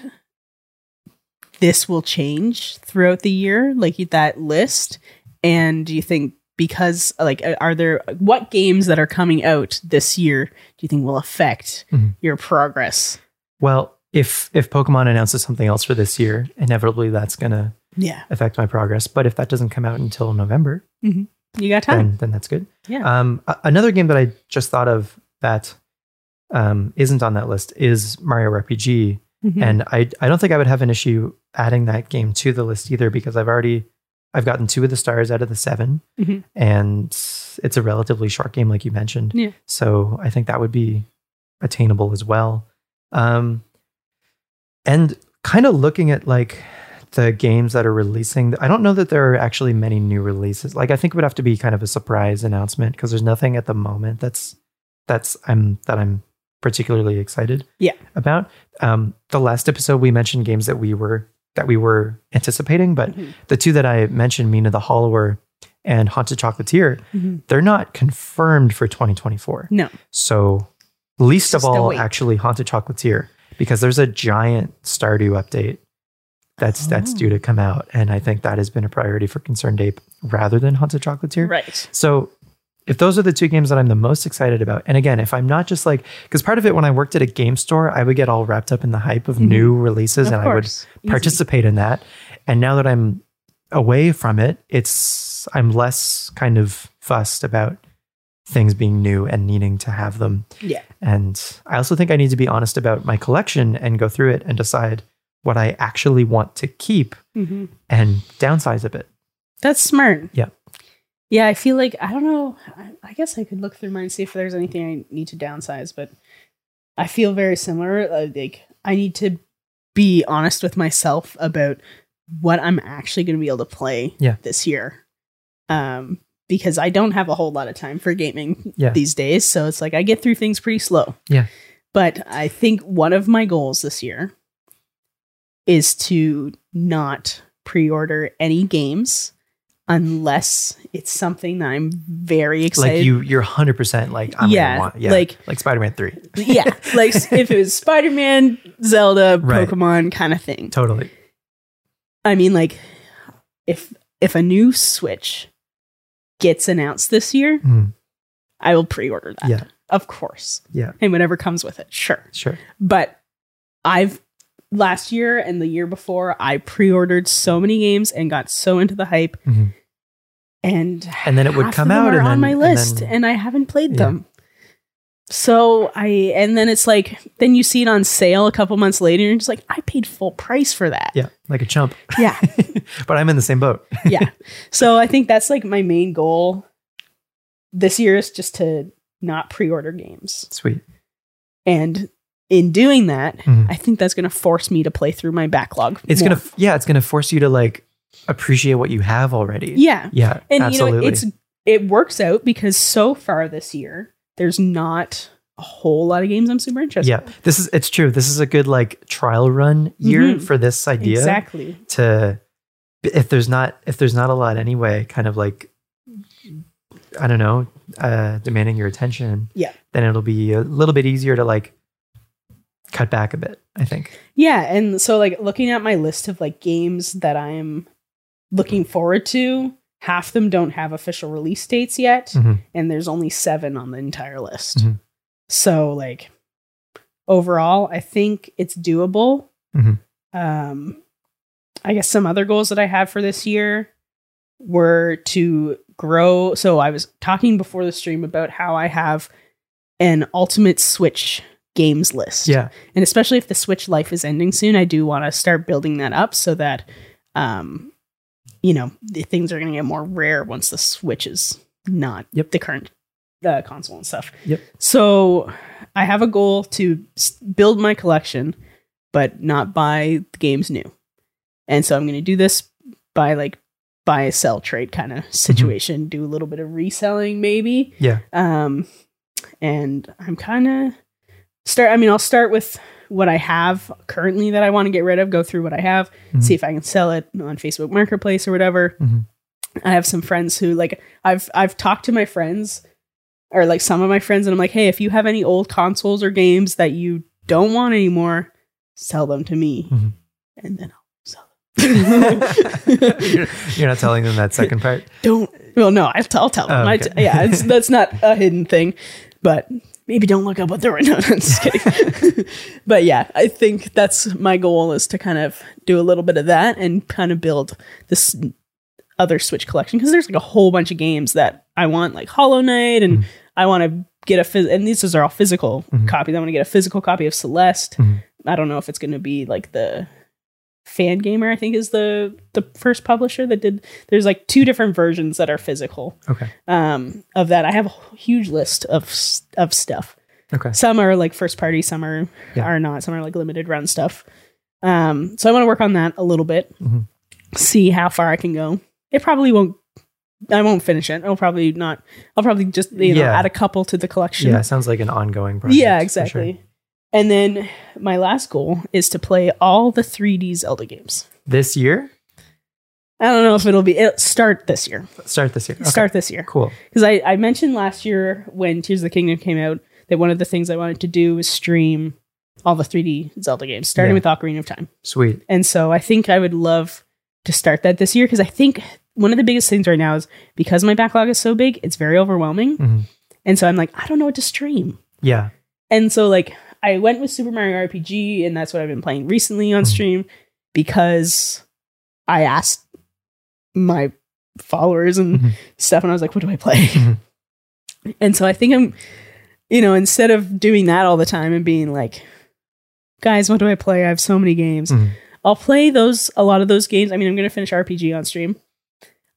Speaker 2: this will change throughout the year like that list and do you think because like are there what games that are coming out this year do you think will affect
Speaker 3: Mhm.
Speaker 2: your progress
Speaker 3: well if if pokemon announces something else for this year inevitably that's gonna
Speaker 2: yeah
Speaker 3: affect my progress but if that doesn't come out until november
Speaker 2: you got time
Speaker 3: then, then that's good.
Speaker 2: Yeah.
Speaker 3: Um, a- another game that I just thought of that um, isn't on that list is Mario RPG,
Speaker 2: Mhm.
Speaker 3: and uh, I I don't think I would have an issue adding that game to the list either because I've already I've gotten two of the stars out of the 7
Speaker 2: Mhm.
Speaker 3: and it's a relatively short game, like you mentioned.
Speaker 2: Yeah.
Speaker 3: So I think that would be attainable as well. Um, and kind of looking at like the games that are releasing, I don't know that there are actually many new releases. Like I think it would have to be kind of a surprise announcement because there's nothing at the moment that's that's I'm that I'm particularly excited
Speaker 2: Yeah.
Speaker 3: about. Um, the last episode we mentioned games that we were that we were anticipating, but
Speaker 2: Mhm.
Speaker 3: the two that I mentioned, Mina the Hollower and Haunted Chocolatier,
Speaker 2: Mhm.
Speaker 3: they're not confirmed for 2024.
Speaker 2: No.
Speaker 3: So least
Speaker 1: Just
Speaker 3: of
Speaker 1: a
Speaker 3: all,
Speaker 1: wait.
Speaker 3: actually Haunted Chocolatier, because there's a giant Stardew update that's that's
Speaker 2: Oh.
Speaker 3: due to come out, and I think that has been a priority for Concerned Ape rather than Haunted Chocolatier.
Speaker 2: Right.
Speaker 3: So if those are the two games that I'm the most excited about, and again, if I'm not just like, because part of it when I worked at a game store, I would get all wrapped up in the hype of
Speaker 2: Mhm.
Speaker 3: new releases, and I would
Speaker 2: Easy.
Speaker 3: participate in that. And now that I'm away from it, it's I'm less kind of fussed about things being new and needing to have them.
Speaker 1: Yeah.
Speaker 3: And I also think I need to be honest about my collection and go through it and decide what I actually want to keep
Speaker 2: Mhm.
Speaker 3: and downsize a bit.
Speaker 2: That's smart.
Speaker 3: Yeah.
Speaker 2: Yeah, I feel like I don't know. I, I guess I could look through mine and see if there's anything I need to downsize, but I feel very similar. uh, Like I need to be honest with myself about what I'm actually going to be able to play
Speaker 3: Yeah.
Speaker 2: this year. Um because I don't have a whole lot of time for gaming
Speaker 3: Yeah.
Speaker 2: these days, so it's like I get through things pretty slow.
Speaker 3: Yeah.
Speaker 2: But I think one of my goals this year is to not pre-order any games unless it's something that I'm very excited
Speaker 3: Like you, you're 100 percent like I'm
Speaker 2: Yeah,
Speaker 3: gonna want, yeah,
Speaker 2: like-
Speaker 3: like Spider-Man Three,
Speaker 2: yeah, like s- if it was Spider Man, Zelda,
Speaker 3: Right.
Speaker 2: Pokemon kind of thing.
Speaker 3: totally.
Speaker 2: I mean, like if if a new Switch gets announced this year,
Speaker 3: Mm,
Speaker 2: I will pre order that.
Speaker 3: Yeah.
Speaker 2: Of course.
Speaker 3: Yeah.
Speaker 2: And whatever comes with it, sure.
Speaker 3: sure,
Speaker 2: But I've last year and the year before, I pre ordered so many games and got so into the hype.
Speaker 3: Mhm.
Speaker 2: And
Speaker 3: and then it would
Speaker 2: half
Speaker 3: come
Speaker 2: of them
Speaker 3: out
Speaker 2: are
Speaker 3: and
Speaker 2: on
Speaker 3: then,
Speaker 2: my list, and,
Speaker 3: then-
Speaker 2: I haven't played
Speaker 3: Yeah.
Speaker 2: them. So I and then it's like then you see it on sale a couple months later, and you're just like, I paid full price for that.
Speaker 3: yeah, like a chump.
Speaker 2: Yeah.
Speaker 3: but I'm in the same boat.
Speaker 2: yeah. So I think that's like my main goal this year is just to not pre-order games,
Speaker 3: Sweet.
Speaker 2: and in doing that,
Speaker 3: Mhm.
Speaker 2: I think that's going to force me to play through my backlog.
Speaker 3: It's
Speaker 2: more.
Speaker 3: gonna, f- yeah, it's gonna force you to like appreciate what you have already.
Speaker 2: yeah,
Speaker 3: yeah,
Speaker 2: and
Speaker 3: absolutely.
Speaker 2: you know it's it works out because so far this year there's not a whole lot of games I'm super interested.
Speaker 3: yeah, this is it's true. This is a good like trial run year
Speaker 2: Mhm.
Speaker 3: for this idea
Speaker 2: Exactly.
Speaker 3: to if there's not if there's not a lot anyway, kind of like I don't know, uh demanding your attention.
Speaker 2: Yeah.
Speaker 3: Then it'll be a little bit easier to like cut back a bit, I think.
Speaker 2: Yeah, and so like looking at my list of like games that I'm looking forward to, half them don't have official release dates yet,
Speaker 3: Mhm.
Speaker 2: and there's only 7 on the entire list.
Speaker 3: Mhm.
Speaker 2: So like overall, I think it's doable.
Speaker 3: Mhm.
Speaker 2: Um I guess some other goals that I have for this year were to grow. So I was talking before the stream about how I have an ultimate Switch games list
Speaker 3: Yeah.
Speaker 2: and especially if the switch life is ending soon i do want to start building that up so that um you know the things are going to get more rare once the switch is not
Speaker 3: Yep.
Speaker 2: the current uh, console and stuff
Speaker 3: Yep.
Speaker 2: so i have a goal to s- build my collection but not buy the games new and so i'm going to do this by like buy sell trade kind of situation do a little bit of reselling maybe
Speaker 3: Mm-hmm. Yeah.
Speaker 2: um and i'm kind of start i mean i'll start with what i have currently that i want to get rid of go through what i have
Speaker 3: Mhm.
Speaker 2: see if i can sell it on facebook marketplace or whatever
Speaker 3: Mhm.
Speaker 2: i have some friends who like i've i've talked to my friends or like some of my friends and i'm like hey if you have any old consoles or games that you don't want anymore sell them to me
Speaker 3: Mhm.
Speaker 2: and then i'll sell them
Speaker 3: you're, you're not telling them that second part.
Speaker 2: don't well no i'll, t- I'll tell them
Speaker 3: Oh,
Speaker 2: I
Speaker 3: okay.
Speaker 2: t- yeah it's, that's not a hidden thing but maybe don't look up what they're writing no, i'm just kidding but yeah i think that's my goal is to kind of do a little bit of that and kind of build this other switch collection because there's like a whole bunch of games that i want like hollow knight and
Speaker 3: Mhm.
Speaker 2: i want to get a phys- and these are all physical
Speaker 3: Mhm.
Speaker 2: copies i want to get a physical copy of celeste
Speaker 3: Mhm.
Speaker 2: i don't know if it's going to be like the fan gamer i think is the the first publisher that did there's like two different versions that are physical
Speaker 3: Okay.
Speaker 2: um of that i have a huge list of s- of stuff
Speaker 3: Okay.
Speaker 2: some are like first party some are
Speaker 3: Yeah.
Speaker 2: are not some are like limited run stuff um so i want to work on that a little bit
Speaker 3: Mhm.
Speaker 2: see how far i can go it probably won't i won't finish it i'll probably not i'll probably just you know
Speaker 3: Yeah.
Speaker 2: add a couple to the collection
Speaker 3: Yeah, sounds like an ongoing project.
Speaker 2: yeah
Speaker 3: for sure.
Speaker 2: exactly and then my last goal is to play all the 3d zelda games
Speaker 3: This year?
Speaker 2: i don't know if it'll be it'll start this year
Speaker 3: Start this year. Okay.
Speaker 2: start this year
Speaker 3: Cool.
Speaker 2: because I, I mentioned last year when Tears of the Kingdom came out that one of the things I wanted to do was stream all the 3D Zelda games, starting
Speaker 3: Yeah.
Speaker 2: with Ocarina of Time.
Speaker 3: Sweet.
Speaker 2: And so I think I would love to start that this year because I think one of the biggest things right now is because my backlog is so big, it's very overwhelming.
Speaker 3: Mhm.
Speaker 2: And so I'm like, I don't know what to stream.
Speaker 3: Yeah.
Speaker 2: And so like I went with Super Mario RPG and that's what I've been playing recently on
Speaker 3: Mhm.
Speaker 2: stream because I asked my followers and
Speaker 3: Mhm.
Speaker 2: stuff and I was like, what do I play?
Speaker 3: Mhm.
Speaker 2: and so I think I'm you know, instead of doing that all the time and being like, guys, what do I play? I have so many games.
Speaker 3: Mhm.
Speaker 2: I'll play those a lot of those games. I mean, I'm going to finish RPG on stream.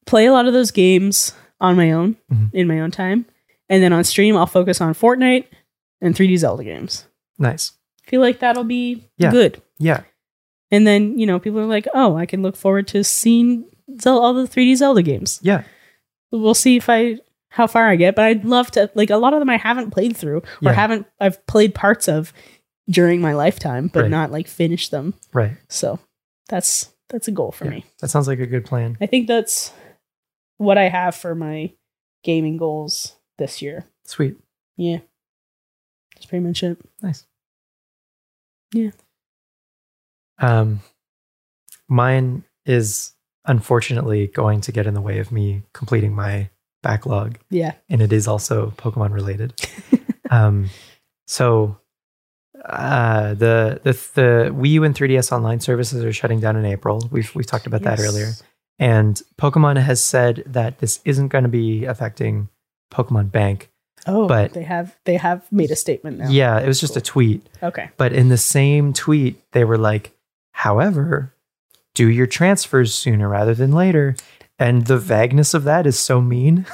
Speaker 2: Play a lot of those games on my own
Speaker 3: Mhm.
Speaker 2: in my own time, and then on stream I'll focus on Fortnite and 3D Zelda games.
Speaker 3: Nice.
Speaker 2: Feel like that'll be
Speaker 3: Yeah.
Speaker 2: good.
Speaker 3: Yeah.
Speaker 2: And then you know people are like, oh, I can look forward to seeing Zel- all the 3D Zelda games.
Speaker 3: Yeah.
Speaker 2: We'll see if I how far I get, but I'd love to like a lot of them I haven't played through or
Speaker 3: Yeah.
Speaker 2: haven't I've played parts of during my lifetime, but
Speaker 3: Right.
Speaker 2: not like finished them.
Speaker 3: Right.
Speaker 2: So that's that's a goal for
Speaker 3: Yeah.
Speaker 2: me.
Speaker 3: That sounds like a good plan.
Speaker 2: I think that's what I have for my gaming goals this year.
Speaker 3: Sweet.
Speaker 2: That's pretty much it.
Speaker 3: Nice.
Speaker 2: Yeah.
Speaker 3: Um, mine is unfortunately going to get in the way of me completing my backlog,
Speaker 2: Yeah.
Speaker 3: and it is also Pokemon related. um, so uh the the the Wii U and 3DS online services are shutting down in April. We've we've talked about that
Speaker 2: Yes.
Speaker 3: earlier. And Pokemon has said that this isn't going to be affecting Pokemon Bank.
Speaker 2: Oh,
Speaker 3: But-
Speaker 2: but they have they have made a statement now.
Speaker 3: Yeah, it was just a tweet.
Speaker 2: Okay.
Speaker 3: But in the same tweet, they were like, however, do your transfers sooner rather than later. And the vagueness of that is so mean.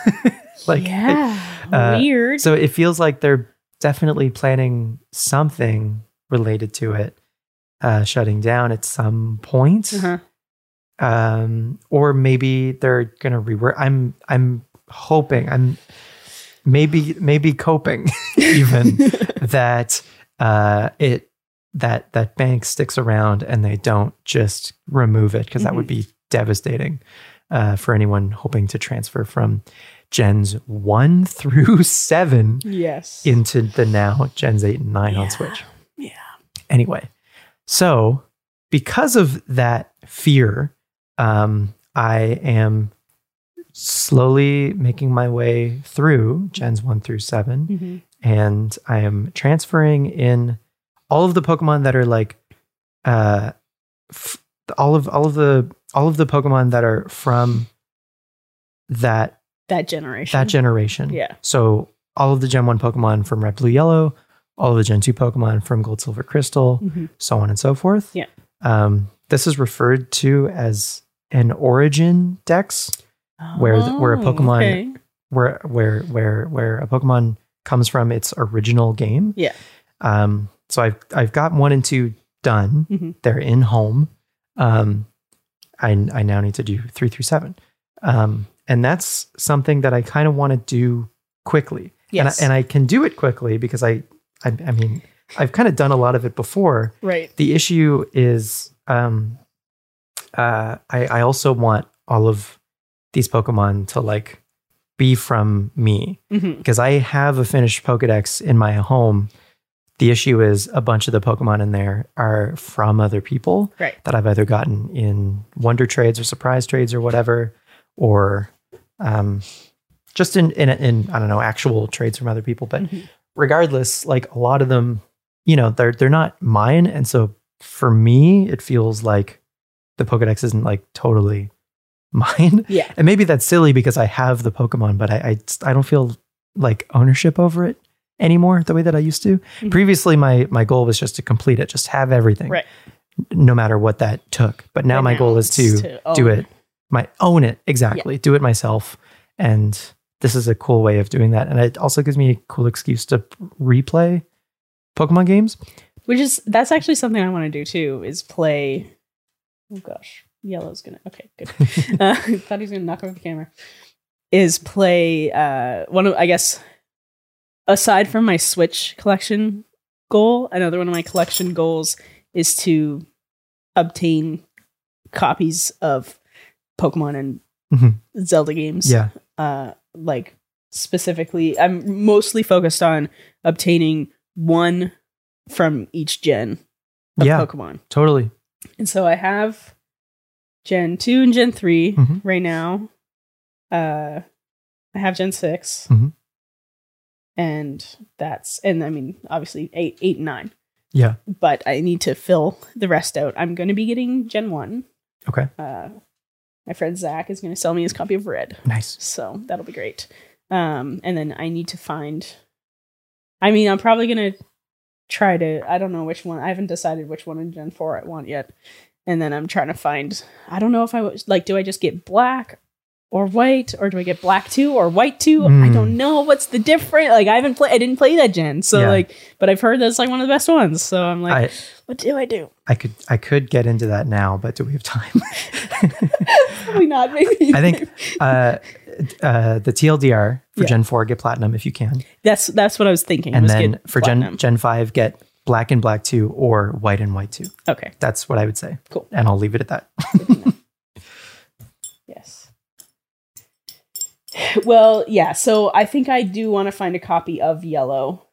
Speaker 3: like,
Speaker 2: yeah.
Speaker 3: uh,
Speaker 2: weird.
Speaker 3: so it feels like they're definitely planning something related to it uh, shutting down at some point.
Speaker 2: Uh-huh.
Speaker 3: Um, or maybe they're gonna rework. I'm I'm hoping. I'm maybe maybe coping even that uh, it that that bank sticks around and they don't just remove it because that would be devastating uh, for anyone hoping to transfer from gens one through seven
Speaker 2: Yes.
Speaker 3: into the now gens eight and nine
Speaker 2: Yeah.
Speaker 3: on Switch.
Speaker 2: Yeah.
Speaker 3: Anyway, so because of that fear, um, I am slowly making my way through gens one through seven
Speaker 2: Mhm.
Speaker 3: and I am transferring in all of the Pokemon that are like, uh, f- all of all of the all of the Pokemon that are from that
Speaker 2: That generation.
Speaker 3: that generation.
Speaker 2: Mm-hmm. Yeah.
Speaker 3: So all of the Gen One Pokemon from Red, Blue, Yellow, all of the Gen Two Pokemon from Gold, Silver, Crystal,
Speaker 2: Mhm.
Speaker 3: so on and so forth.
Speaker 2: Yeah.
Speaker 3: Um, this is referred to as an origin dex, Where the- where a
Speaker 2: Oh,
Speaker 3: Pokemon-
Speaker 2: okay.
Speaker 3: where where where where a Pokemon comes from its original game.
Speaker 2: Yeah.
Speaker 3: Um, so I've I've got one and two done.
Speaker 2: Mhm.
Speaker 3: They're in home. Um, I I now need to do three through seven. Um, and that's something that I kind of want to do quickly.
Speaker 2: Yes.
Speaker 3: And I, and I can do it quickly because I I, I mean I've kind of done a lot of it before.
Speaker 2: right.
Speaker 3: The issue is um, uh, I I also want all of these Pokemon to like be from me
Speaker 2: Mhm.
Speaker 3: because I have a finished Pokedex in my home. The issue is a bunch of the Pokemon in there are from other people
Speaker 2: Right.
Speaker 3: that I've either gotten in wonder trades or surprise trades or whatever, or um, just in, in in I don't know actual trades from other people. But
Speaker 2: Mhm.
Speaker 3: regardless, like a lot of them, you know, they're they're not mine, and so for me, it feels like the Pokedex isn't like totally mine.
Speaker 2: Yeah.
Speaker 3: And maybe that's silly because I have the Pokemon, but I I, I don't feel like ownership over it anymore the way that I used to.
Speaker 2: Mhm.
Speaker 3: Previously, my my goal was just to complete it, just have everything,
Speaker 2: Right.
Speaker 3: no matter what that took. But now
Speaker 2: Right
Speaker 3: my goal is
Speaker 2: it's
Speaker 3: to, do
Speaker 2: own.
Speaker 3: it, my own it exactly, do it myself, and this is a cool way of doing that. And it also gives me a cool excuse to replay Pokemon games.
Speaker 2: Which is that's actually something I want to do too. Is play. Oh gosh, yellow's gonna. Okay, good. uh, I thought he was gonna knock over the camera. Is play uh, one of I guess aside from my Switch collection goal, another one of my collection goals is to obtain copies of Pokemon and
Speaker 3: Mhm.
Speaker 2: Zelda games
Speaker 3: Yeah,
Speaker 2: uh like specifically i'm mostly focused on obtaining one from each gen of
Speaker 3: Yeah.
Speaker 2: Pokemon.
Speaker 3: Totally.
Speaker 2: And so I have Gen 2 and Gen 3
Speaker 3: Mhm.
Speaker 2: right now. Uh I have Gen 6.
Speaker 3: Mhm.
Speaker 2: And that's and I mean obviously 8 8 and 9,
Speaker 3: Yeah.
Speaker 2: but I need to fill the rest out. I'm going to be getting Gen 1.
Speaker 3: Okay.
Speaker 2: Uh my friend Zach is going to sell me his copy of Red.
Speaker 3: Nice.
Speaker 2: So that'll be great. Um, and then I need to find. I mean, I'm probably gonna try to. I don't know which one. I haven't decided which one in Gen Four I want yet. And then I'm trying to find. I don't know if I was like, do I just get black or white, or do I get black two or white two? I
Speaker 3: Mm.
Speaker 2: don't know what's the difference. Like, I haven't played. I didn't play that Gen, so
Speaker 3: Yeah.
Speaker 2: like, but I've heard that's like one of the best ones. So I'm like,
Speaker 3: I,
Speaker 2: what do I do?
Speaker 3: I could I could get into that now, but do we have time?
Speaker 2: Probably not. Maybe.
Speaker 3: I think uh, uh, the TLDR for
Speaker 2: Yeah.
Speaker 3: Gen Four get platinum if you can,
Speaker 2: that's that's what I was thinking.
Speaker 3: and
Speaker 2: was
Speaker 3: then
Speaker 2: get
Speaker 3: for
Speaker 2: platinum.
Speaker 3: Gen Gen Five get black and black two or white and white two.
Speaker 2: okay,
Speaker 3: That's what I would say.
Speaker 2: Cool.
Speaker 3: And I'll leave it at that.
Speaker 2: Yes. Well, yeah. So I think I do want to find a copy of Yellow.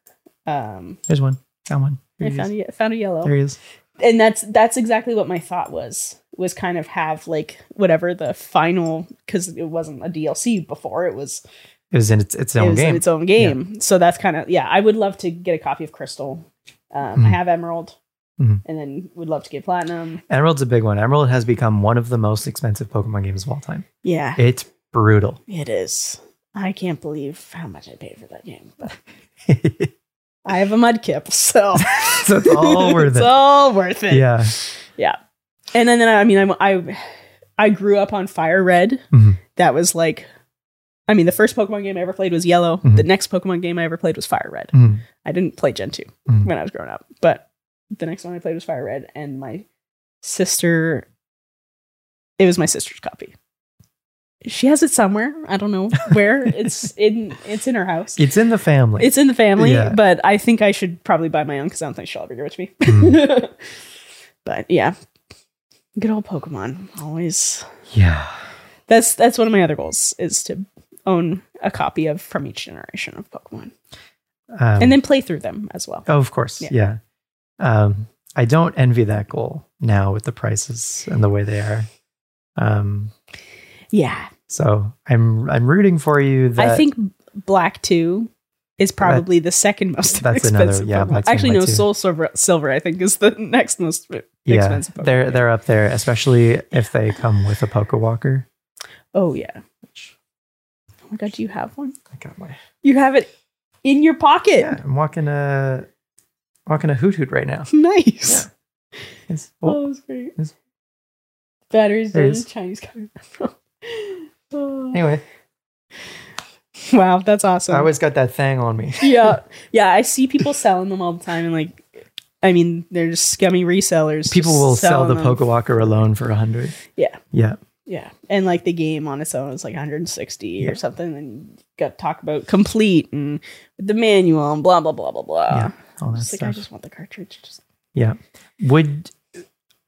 Speaker 2: Um,
Speaker 3: There's one. Found one. There
Speaker 2: I
Speaker 3: he
Speaker 2: found
Speaker 3: is.
Speaker 2: a, found a
Speaker 3: There
Speaker 2: Yellow,
Speaker 3: he is.
Speaker 2: and that's that's exactly what my thought was. Was kind of have like whatever the final because it wasn't a DLC before. It was
Speaker 3: It was in its, its
Speaker 2: it
Speaker 3: own
Speaker 2: was in
Speaker 3: game.
Speaker 2: its own game. So that's kind of yeah. I would love to get a copy of Crystal. Um,
Speaker 3: Mhm.
Speaker 2: I have Emerald,
Speaker 3: Mhm.
Speaker 2: and then would love to get Platinum.
Speaker 3: Emerald's a big one. Emerald has become one of the most expensive Pokemon games of all time.
Speaker 2: Yeah,
Speaker 3: It's brutal.
Speaker 2: it is. I can't believe how much I paid for that game. But I have a mudkip, so
Speaker 3: So it's all worth
Speaker 2: it's
Speaker 3: it.
Speaker 2: all worth it.
Speaker 3: yeah.
Speaker 2: And then, I mean, I, I I grew up on Fire Red.
Speaker 3: Mhm.
Speaker 2: That was like, I mean, the first Pokemon game I ever played was Yellow.
Speaker 3: Mhm.
Speaker 2: The next Pokemon game I ever played was Fire Red.
Speaker 3: Mm.
Speaker 2: I didn't play Gen 2
Speaker 3: Mhm.
Speaker 2: when I was growing up, but the next one I played was Fire Red, and my sister. It was my sister's copy. She has it somewhere. I don't know where. it's in. It's in her house.
Speaker 3: It's in the family.
Speaker 2: It's in the family,
Speaker 3: Yeah.
Speaker 2: but I think I should probably buy my own because I don't think she'll ever give it to me. but yeah, good old Pokemon. Always.
Speaker 3: yeah.
Speaker 2: That's that's one of my other goals is to own a copy of from each generation of Pokemon
Speaker 3: Um,
Speaker 2: and then play through them as well.
Speaker 3: Oh, of course.
Speaker 2: Yeah.
Speaker 3: Yeah. Um, I don't envy that goal now with the prices and the way they are. Um,
Speaker 2: Yeah,
Speaker 3: so I'm I'm rooting for you. That
Speaker 2: I think Black Two is probably the second most
Speaker 3: that's another-
Speaker 2: expensive.
Speaker 3: yeah,
Speaker 2: Pokemon.
Speaker 3: Black 2 and
Speaker 2: Actually,
Speaker 3: Black
Speaker 2: no,
Speaker 3: 2.
Speaker 2: Soul Silver, Silver I think is the next most
Speaker 3: yeah,
Speaker 2: expensive. Pokemon.
Speaker 3: they're they're up there, especially if they come with a Poke Walker.
Speaker 2: oh yeah. Oh my god, do you have one?
Speaker 3: I got my.
Speaker 2: You have it in your pocket.
Speaker 3: Yeah, I'm walking a walking a hoot hoot right now.
Speaker 2: Nice.
Speaker 3: It's-
Speaker 2: Oh,
Speaker 3: well,
Speaker 2: that was great.
Speaker 3: Yes.
Speaker 2: Batteries
Speaker 3: There
Speaker 2: done
Speaker 3: it
Speaker 2: in
Speaker 3: is.
Speaker 2: Chinese coming oh.
Speaker 3: anyway,
Speaker 2: Wow, that's awesome.
Speaker 3: I always got that thing on me.
Speaker 2: yeah, yeah. I see people selling them all the time, and like, I mean, they're just scummy resellers.
Speaker 3: People
Speaker 2: just
Speaker 3: will sell
Speaker 2: selling
Speaker 3: the
Speaker 2: them.
Speaker 3: Poke Walker alone for a hundred.
Speaker 2: Yeah.
Speaker 3: Yeah.
Speaker 2: Yeah, and like the game on its own is like 160
Speaker 3: Yeah.
Speaker 2: or something, and you got to talk about complete and the manual and blah blah blah blah blah.
Speaker 3: Yeah, All that
Speaker 2: Just like
Speaker 3: stuff.
Speaker 2: I just want the cartridge. Just
Speaker 3: would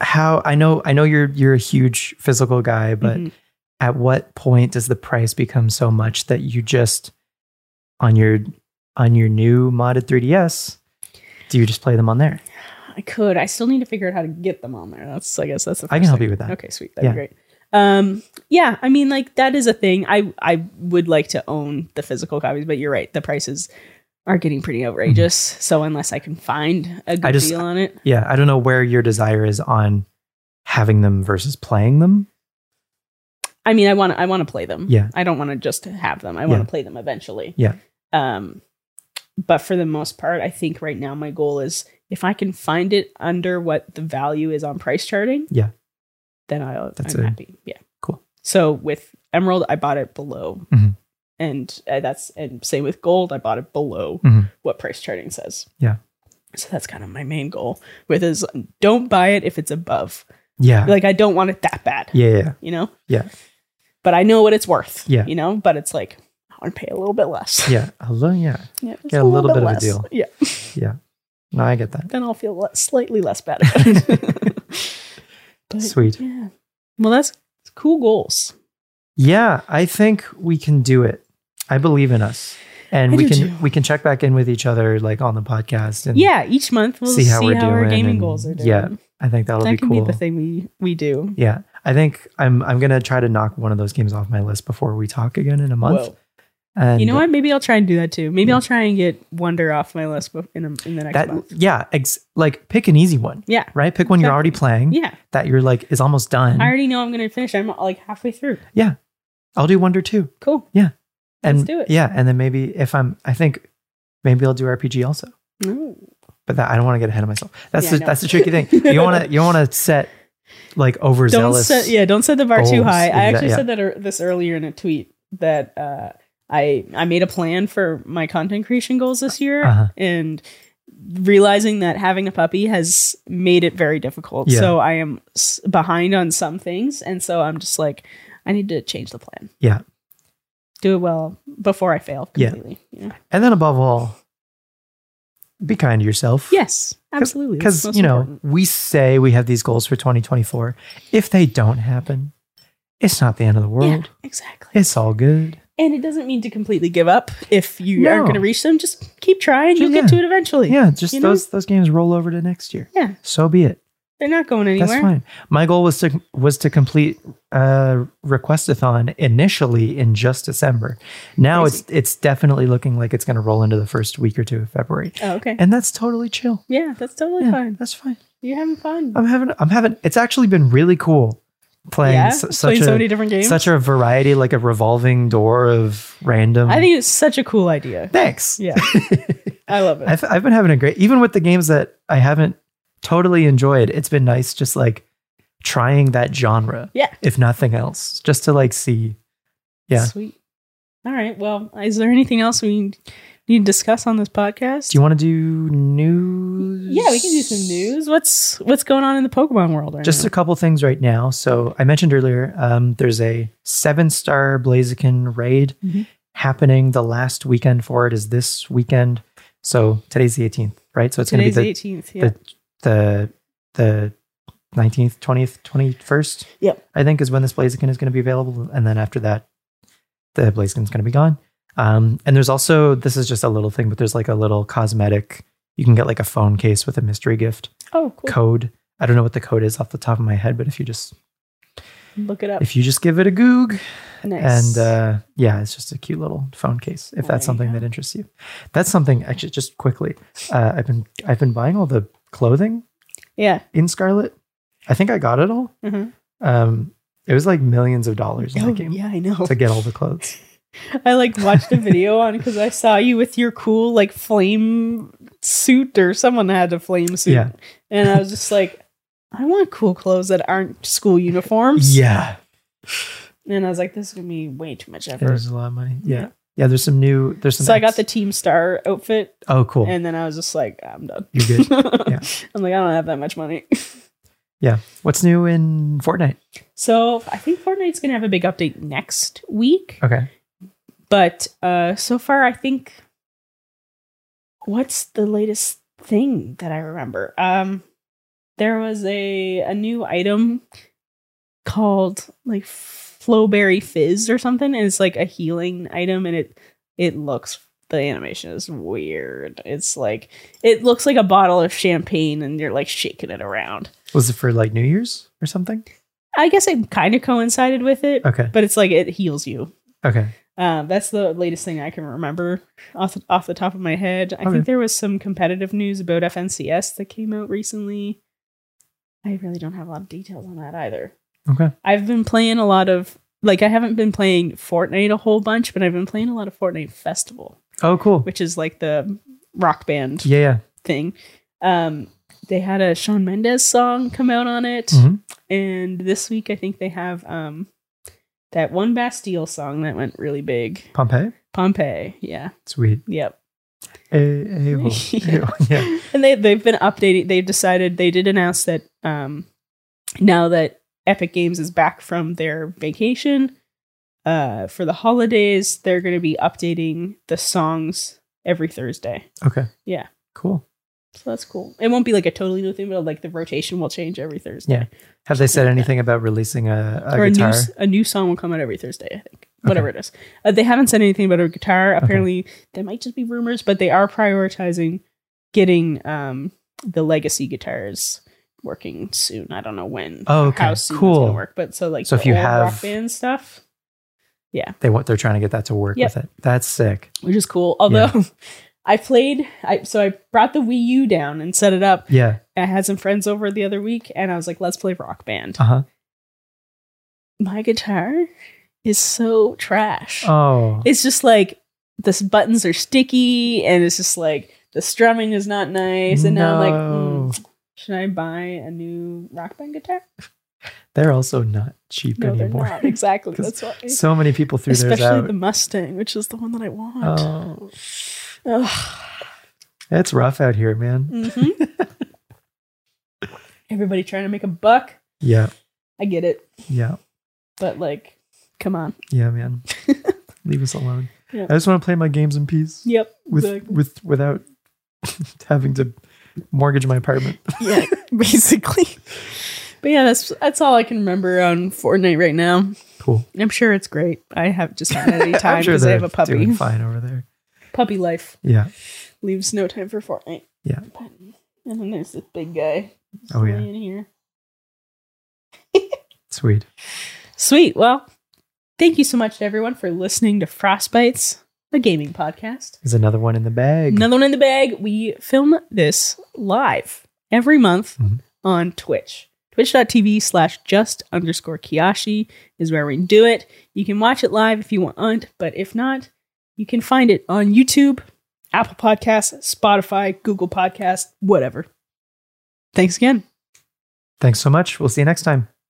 Speaker 3: how i know i know you're you're a huge physical guy but
Speaker 2: Mhm.
Speaker 3: at what point does the price become so much that you just on your on your new modded 3ds do you just play them on there
Speaker 2: I could. I still need to figure out how to get them on there. That's I guess that's the. First
Speaker 3: i can help
Speaker 2: thing.
Speaker 3: you with that
Speaker 2: Okay, sweet. That'd
Speaker 3: Yeah.
Speaker 2: be great. Um, yeah, I mean, like that is a thing. I I would like to own the physical copies, but you're right. The prices are getting pretty outrageous. So unless I can find a good
Speaker 3: Mm-hmm. just-
Speaker 2: deal on it,
Speaker 3: yeah i don't know where your desire is on having them versus playing them
Speaker 2: I mean, I want I want to play them.
Speaker 3: Yeah.
Speaker 2: I don't want to just have them. I want to
Speaker 3: Yeah.
Speaker 2: play them eventually.
Speaker 3: Yeah.
Speaker 2: Um, but for the most part, I think right now my goal is if I can find it under what the value is on price charting.
Speaker 3: Yeah.
Speaker 2: Then I'll.
Speaker 3: That's
Speaker 2: I'm
Speaker 3: a-
Speaker 2: happy. Yeah.
Speaker 3: Cool.
Speaker 2: So with Emerald, I bought it below,
Speaker 3: Mhm.
Speaker 2: and uh, that's and same with Gold, I bought it below
Speaker 3: Mhm.
Speaker 2: what price charting says.
Speaker 3: Yeah.
Speaker 2: So that's kind of my main goal with is don't buy it if it's above.
Speaker 3: yeah
Speaker 2: Like I don't want it that bad
Speaker 3: yeah yeah, yeah.
Speaker 2: you know?
Speaker 3: Yeah.
Speaker 2: But I know what it's worth.
Speaker 3: Yeah.
Speaker 2: You know, but it's like I want to pay a little bit less.
Speaker 3: yeah a little yeah
Speaker 2: Yeah, just
Speaker 3: Get a little bit of a
Speaker 2: less.
Speaker 3: deal.
Speaker 2: Yeah.
Speaker 3: no i get that
Speaker 2: Then I'll feel le- slightly less bad about it. But,
Speaker 3: Sweet.
Speaker 2: Yeah. Well, that's it's cool goals.
Speaker 3: yeah i think we can do it i believe in us and
Speaker 2: I
Speaker 3: we
Speaker 2: do
Speaker 3: can
Speaker 2: too.
Speaker 3: we can check back in with each other like on the podcast. And
Speaker 2: Yeah, each month we'll
Speaker 3: See
Speaker 2: see
Speaker 3: how
Speaker 2: how,
Speaker 3: we're
Speaker 2: our
Speaker 3: doing
Speaker 2: gaming
Speaker 3: and-
Speaker 2: goals are doing.
Speaker 3: yeah, I think that'll
Speaker 2: that
Speaker 3: be
Speaker 2: can
Speaker 3: cool.
Speaker 2: be the thing we we do.
Speaker 3: Yeah, I think I'm I'm gonna try to knock one of those games off my list before we talk again in a month.
Speaker 2: Whoa.
Speaker 3: And
Speaker 2: you know what? Maybe I'll try and do that too. Maybe I'll try and get Wonder off my list bef- in, the- in the next
Speaker 3: That
Speaker 2: month.
Speaker 3: yeah, ex- like pick an easy one,
Speaker 2: Yeah,
Speaker 3: right? Pick one you're already playing
Speaker 2: yeah.
Speaker 3: that you're like is almost done.
Speaker 2: I already know I'm going to finish. I'm like halfway through.
Speaker 3: I'll do Wonder Two,
Speaker 2: Cool.
Speaker 3: and
Speaker 2: Let's do it.
Speaker 3: yeah, and then maybe if I'm, I think maybe I'll do RPG also.
Speaker 2: No.
Speaker 3: But that I don't want to get ahead of myself. That's
Speaker 2: Yeah,
Speaker 3: the,
Speaker 2: I know.
Speaker 3: that's the tricky thing. You don't want to you don't want to set like
Speaker 2: Don't
Speaker 3: overzealous.
Speaker 2: set yeah. Don't set the bar too
Speaker 3: goals.
Speaker 2: high. I
Speaker 3: Exact-
Speaker 2: actually
Speaker 3: Oh, yeah.
Speaker 2: said that er- this earlier in a tweet that uh, I I made a plan for my content creation goals this year
Speaker 3: Uh-huh.
Speaker 2: and realizing that having a puppy has made it very difficult.
Speaker 3: Yeah.
Speaker 2: So I am s- behind on some things, and so I'm just like I need to change the plan.
Speaker 3: Yeah.
Speaker 2: Do it well before I fail
Speaker 3: Yeah.
Speaker 2: completely. Yeah.
Speaker 3: And then above all, be kind to yourself.
Speaker 2: Yes, absolutely. That's
Speaker 3: because
Speaker 2: most
Speaker 3: you know
Speaker 2: important.
Speaker 3: we say we have these goals for 2024 if they don't happen it's not the end of the world
Speaker 2: Yeah, exactly.
Speaker 3: it's all good
Speaker 2: And it doesn't mean to completely give up if you
Speaker 3: No.
Speaker 2: aren't going to reach them. Just keep trying.
Speaker 3: Just-
Speaker 2: You'll
Speaker 3: yeah.
Speaker 2: get to it eventually.
Speaker 3: yeah just
Speaker 2: You know?
Speaker 3: those those games roll over to next year
Speaker 2: Yeah.
Speaker 3: so be it
Speaker 2: They're not going anywhere.
Speaker 3: that's fine my goal was to was to complete uh requestathon initially in just december now
Speaker 2: Crazy.
Speaker 3: it's it's definitely looking like it's going to roll into the first week or two of february
Speaker 2: Oh, okay.
Speaker 3: and that's totally chill
Speaker 2: yeah, that's totally
Speaker 3: yeah,
Speaker 2: fine.
Speaker 3: that's fine
Speaker 2: You're having fun.
Speaker 3: i'm having i'm having it's actually been really cool playing
Speaker 2: yeah,
Speaker 3: s- such
Speaker 2: playing
Speaker 3: a
Speaker 2: so many different games.
Speaker 3: such a variety, like a revolving door of random.
Speaker 2: I think it's such a cool idea.
Speaker 3: Thanks.
Speaker 2: Yeah, I love it.
Speaker 3: I've, I've been having a great, even with the games that I haven't totally enjoyed, it's been nice just like trying that genre.
Speaker 2: Yeah.
Speaker 3: If nothing else, just to like see. yeah.
Speaker 2: Sweet. All right. Well, is there anything else we need to discuss on this podcast?
Speaker 3: Do you want to do news?
Speaker 2: yeah, we can do some news. What's what's going on in the Pokemon world right
Speaker 3: Just
Speaker 2: now?
Speaker 3: a couple things right now. So I mentioned earlier, um, there's a seven star Blaziken raid
Speaker 2: Mhm.
Speaker 3: happening. The last weekend for it is this weekend. So today's the 18th, right? So it's going to be
Speaker 2: Today's
Speaker 3: the
Speaker 2: the 18th. Yeah.
Speaker 3: the the nineteenth, twentieth, twenty first.
Speaker 2: Yep.
Speaker 3: I think is when this Blaziken is going to be available, and then after that, the Blaziken's going to be gone. Um, and there's also this is just a little thing, but there's like a little cosmetic. You can get like a phone case with a mystery gift
Speaker 2: oh, cool.
Speaker 3: code. I don't know what the code is off the top of my head, but if you just
Speaker 2: Look it up.
Speaker 3: if you just give it a goog,
Speaker 2: Nice.
Speaker 3: and uh, yeah, it's just a cute little phone case. If
Speaker 2: There you
Speaker 3: that's something
Speaker 2: go.
Speaker 3: that interests you, that's something. Actually, just quickly, uh, I've been I've been buying all the clothing
Speaker 2: yeah.
Speaker 3: in Scarlet. I think I got it all.
Speaker 2: Uh-huh.
Speaker 3: Um, it was like millions of dollars in
Speaker 2: Oh,
Speaker 3: that game
Speaker 2: yeah, I know.
Speaker 3: to get all the clothes.
Speaker 2: I like watched a video on because I saw you with your cool like flame suit or someone had a flame suit.
Speaker 3: Yeah.
Speaker 2: And I was just like, I want cool clothes that aren't school uniforms.
Speaker 3: Yeah,
Speaker 2: And I was like, this is gonna be way too much
Speaker 3: it
Speaker 2: effort.
Speaker 3: was a lot of money. Yeah, yeah. There's some new. There's some.
Speaker 2: So I got
Speaker 3: ex-
Speaker 2: the Team Star outfit,
Speaker 3: Oh, cool.
Speaker 2: and then I was just like, I'm done.
Speaker 3: You're good. Yeah.
Speaker 2: I'm like, I don't have that much money.
Speaker 3: What's new in Fortnite?
Speaker 2: So I think Fortnite's gonna have a big update next week.
Speaker 3: Okay.
Speaker 2: But uh so far I think what's the latest thing that I remember? Um there was a a new item called like Flowberry Fizz or something. And it's like a healing item and it it looks the animation is weird. It's like it looks like a bottle of champagne and you're like shaking it around.
Speaker 3: Was it for like New Year's or something?
Speaker 2: I guess it kind of coincided with it,
Speaker 3: Okay.
Speaker 2: but it's like it heals you.
Speaker 3: Okay.
Speaker 2: Um, that's the latest thing I can remember off the, off the top of my head. I
Speaker 3: Okay.
Speaker 2: think there was some competitive news about FNCS that came out recently. I really don't have a lot of details on that either.
Speaker 3: Okay.
Speaker 2: I've been playing a lot of like I haven't been playing Fortnite a whole bunch, but I've been playing a lot of Fortnite Festival,
Speaker 3: Oh, cool.
Speaker 2: which is like the rock band
Speaker 3: Yeah, yeah.
Speaker 2: thing. Um, they had a Sean Mendes song come out on it,
Speaker 3: Mhm.
Speaker 2: and this week I think they have um that one Bastille song that went really big.
Speaker 3: Pompeii.
Speaker 2: Pompeii. Yeah.
Speaker 3: Sweet.
Speaker 2: Yep.
Speaker 3: Eh, eh, oh, eh, oh, yeah.
Speaker 2: And they they've been updating. They've decided they did announce that um now that Epic Games is back from their vacation uh for the holidays, they're going to be updating the songs every Thursday.
Speaker 3: Okay.
Speaker 2: Yeah.
Speaker 3: Cool.
Speaker 2: So that's cool. It won't be like a totally new thing, but like the rotation will change every Thursday.
Speaker 3: Yeah. Have they said anything about releasing a, a
Speaker 2: or a new
Speaker 3: guitar?
Speaker 2: s- a new song will come out every Thursday, I think. whatever it is. Uh, they haven't said anything about a guitar. Apparently, there might just be rumors, but they are prioritizing getting um, the legacy guitars working soon. I don't know when.
Speaker 3: Oh, okay.
Speaker 2: How soon It's
Speaker 3: Cool.
Speaker 2: gonna work, but so like
Speaker 3: So
Speaker 2: the
Speaker 3: if you
Speaker 2: old
Speaker 3: have-
Speaker 2: rock band stuff,
Speaker 3: They want they're trying to get that to work
Speaker 2: Yep.
Speaker 3: with it. That's sick.
Speaker 2: which is cool. Although I played, I so I brought the Wii U down and set it up.
Speaker 3: Yeah.
Speaker 2: I had some friends over the other week, and I was like, "Let's play Rock Band."
Speaker 3: Uh huh.
Speaker 2: My guitar is so trash.
Speaker 3: Oh.
Speaker 2: it's just like the s- buttons are sticky and it's just like the strumming is not nice and now i'm like
Speaker 3: No.
Speaker 2: mm, should i buy a new rock band guitar
Speaker 3: They're also not cheap
Speaker 2: no they're
Speaker 3: anymore.
Speaker 2: not exactly
Speaker 3: 'Cause
Speaker 2: that's why
Speaker 3: So many people threw theirs
Speaker 2: especially
Speaker 3: out.
Speaker 2: the mustang which is the one that i want
Speaker 3: oh,
Speaker 2: Ugh.
Speaker 3: it's rough out here,
Speaker 2: Mm.
Speaker 3: man.
Speaker 2: Mhm. everybody trying to make a buck
Speaker 3: Yeah.
Speaker 2: i get it
Speaker 3: Yeah.
Speaker 2: but like come on
Speaker 3: Yeah, man. Leave us alone.
Speaker 2: Yeah.
Speaker 3: I just want to play my games in peace
Speaker 2: yep
Speaker 3: with
Speaker 2: exactly.
Speaker 3: with without having to mortgage my apartment.
Speaker 2: yeah basically but yeah that's that's all i can remember on fortnite right now
Speaker 3: Cool.
Speaker 2: I'm sure it's great. I have just not had any time
Speaker 3: I'm sure
Speaker 2: because I
Speaker 3: they're
Speaker 2: have a puppy.
Speaker 3: doing fine over there.
Speaker 2: Puppy life
Speaker 3: Yeah.
Speaker 2: leaves no time for Fortnite.
Speaker 3: Yeah.
Speaker 2: But, and then there's this big guy. just
Speaker 3: Oh, yeah.
Speaker 2: laying here.
Speaker 3: Sweet.
Speaker 2: Sweet. Well, thank you so much to everyone for listening to Frostbites, the gaming podcast.
Speaker 3: There's another one in the bag.
Speaker 2: Another one in the bag. We film this live every month
Speaker 3: Mhm.
Speaker 2: on Twitch. Twitch.tv slash just underscore Kiyashi is where we do it. You can watch it live if you want, but if not, you can find it on YouTube, Apple Podcasts, Spotify, Google Podcasts, whatever. Thanks again.
Speaker 3: Thanks so much. We'll see you next time.